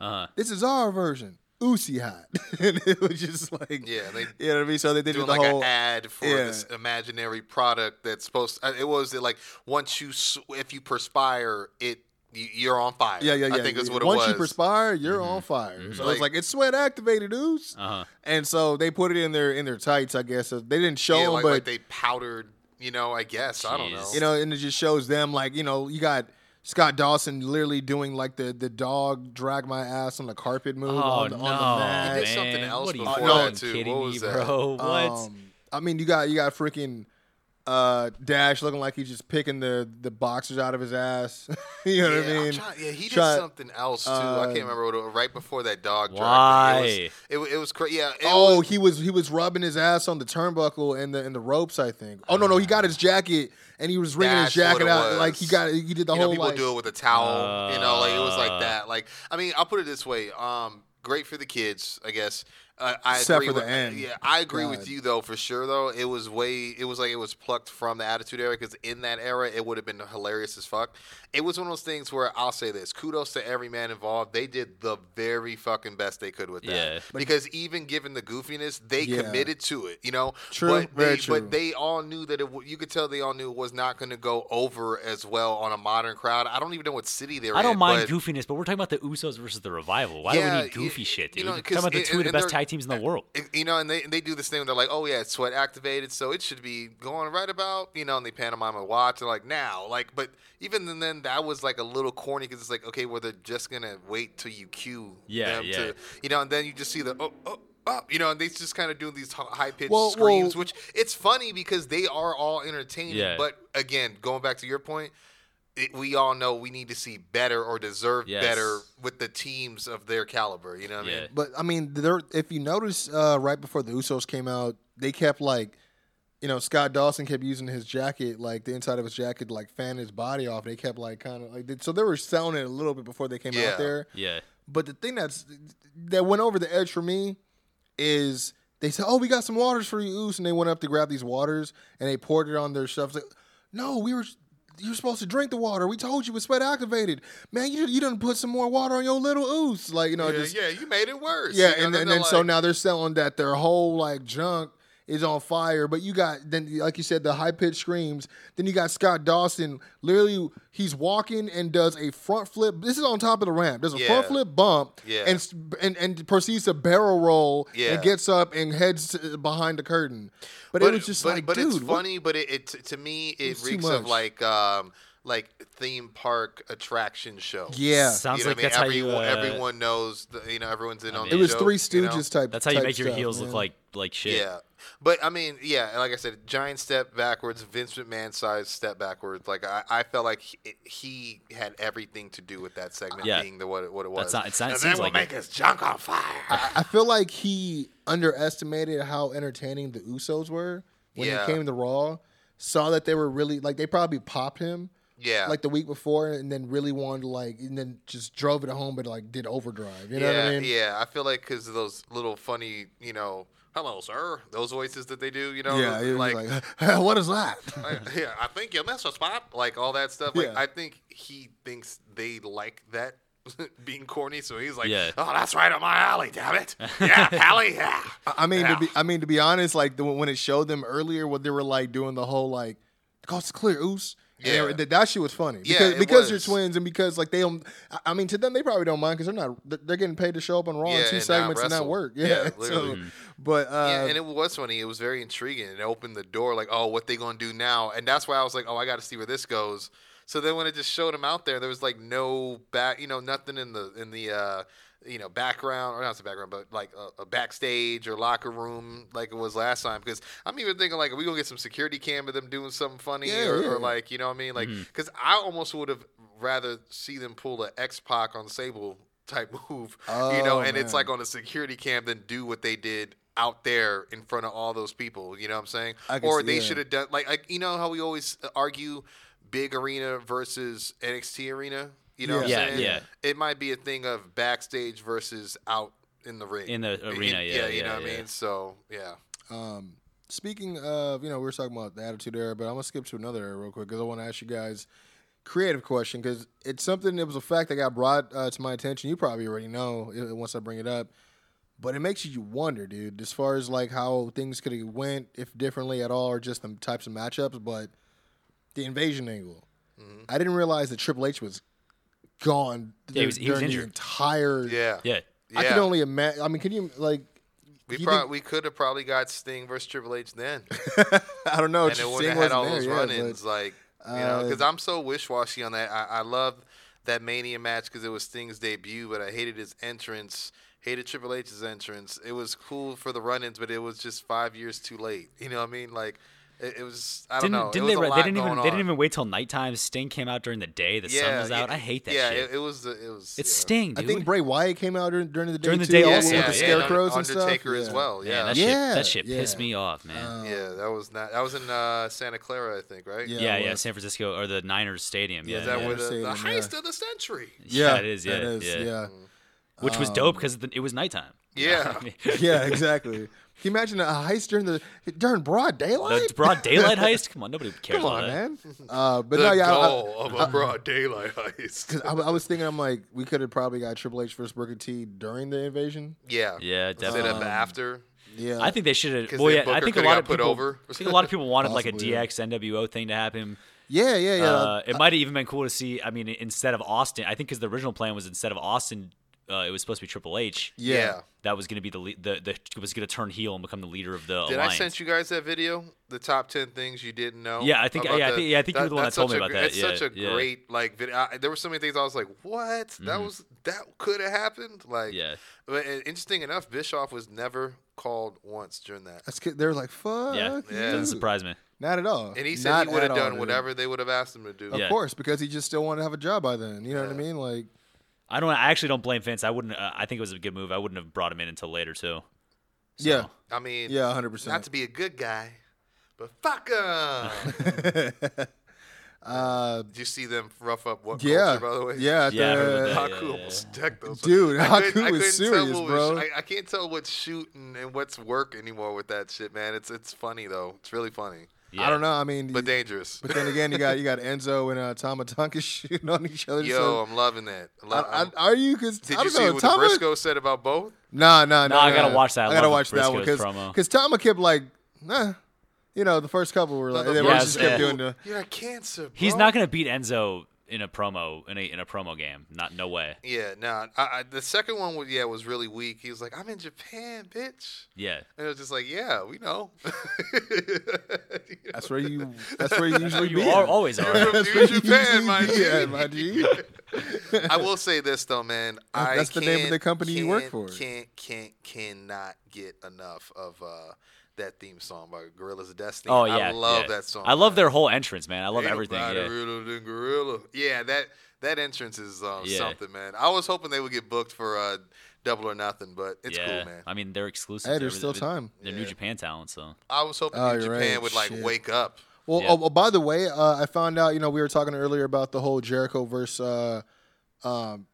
F: Uh-huh.
E: This is our version, Oosie Hot." and it was just like,
D: Yeah, they
E: you know what I mean. So they did the
D: doing like
E: whole
D: an ad for
E: yeah.
D: this imaginary product that's supposed. uh, it was like once you s- if you perspire, it you, you're on fire.
E: Yeah, yeah, yeah.
D: I think that's what
E: Once
D: it was. Mm-hmm.
E: you perspire, you're on fire. So it's
D: Like-
E: like it's sweat activated ooze.
F: Uh-huh.
E: And so they put it in their in their tights, I guess. So they didn't show
D: yeah,
E: them,
D: like,
E: but
D: like they powdered. You know, I guess I don't know.
F: Jeez.
E: you know, and it just shows them like you know you got. Scott Dawson literally doing like the, the dog drag my ass on the carpet move
F: Oh,
E: on, the,
F: no.
E: on the mat.
D: He did something
F: man.
D: else
F: what are you
D: before
F: fucking
D: that, too.
F: kidding
D: What
F: me,
D: was that?
F: bro? What?
E: Um, I mean, you got you got freaking uh, Dash looking like he's just picking the, the boxers out of his ass. you know what
D: yeah,
E: I
D: I'm
E: mean?
D: trying- yeah, he
E: Try- uh,
D: did something else too. I can't remember what it was, right before that dog. dragged
F: Why?
D: It It was, it, wa- it was crazy. Yeah. It
E: Oh,
D: was,
E: he was he was rubbing his ass on the turnbuckle and the and the ropes, I think. Oh no, no, he got his jacket and he was wringing his
D: Ah. That's what
E: jacket
D: it
E: out
D: was.
E: like he got he did the
D: you know,
E: whole
D: people
E: like
D: do it with a towel. you know, like it was
F: Uh.
D: like that. Like I mean, I'll put it this way. Um, great for the kids, I guess. Uh, I
E: Except
D: agree
E: for the
D: with,
E: end.
D: Yeah, I agree
E: God.
D: with you though, for sure. Though it was way, it was like it was plucked from the Attitude Era because in that era it would have been hilarious as fuck. It was one of those things where I'll say this: kudos to every man involved. They did the very fucking best they could with that.
F: Yeah.
D: Because even given the goofiness, they
E: Yeah.
D: committed to it. You know,
E: True,
D: But they,
E: very true.
D: But they all knew that it. W- you could tell they all knew it was not going to go over as well on a modern crowd. I don't even know what city they were.
F: I
D: in,
F: don't mind
D: but-
F: goofiness, but we're talking about the Usos versus the Revival. Why do
D: Yeah,
F: we need goofy
D: you-
F: shit, dude?
D: you know,
F: we're
D: 'cause
F: talking about the
D: it-
F: two of the
D: and
F: best
D: they're-
F: tag teams in the world.
D: And, you know, and they, they do this thing. They're like, oh yeah, it's sweat activated, so it should be going right about, you know. And they pantomime a watch, and like now, like, but even then, then that was like a little corny because it's like, okay, well they're just gonna wait till you cue
F: Yeah,
D: them
F: yeah.
D: to, you know, and then you just see the oh oh. oh, you know, and they just kind of doing these high pitched
E: Well,
D: screams,
E: well-
D: which it's funny because they are all entertaining.
F: Yeah.
D: But again, going back to your point, it, we all know we need to see better or deserve
F: Yes.
D: better with the teams of their caliber. You know what I mean?
F: Yeah.
E: But I mean, there if you notice uh, right before the Usos came out, they kept like you know, Scott Dawson kept using his jacket, like the inside of his jacket, to, like fan his body off. They kept like kind of like so they were selling it a little bit before they came
D: Yeah.
E: out there.
F: Yeah.
E: But the thing that's that went over the edge for me is they said, "Oh, we got some waters for you, Oos," and they went up to grab these waters and they poured it on their stuff. It's like, no, we were you're supposed to drink the water. We told you it's sweat activated, man. You you didn't put some more water on your little Oos, like you know,
D: yeah,
E: just yeah,
D: yeah, you made it worse. You know,
E: and,
D: they're
E: and then so
D: like-
E: now they're selling that their whole like junk. Is on fire, but you got then, like you said, the high pitched screams. Then you got Scott Dawson. Literally, he's walking and does a front flip. This is on top of the ramp. There's a front
D: Yeah.
E: flip bump,
D: Yeah.
E: and s- and and proceeds to barrel roll
D: Yeah.
E: and gets up and heads to, behind the curtain. But, it was just
D: but,
E: like,
D: but
E: dude,
D: it's
E: what-
D: funny. But it, it to me, it
E: It's too
D: reeks of
E: much.
D: like um like theme park attraction show.
E: Yeah.
F: Sounds
D: you know
F: like
D: what
F: that's
D: I
F: how
D: mean?
F: you.
D: everyone,
F: Uh,
D: everyone knows, the, you know, everyone's in on
F: mean-
D: the
E: It was
D: joke,
E: Three
D: you
E: Stooges
D: know?
E: type.
F: That's how you
E: type
F: make your
E: stuff,
F: heels
E: man.
F: look like like shit.
D: Yeah. But I mean, yeah, and like I said, giant step backwards, Vince McMahon size step backwards. Like I, I felt like he, he had everything to do with that segment
F: Yeah.
D: being the what it, what it was.
F: That's not. It's not. It
D: and then
F: seems
D: we'll
F: like
D: make
F: it.
D: his junk on fire.
E: I feel like he underestimated how entertaining the Usos were when
D: Yeah.
E: he came to Raw. Saw that they were really like they probably popped him
D: Yeah.
E: like the week before, and then really wanted to like and then just drove it home, but like did overdrive. You know
D: yeah,
E: what I mean?
D: yeah. I feel like because of those little funny, you know, hello, sir, those voices that they do, you know,
E: Yeah, it was
D: like,
E: like, what is that?
D: I- yeah, I think you missed a spot, like all that stuff. Like
E: Yeah.
D: I think he thinks they like that being corny, so he's like,
F: Yeah.
D: oh, that's right up my alley, damn it, yeah, alley, yeah.
E: I mean,
D: Yeah.
E: to be, I mean, to be honest, like the, when it showed them earlier, what they were like doing the whole like the coast is clear, oos. And they
D: Yeah.
E: were- that, that shit was funny
D: Yeah,
E: because
D: it
E: because
D: was.
E: you're twins and because like they don't. I- I mean, to them they probably don't mind because they're not they're- they're getting paid to show up on Raw
D: Yeah,
E: in two
D: and not
E: segments and not
D: wrestle.
E: work.
D: Yeah,
E: Yeah,
D: literally.
E: so, but uh,
D: yeah, and it was funny. It was very intriguing. It opened the door, like, oh, what they gonna do now? And that's why I was like, oh, I got to see where this goes. So then when it just showed him out there, there was like no back, you know, nothing in the in the uh, you know background or not the background, but like a, a backstage or locker room like it was last time. Because I'm even thinking like, are we gonna get some security cam of them doing something funny
E: Yeah,
D: or,
E: yeah. Mm-hmm.
D: or like you know what I mean? Like, because I almost would have rather see them pull a X Pac on Sable type move, you know,
E: Oh,
D: and it's
E: man.
D: like on a security cam than do what they did out there in front of all those people. You know what I'm saying?
E: I can
D: Or
E: see-
D: they
E: yeah.
D: should have done like, like you know how we always uh, argue big arena versus NXT arena. You know what I'm
F: Yeah. Yeah,
D: saying?
F: yeah.
D: It might be a thing of backstage versus out in the ring.
F: In the arena, yeah,
D: you know
F: yeah,
D: what I
F: yeah.
D: mean? So yeah.
E: Um, Speaking of, you know, we were talking about the attitude era, but I'm gonna skip to another era real quick because I want to ask you guys creative question because it's something that was a fact that got brought uh, to my attention. You probably already know uh, once I bring it up, but it makes you wonder, dude, as far as like how things could have went if differently at all, or just the types of matchups. But the invasion angle,
D: Mm-hmm.
E: I didn't realize that Triple H was gone
F: Yeah, he was- he was
E: during the
F: injured.
E: entire.
D: Yeah.
F: Yeah.
E: I
D: Yeah.
E: can only imagine. I mean, can you like?
D: We
E: you
D: probably
E: think-
D: we could have probably got Sting versus Triple H then,
E: I don't know.
D: and it
E: Sting
D: would have had
E: Oh, wasn't
D: all
E: there,
D: those
E: yeah, but-
D: run-ins, like you know, because I'm so wish-washy on that. I, I love that Mania match because it was Sting's debut, but I hated his entrance. Hated Triple H's entrance. It was cool for the run-ins, but it was just five years too late. You know what I mean? Like it, it was. I don't
F: Didn't,
D: know.
F: didn't
D: it was
F: they?
D: a
F: re-
D: lot
F: They didn't
D: going
F: even.
D: on.
F: They didn't even wait till nighttime. Sting came out during the day. The sun was out.
D: it-
F: I hate that
D: yeah,
F: shit.
D: It, it was. the- It was.
F: it's
D: yeah.
F: Sting, dude.
E: I think Bray Wyatt came out during, during the day
F: During the
E: too,
F: day
E: all
F: also,
E: with the
F: yeah, yeah.
E: scarecrows and stuff.
D: Undertaker as
E: Yeah.
D: well. Yeah.
F: Man, that
E: Yeah,
F: shit. That shit pissed
E: yeah.
F: me off, man.
D: Yeah, that was not. That was in uh, Santa Clara, I think, right?
E: Yeah.
F: yeah,
E: it
F: yeah,
E: was.
F: San Francisco or the Niners Stadium. Yeah,
D: Is that
F: yeah.
D: where the, the
E: Stadium, yeah.
D: heist of the century?
F: Yeah, it is. Yeah,
E: that is,
F: yeah.
E: yeah,
F: which was dope because it was nighttime.
D: Yeah.
E: Yeah, exactly. Can you imagine a heist during the during broad daylight?
F: The broad daylight heist. Come on, nobody cares
E: Come on,
F: about
E: man. Uh, but
D: the
E: no, yeah, I- uh,
D: goal of a broad daylight heist.
E: I, I, I was thinking, I'm like, we could have probably got Triple H versus Booker T during the invasion.
D: Yeah.
F: Yeah,
D: Instead of
F: definitely.
D: after.
E: Yeah,
F: I think they should
D: 'Cause
F: have. Well,
D: then
F: yeah, I
D: Booker
F: think a
D: coulda
F: lot
D: got
F: of
D: put
F: people.
D: over.
F: I think a lot of people wanted like a
E: Possibly, yeah.
F: DX NWO thing to happen.
E: yeah, yeah, yeah.
F: Uh, it might have even been cool to see. I mean, instead of Austin, I think because the original plan was instead of Austin, uh, it was supposed to be Triple H.
E: yeah.
D: yeah.
F: That was going to be the, le- the the was going to turn heel and become the leader of the
D: Did
F: alliance.
D: I send you guys that video? The top ten things you didn't know.
F: Yeah, I think-
D: about
F: yeah, I
D: the-
F: think- yeah, I think you were the one that
D: that's
F: told
D: such
F: me
D: a
F: about
D: gr-
F: that.
D: It's
F: Yeah,
D: such a
F: yeah. Mm-hmm.
D: great like video. I, there were so many things I was like, "What? That was that could have happened." Like,
F: Yeah.
D: But uh, interesting enough, Bischoff was never called once during that,
E: That's good. They're like, fuck.
F: yeah,
D: Yeah.
F: doesn't
E: you.
F: surprise me.
E: Not at all.
D: and he said
E: Not
D: he would
E: at
D: have
E: all,
D: done
E: dude.
D: whatever they would have asked him to do.
E: Of
F: Yeah.
E: course, because he just still wanted to have a job by then. You know what I mean? Like,
F: I don't. I actually don't blame Vince. I wouldn't. Uh, I think it was a good move. I wouldn't have brought him in until later too.
E: yeah,
D: I mean,
E: yeah, hundred percent.
D: not to be a good guy, but fuck him.
E: Uh,
D: Did you see them rough up what
E: yeah,
D: culture, by the way?
E: yeah, at
F: Yeah, I
E: the-
F: remember that.
D: Haku
F: yeah,
D: almost decked those.
E: Dude,
D: I couldn't-
E: Haku
D: I
E: is
D: couldn't tell
E: serious,
D: what was-
E: bro.
D: I, I can't tell what's shooting and what's work anymore with that shit, man. It's it's funny though. It's really funny,
F: Yeah.
E: I don't know. I mean,
D: but dangerous.
E: but then again, you got you got Enzo and uh, Tama Tonka shooting on each other.
D: Yo, I'm loving that. I
E: so,
D: lo-
E: I,
D: I'm-
E: I, are you? Cause
D: did
E: I
D: you
E: don't
D: see
E: know.
D: what the
E: Tama,
D: Briscoe said about both?
E: Nah, nah, nah.
F: No, I gotta
E: nah.
F: watch that. I
E: I gotta
F: love
E: watch that one
F: Briscoe's
E: because
F: promo.
E: because Tama kept like, nah, you know, the first couple were like,
D: The
E: they
F: yeah,
E: just
D: Briscoe,
E: kept
F: yeah.
E: doing the.
D: You're a cancer. Bro.
F: He's not going to beat Enzo in a promo in a in a promo game. Not no way.
D: Yeah, no. I, I, the second one was yeah was really weak. He was like, "I'm in Japan, bitch,"
F: Yeah.
D: and it was just like, "Yeah, we know."
E: That's where you. That's where you usually
F: You
E: be.
F: al-
E: at.
F: always are.
D: From
E: That's where you
D: Japan,
E: usually be
D: my G.
E: at, my G.
D: I will say this though, man. I
E: That's the name of
D: can't-
E: the company you work
D: can't-
E: for.
D: Can't can't cannot get enough of uh, that theme song by Gorilla's Destiny.
F: Oh yeah.
D: I love
F: yeah.
D: that song.
F: I love
D: man.
F: their whole entrance, man. I love
D: Ain't
F: everything.
D: nobody
F: Yeah.
D: realer than Gorilla. Yeah, that that entrance is um,
F: Yeah.
D: something, man. I was hoping they would get booked for uh, Double or Nothing, but it's
F: yeah.
D: cool, man.
F: I mean, they're exclusive.
E: Hey, there's still time.
F: They're New Japan talent, so
D: I was hoping
E: Oh,
D: New
E: you're
D: Japan
E: right.
D: would like
E: Shit.
D: wake up.
E: Well,
F: Yeah.
E: oh, oh, by the way, uh, I found out. You know, we were talking earlier about the whole Jericho versus uh, um,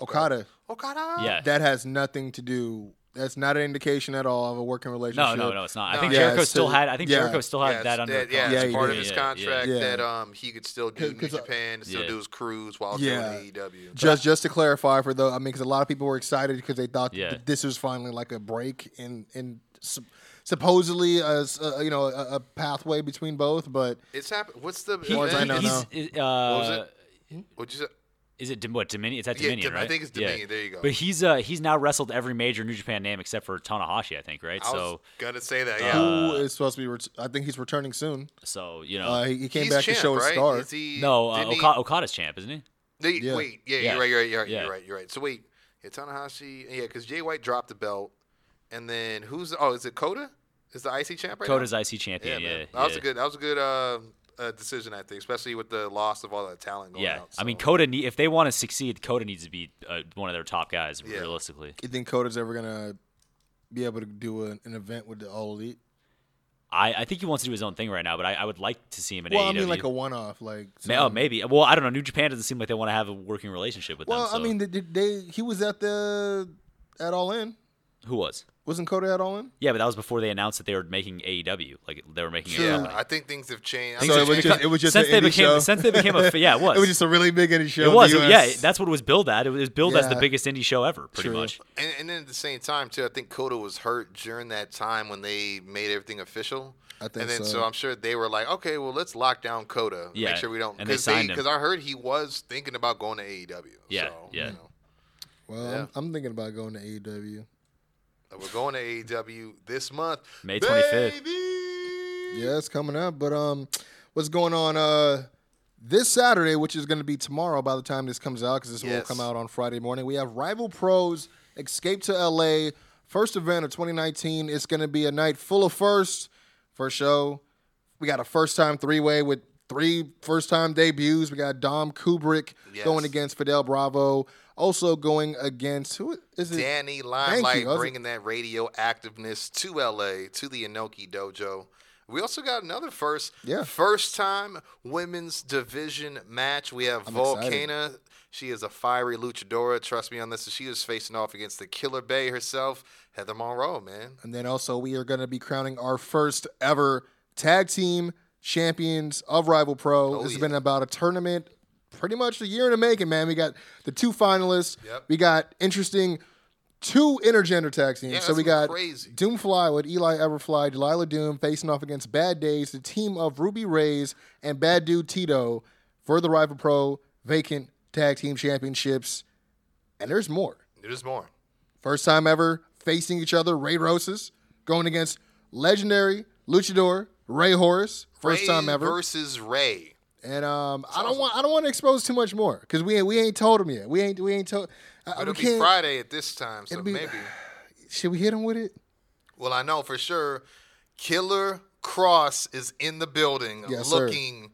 E: Okada.
D: Oh God!
F: yeah.
E: That has nothing to do. That's not an indication at all of a working
F: no,
E: relationship.
F: no, no, it's not. I
D: No.
F: think
E: Yeah,
F: Jericho
E: it's
F: still
E: to-
F: had. I think
E: yeah.
F: Jericho still had
D: Yeah,
F: that
D: it's-
F: under.
D: that- yeah,
E: Yeah,
D: it's
E: he
D: part of
E: did.
D: his
F: Yeah, yeah.
D: contract
E: Yeah.
D: that um he could still
E: 'Cause-
D: do New
E: 'cause, uh,
D: Japan, still
F: Yeah.
D: do his cruise while
E: Yeah.
D: doing AEW.
E: Just, just to clarify for the, I mean, because a lot of people were excited because they thought
F: Yeah.
E: that this was finally like a break in, in sup- supposedly a, s- a- you know a, a pathway between both. But
D: It's happened. What's the?
F: He,
E: far as I know,
F: he's, uh,
D: was it? What'd you say?
F: Is it Dim- what Dominion? It's at
D: Yeah,
F: Dominion,
D: Dim- I
F: right?
D: think it's
F: Yeah.
D: Dominion. There you go.
F: But he's uh he's now wrestled every major New Japan name except for Tanahashi, I think, right?
D: I was
F: so uh,
D: gonna say that.
E: who
D: Yeah,
E: is supposed to be? Ret- I think he's returning soon.
F: so you know,
E: Uh, he, he came
D: he's
E: back
D: champ,
E: to show his
D: right?
E: star.
D: Is he,
F: no, uh,
D: didn't he-
F: Oka- Okada's champ, isn't he?
D: They,
E: Yeah.
D: Wait, yeah,
F: Yeah.
D: you're right, you're right, you're right,
F: Yeah.
D: you're right, you're right. So wait, yeah, Tanahashi, yeah, because Jay White dropped the belt, and then who's? Oh, is it Coda? Is the IC champ right now?
F: Okoda's IC champion. Yeah,
D: man.
F: yeah,
D: that was a good, that was a good uh, uh, decision, I think, especially with the loss of all that talent going
F: Yeah,
D: out.
F: I mean,
D: so-
F: Coda. Ne- if they want to succeed, Coda needs to be uh, one of their top guys,
D: Yeah.
F: realistically.
E: You think Coda's ever gonna be able to do an, an event with the All Elite?
F: I, I think he wants to do his own thing right now, but I, I would like to see him in E
E: Well,
F: AEW.
E: I mean, like a one-off, like
F: Ma- oh,
E: something.
F: maybe. Well, I don't know. New Japan doesn't seem like they want to have a working relationship with
E: Well,
F: them. So.
E: I mean, they, they he was at the at All In.
F: who was?
E: Wasn't Coda at All In?
F: Yeah, but that was before they announced that they were making AEW. Like they were making. a E
D: yeah,
F: company.
D: I think things have changed.
F: Things
D: I
E: So
D: mean,
E: it was just it was just
F: since
E: an
F: they
E: indie
F: became
E: show.
F: since they became a yeah it was
E: it was just a really big indie show.
F: It
E: in
F: was,
E: the
F: yeah.
E: US.
F: That's what it was billed at. It was billed as the
E: Yeah.
F: biggest indie show ever, pretty
E: True.
F: much.
D: and, and then at the same time too, I think Coda was hurt during that time when they made everything official.
E: I think
D: and then
E: so.
D: so. I'm sure they were like, okay, well, let's lock down Coda.
F: Yeah,
D: Make sure we don't
F: and they
D: because
F: signed him.
D: because I heard he was thinking about going to AEW.
F: Yeah,
D: so,
F: yeah.
D: You know,
E: well, I'm, I'm thinking about going to E AEW.
D: we're going to AEW this month.
F: May 25th.
D: baby!
E: Yeah, it's coming up. But um, what's going on? Uh, this Saturday, which is going to be tomorrow by the time this comes out, because this
D: Yes.
E: will come out on Friday morning. We have Rival Pros Escape to LA, first event of 2019. It's going to be a night full of firsts. First show, we got a first time three way with three first time debuts. We got Dom Kubrick
D: Yes.
E: going against Fidel Bravo, also going against who is it?
D: Danny Limelight
E: you. I was-
D: bringing that radioactiveness to LA to the Inoki Dojo. We also got another first,
E: Yeah.
D: first time women's division match. We have
E: excited.
D: Volcana. She is a fiery luchadora. Trust me on this. She is facing off against the Killer Bay herself, Heather Monroe. Man,
E: And then also we are going to be crowning our first ever tag team champions of Rival Pro.
D: Oh,
E: this has
D: yeah.
E: been about a tournament, pretty much a year in the making, man. We got the two finalists.
D: Yep.
E: We got interesting two intergender tag teams.
D: Yeah,
E: so
D: that's
E: we got
D: crazy.
E: Doomfly with Eli Everfly, Delilah Doom facing off against Bad Days, the team of Ruby Rays and Bad Dude Tito for the Rival Pro vacant tag team championships. And there's more.
D: there's more.
E: First time ever facing each other, Ray Rosas going against legendary luchador Ray Horace. First
D: Ray
E: time ever.
D: versus Ray.
E: and um, I don't want I don't want to expose too much more because we ain't we ain't told him yet. We ain't we ain't told. I- I-
D: It'll
E: We
D: be
E: can't.
D: Friday at this time, so
E: It'll be-
D: maybe.
E: Should we hit him with it?
D: Well, I know for sure Killer Cross is in the building
E: Yes, sir.
D: looking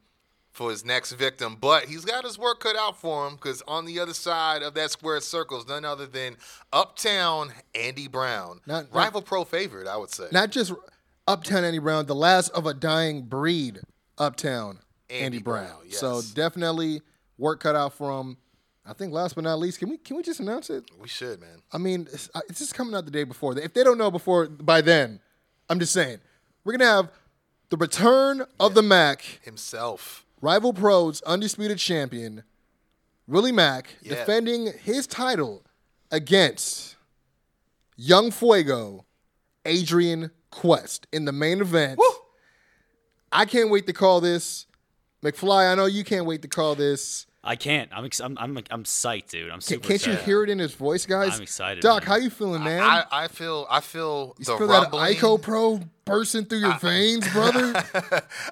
D: for his next victim, but he's got his work cut out for him because on the other side of that square circle is none other than Uptown Andy Brown.
E: Not- not-
D: Rival pro favorite, I would say.
E: Not just Uptown Andy Brown, the last of a dying breed. Uptown Andy,
D: Andy
E: Brown.
D: Brown,
E: So
D: yes.
E: definitely work cut out from. I think last but not least, can we can we just announce it?
D: we should, man.
E: I mean, it's, uh, it's just coming out the day before. If they don't know before by then, I'm just saying we're gonna have the return of the Mac,
D: Himself.
E: Rival Pro's undisputed champion, Willie Mac,
D: Yeah.
E: defending his title against Young Fuego, Adrian Quest in the main event. I can't wait to call this. McFly, I know you can't wait to call this.
F: I can't. I'm ex- I'm, I'm like- I'm psyched, dude. I'm
E: Can,
F: super.
E: can't you
F: excited.
E: hear it in his voice, guys?
F: I'm excited,
E: Doc,
F: man.
E: how you feeling, man?
D: I, I feel I feel
E: you
D: the
E: feel
D: rumbling.
E: that Icopro bursting through your veins, brother?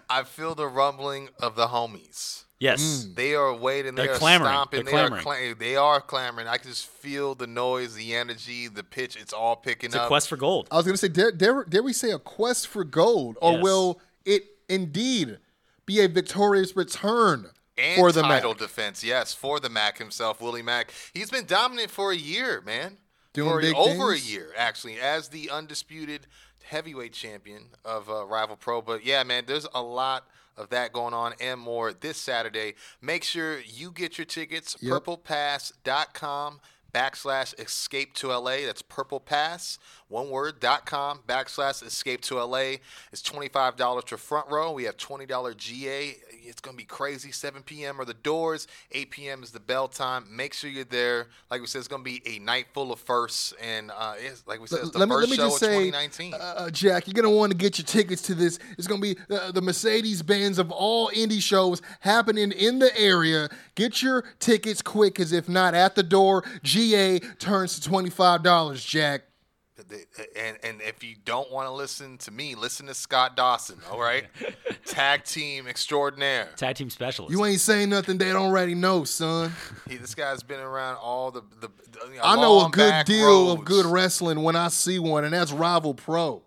D: I feel the rumbling of the homies.
E: Mm.
F: Yes.
D: Mm. They are waiting. They
F: They're
D: are
F: clamoring.
D: stomping.
F: They're
D: They are
F: clamoring.
D: cla- They are clamoring. I can just feel the noise, the energy, the pitch. It's all picking
F: It's a
D: up.
F: quest for gold.
E: I was gonna say, dare, dare, dare we say a quest for gold, or
F: Yes.
E: will it indeed be a victorious return
D: and
E: for the Mac?
D: title defense. Yes, for the Mac himself, Willie Mac. He's been dominant for a year, man.
E: Doing
D: for
E: big
D: over
E: things?
D: a year, actually, as the undisputed heavyweight champion of uh, Rival Pro. But yeah, man, there's a lot of that going on and more this Saturday. Make sure you get your tickets.
E: Yep.
D: Purplepass.com backslash escape to LA. That's purple pass, one word, dot com backslash escape to LA. It's $25 for front row. We have $20 GA. It's going to be crazy. 7 p.m. are the doors, 8 p.m. is the bell time. Make sure you're there. Like we said, it's going to be a night full of firsts. And uh, it's, like we said, it's the
E: let me,
D: first
E: let me
D: show
E: just
D: of
E: say,
D: 2019.
E: uh, Jack, you're gonna want to get your tickets to this. It's gonna be uh, the Mercedes Benz of all indie shows happening in the area. Get your tickets quick, because if not, at the door, GA turns to twenty five dollars. Jack,
D: The- and and if you don't want to listen to me, listen to Scott Dawson. All right, tag team extraordinaire.
F: Tag team specialist.
E: you ain't saying nothing they don't already know, son.
D: He, this guy's been around all the the. the
E: I know a
D: long
E: good
D: back
E: deal of
D: roads.
E: good wrestling when I see one, and that's Rival Pro.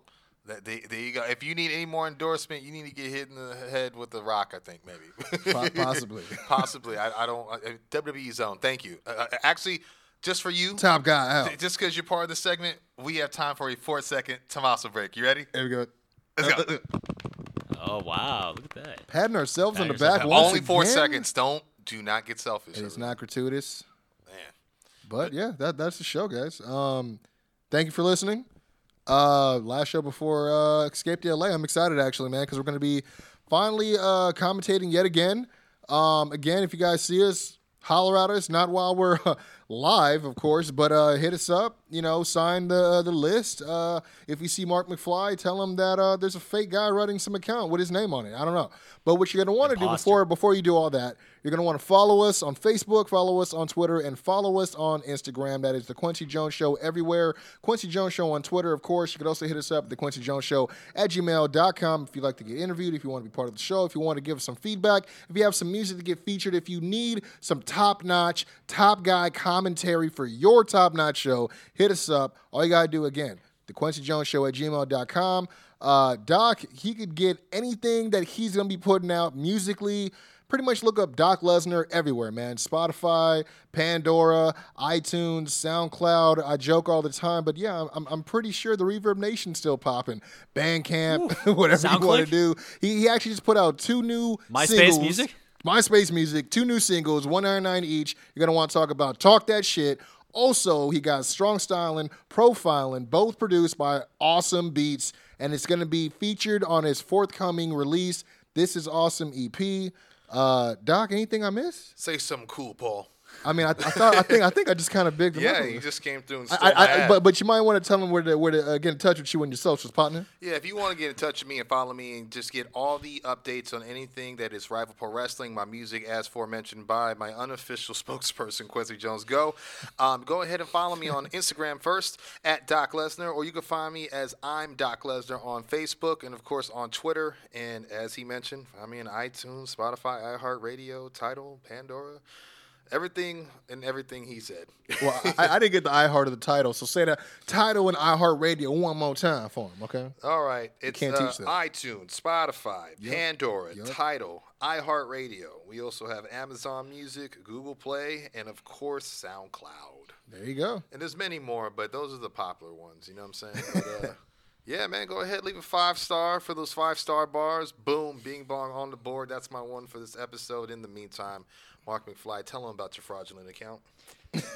D: Th- There, there you go. If you need any more endorsement, you need to get hit in the head with a rock. I think maybe.
E: Po- possibly.
D: Possibly. I, I don't. Uh, WWE Zone. Thank you. Uh, uh, actually, just for you,
E: Top guy out.
D: th- just because you're part of the segment, we have time for a four second Tommaso break. You ready?
E: There we go. Uh,
D: Let's go.
F: Oh wow, look at that.
E: Patting ourselves on the
F: Patting
E: back.
F: yourself
E: once
D: Uh, Only four
E: again.
D: seconds. Don't do not get selfish.
E: It's
D: everyone.
E: not gratuitous.
D: Man.
E: But yeah, that, that's the show, guys. Um, thank you for listening. Uh, last show before uh, Escape to LA. I'm excited actually, man, because we're going to be finally uh, commentating yet again. Um, again, if you guys see us, holler at us. Not while we're live, of course, but uh, hit us up. You know, sign the the list. Uh, if you see Mark McFly, tell him that uh, there's a fake guy running some account with his name on it. I don't know, but what you're going to want to do
F: Imposter.
E: before before before you do all that, you're gonna want to follow us on Facebook, follow us on Twitter, and follow us on Instagram. That is the Quincy Jones Show everywhere. Quincy Jones Show on Twitter, of course. You can also hit us up, the Quincy Jones Show at gmail.com if you'd like to get interviewed, if you want to be part of the show, if you want to give us some feedback, if you have some music to get featured, if you need some top-notch, top guy commentary for your top-notch show, hit us up. All you gotta do again the Quincy Jones Show at gmail.com. Uh, Doc, he could get anything that he's going to be putting out musically. Pretty much look up Doc Lesnar everywhere, man. Spotify, Pandora, iTunes, SoundCloud. I joke all the time, but yeah, I'm, I'm pretty sure the Reverb Nation's still popping. Bandcamp, whatever you want
F: SoundClick?
E: to do. He, he actually just put out two new
F: MySpace
E: singles.
F: music?
E: MySpace music, two new singles, 199 each. You're gonna want to talk about Talk That Shit. Also, he got Strong Styling, Profiling, both produced by Awesome Beats, and it's gonna be featured on his forthcoming release. This is Awesome EP. Uh, Doc, anything I miss?
D: Say something cool, Paul.
E: I mean, I, I thought I think I think I just kind of bigged him
D: Yeah,
E: up. a
D: you
E: little.
D: just came through and stole
E: I,
D: my
E: I, I,
D: ad.
E: but but you might want to tell him where to where to uh, get in touch with you and your socials, partner.
D: Yeah, if you want to get in touch with me and follow me and just get all the updates on anything that is Rival Pro Wrestling, my music as aforementioned by my unofficial spokesperson, Quincy Jones Go, um, go ahead and follow me on Instagram first at Doc Lesnar, or you can find me as I'm Doc Lesnar on Facebook and, of course, on Twitter. And as he mentioned, find me on iTunes, Spotify, iHeartRadio, Title, Pandora, everything and everything he said.
E: Well, I, I didn't get the iHeart of the title, so say the title and iHeartRadio one more time for him, okay?
D: All right. It's
E: can't
D: uh,
E: teach that.
D: iTunes, Spotify, Pandora,
E: Yep.
D: Tidal, iHeartRadio. We also have Amazon Music, Google Play, and of course SoundCloud.
E: There you go.
D: And there's many more, but those are the popular ones. You know what I'm saying? But, uh, yeah, man, go ahead, leave a five star for those five star bars. Boom, bing bong on the board. That's my one for this episode. In the meantime, Mark McFly, tell them about your fraudulent account.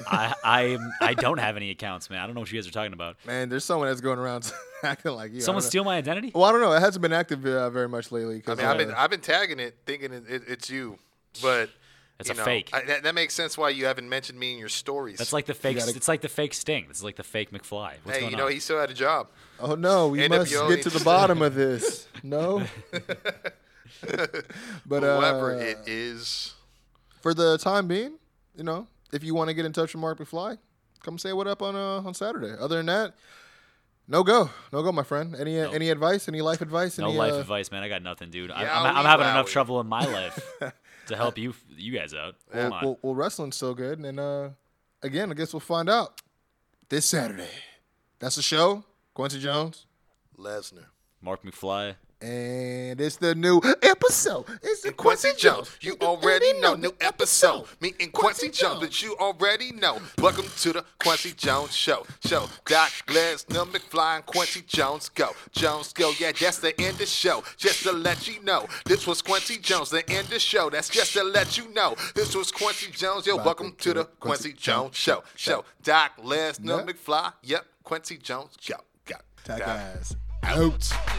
F: I I I don't have any accounts, man. I don't know what you guys are talking about.
E: Man, there's someone that's going around acting like you. I
F: Someone
E: don't know.
F: steal my identity?
E: Well, I don't know. It hasn't been active uh, very much lately.
D: I
E: 'cause,
D: mean, I've been
E: uh,
D: I've been tagging it, thinking it, it, it's you, but
F: That's
D: you
F: a
D: know,
F: fake.
D: I, that, that makes sense why you haven't mentioned me in your stories.
F: That's like the fake.
E: gotta-
F: It's like the fake Sting. It's like the fake McFly. What's
D: hey,
F: going
D: you know,
F: on?
D: he still had a job.
E: oh no, we must
D: NWO
E: get to the
D: needs-
E: bottom of this. No, but uh,
D: Whoever it is,
E: for the time being, you know, if you want to get in touch with Mark McFly, come say what up on uh, on Saturday. Other than that, no go, no go, my friend. Any any advice? Any life advice?
F: No
E: any,
F: life
E: uh,
F: advice, man. I got nothing, dude. I,
D: Yeah,
F: I'm, I'm
D: we
F: having
D: wow
F: enough
D: we.
F: trouble in my life to help you you guys out. Come
E: Well,
F: on.
E: well, well, wrestling's so good, and uh, again, I guess we'll find out this Saturday. That's the show. Quincy Jones,
D: Lesnar.
F: Mark McFly.
E: and it's the new episode. It's the
D: and Quincy Jones. You already know
E: new
D: new episode. Me and Quincy Jones, but you already know. Welcome to the Quincy Jones Show. Show Doc Lesnar, McFly, and Quincy Jones go. Jones go. Yeah, that's the end of the show. Just to let you know, this was Quincy Jones. The end of the show. That's just to let you know, this was Quincy Jones. Yo, welcome to the Quincy Jones Show. Show Doc Lesnar,
E: Yeah.
D: McFly. Yep, Quincy Jones Show. Go.
E: Tag
D: Go.
E: guys out.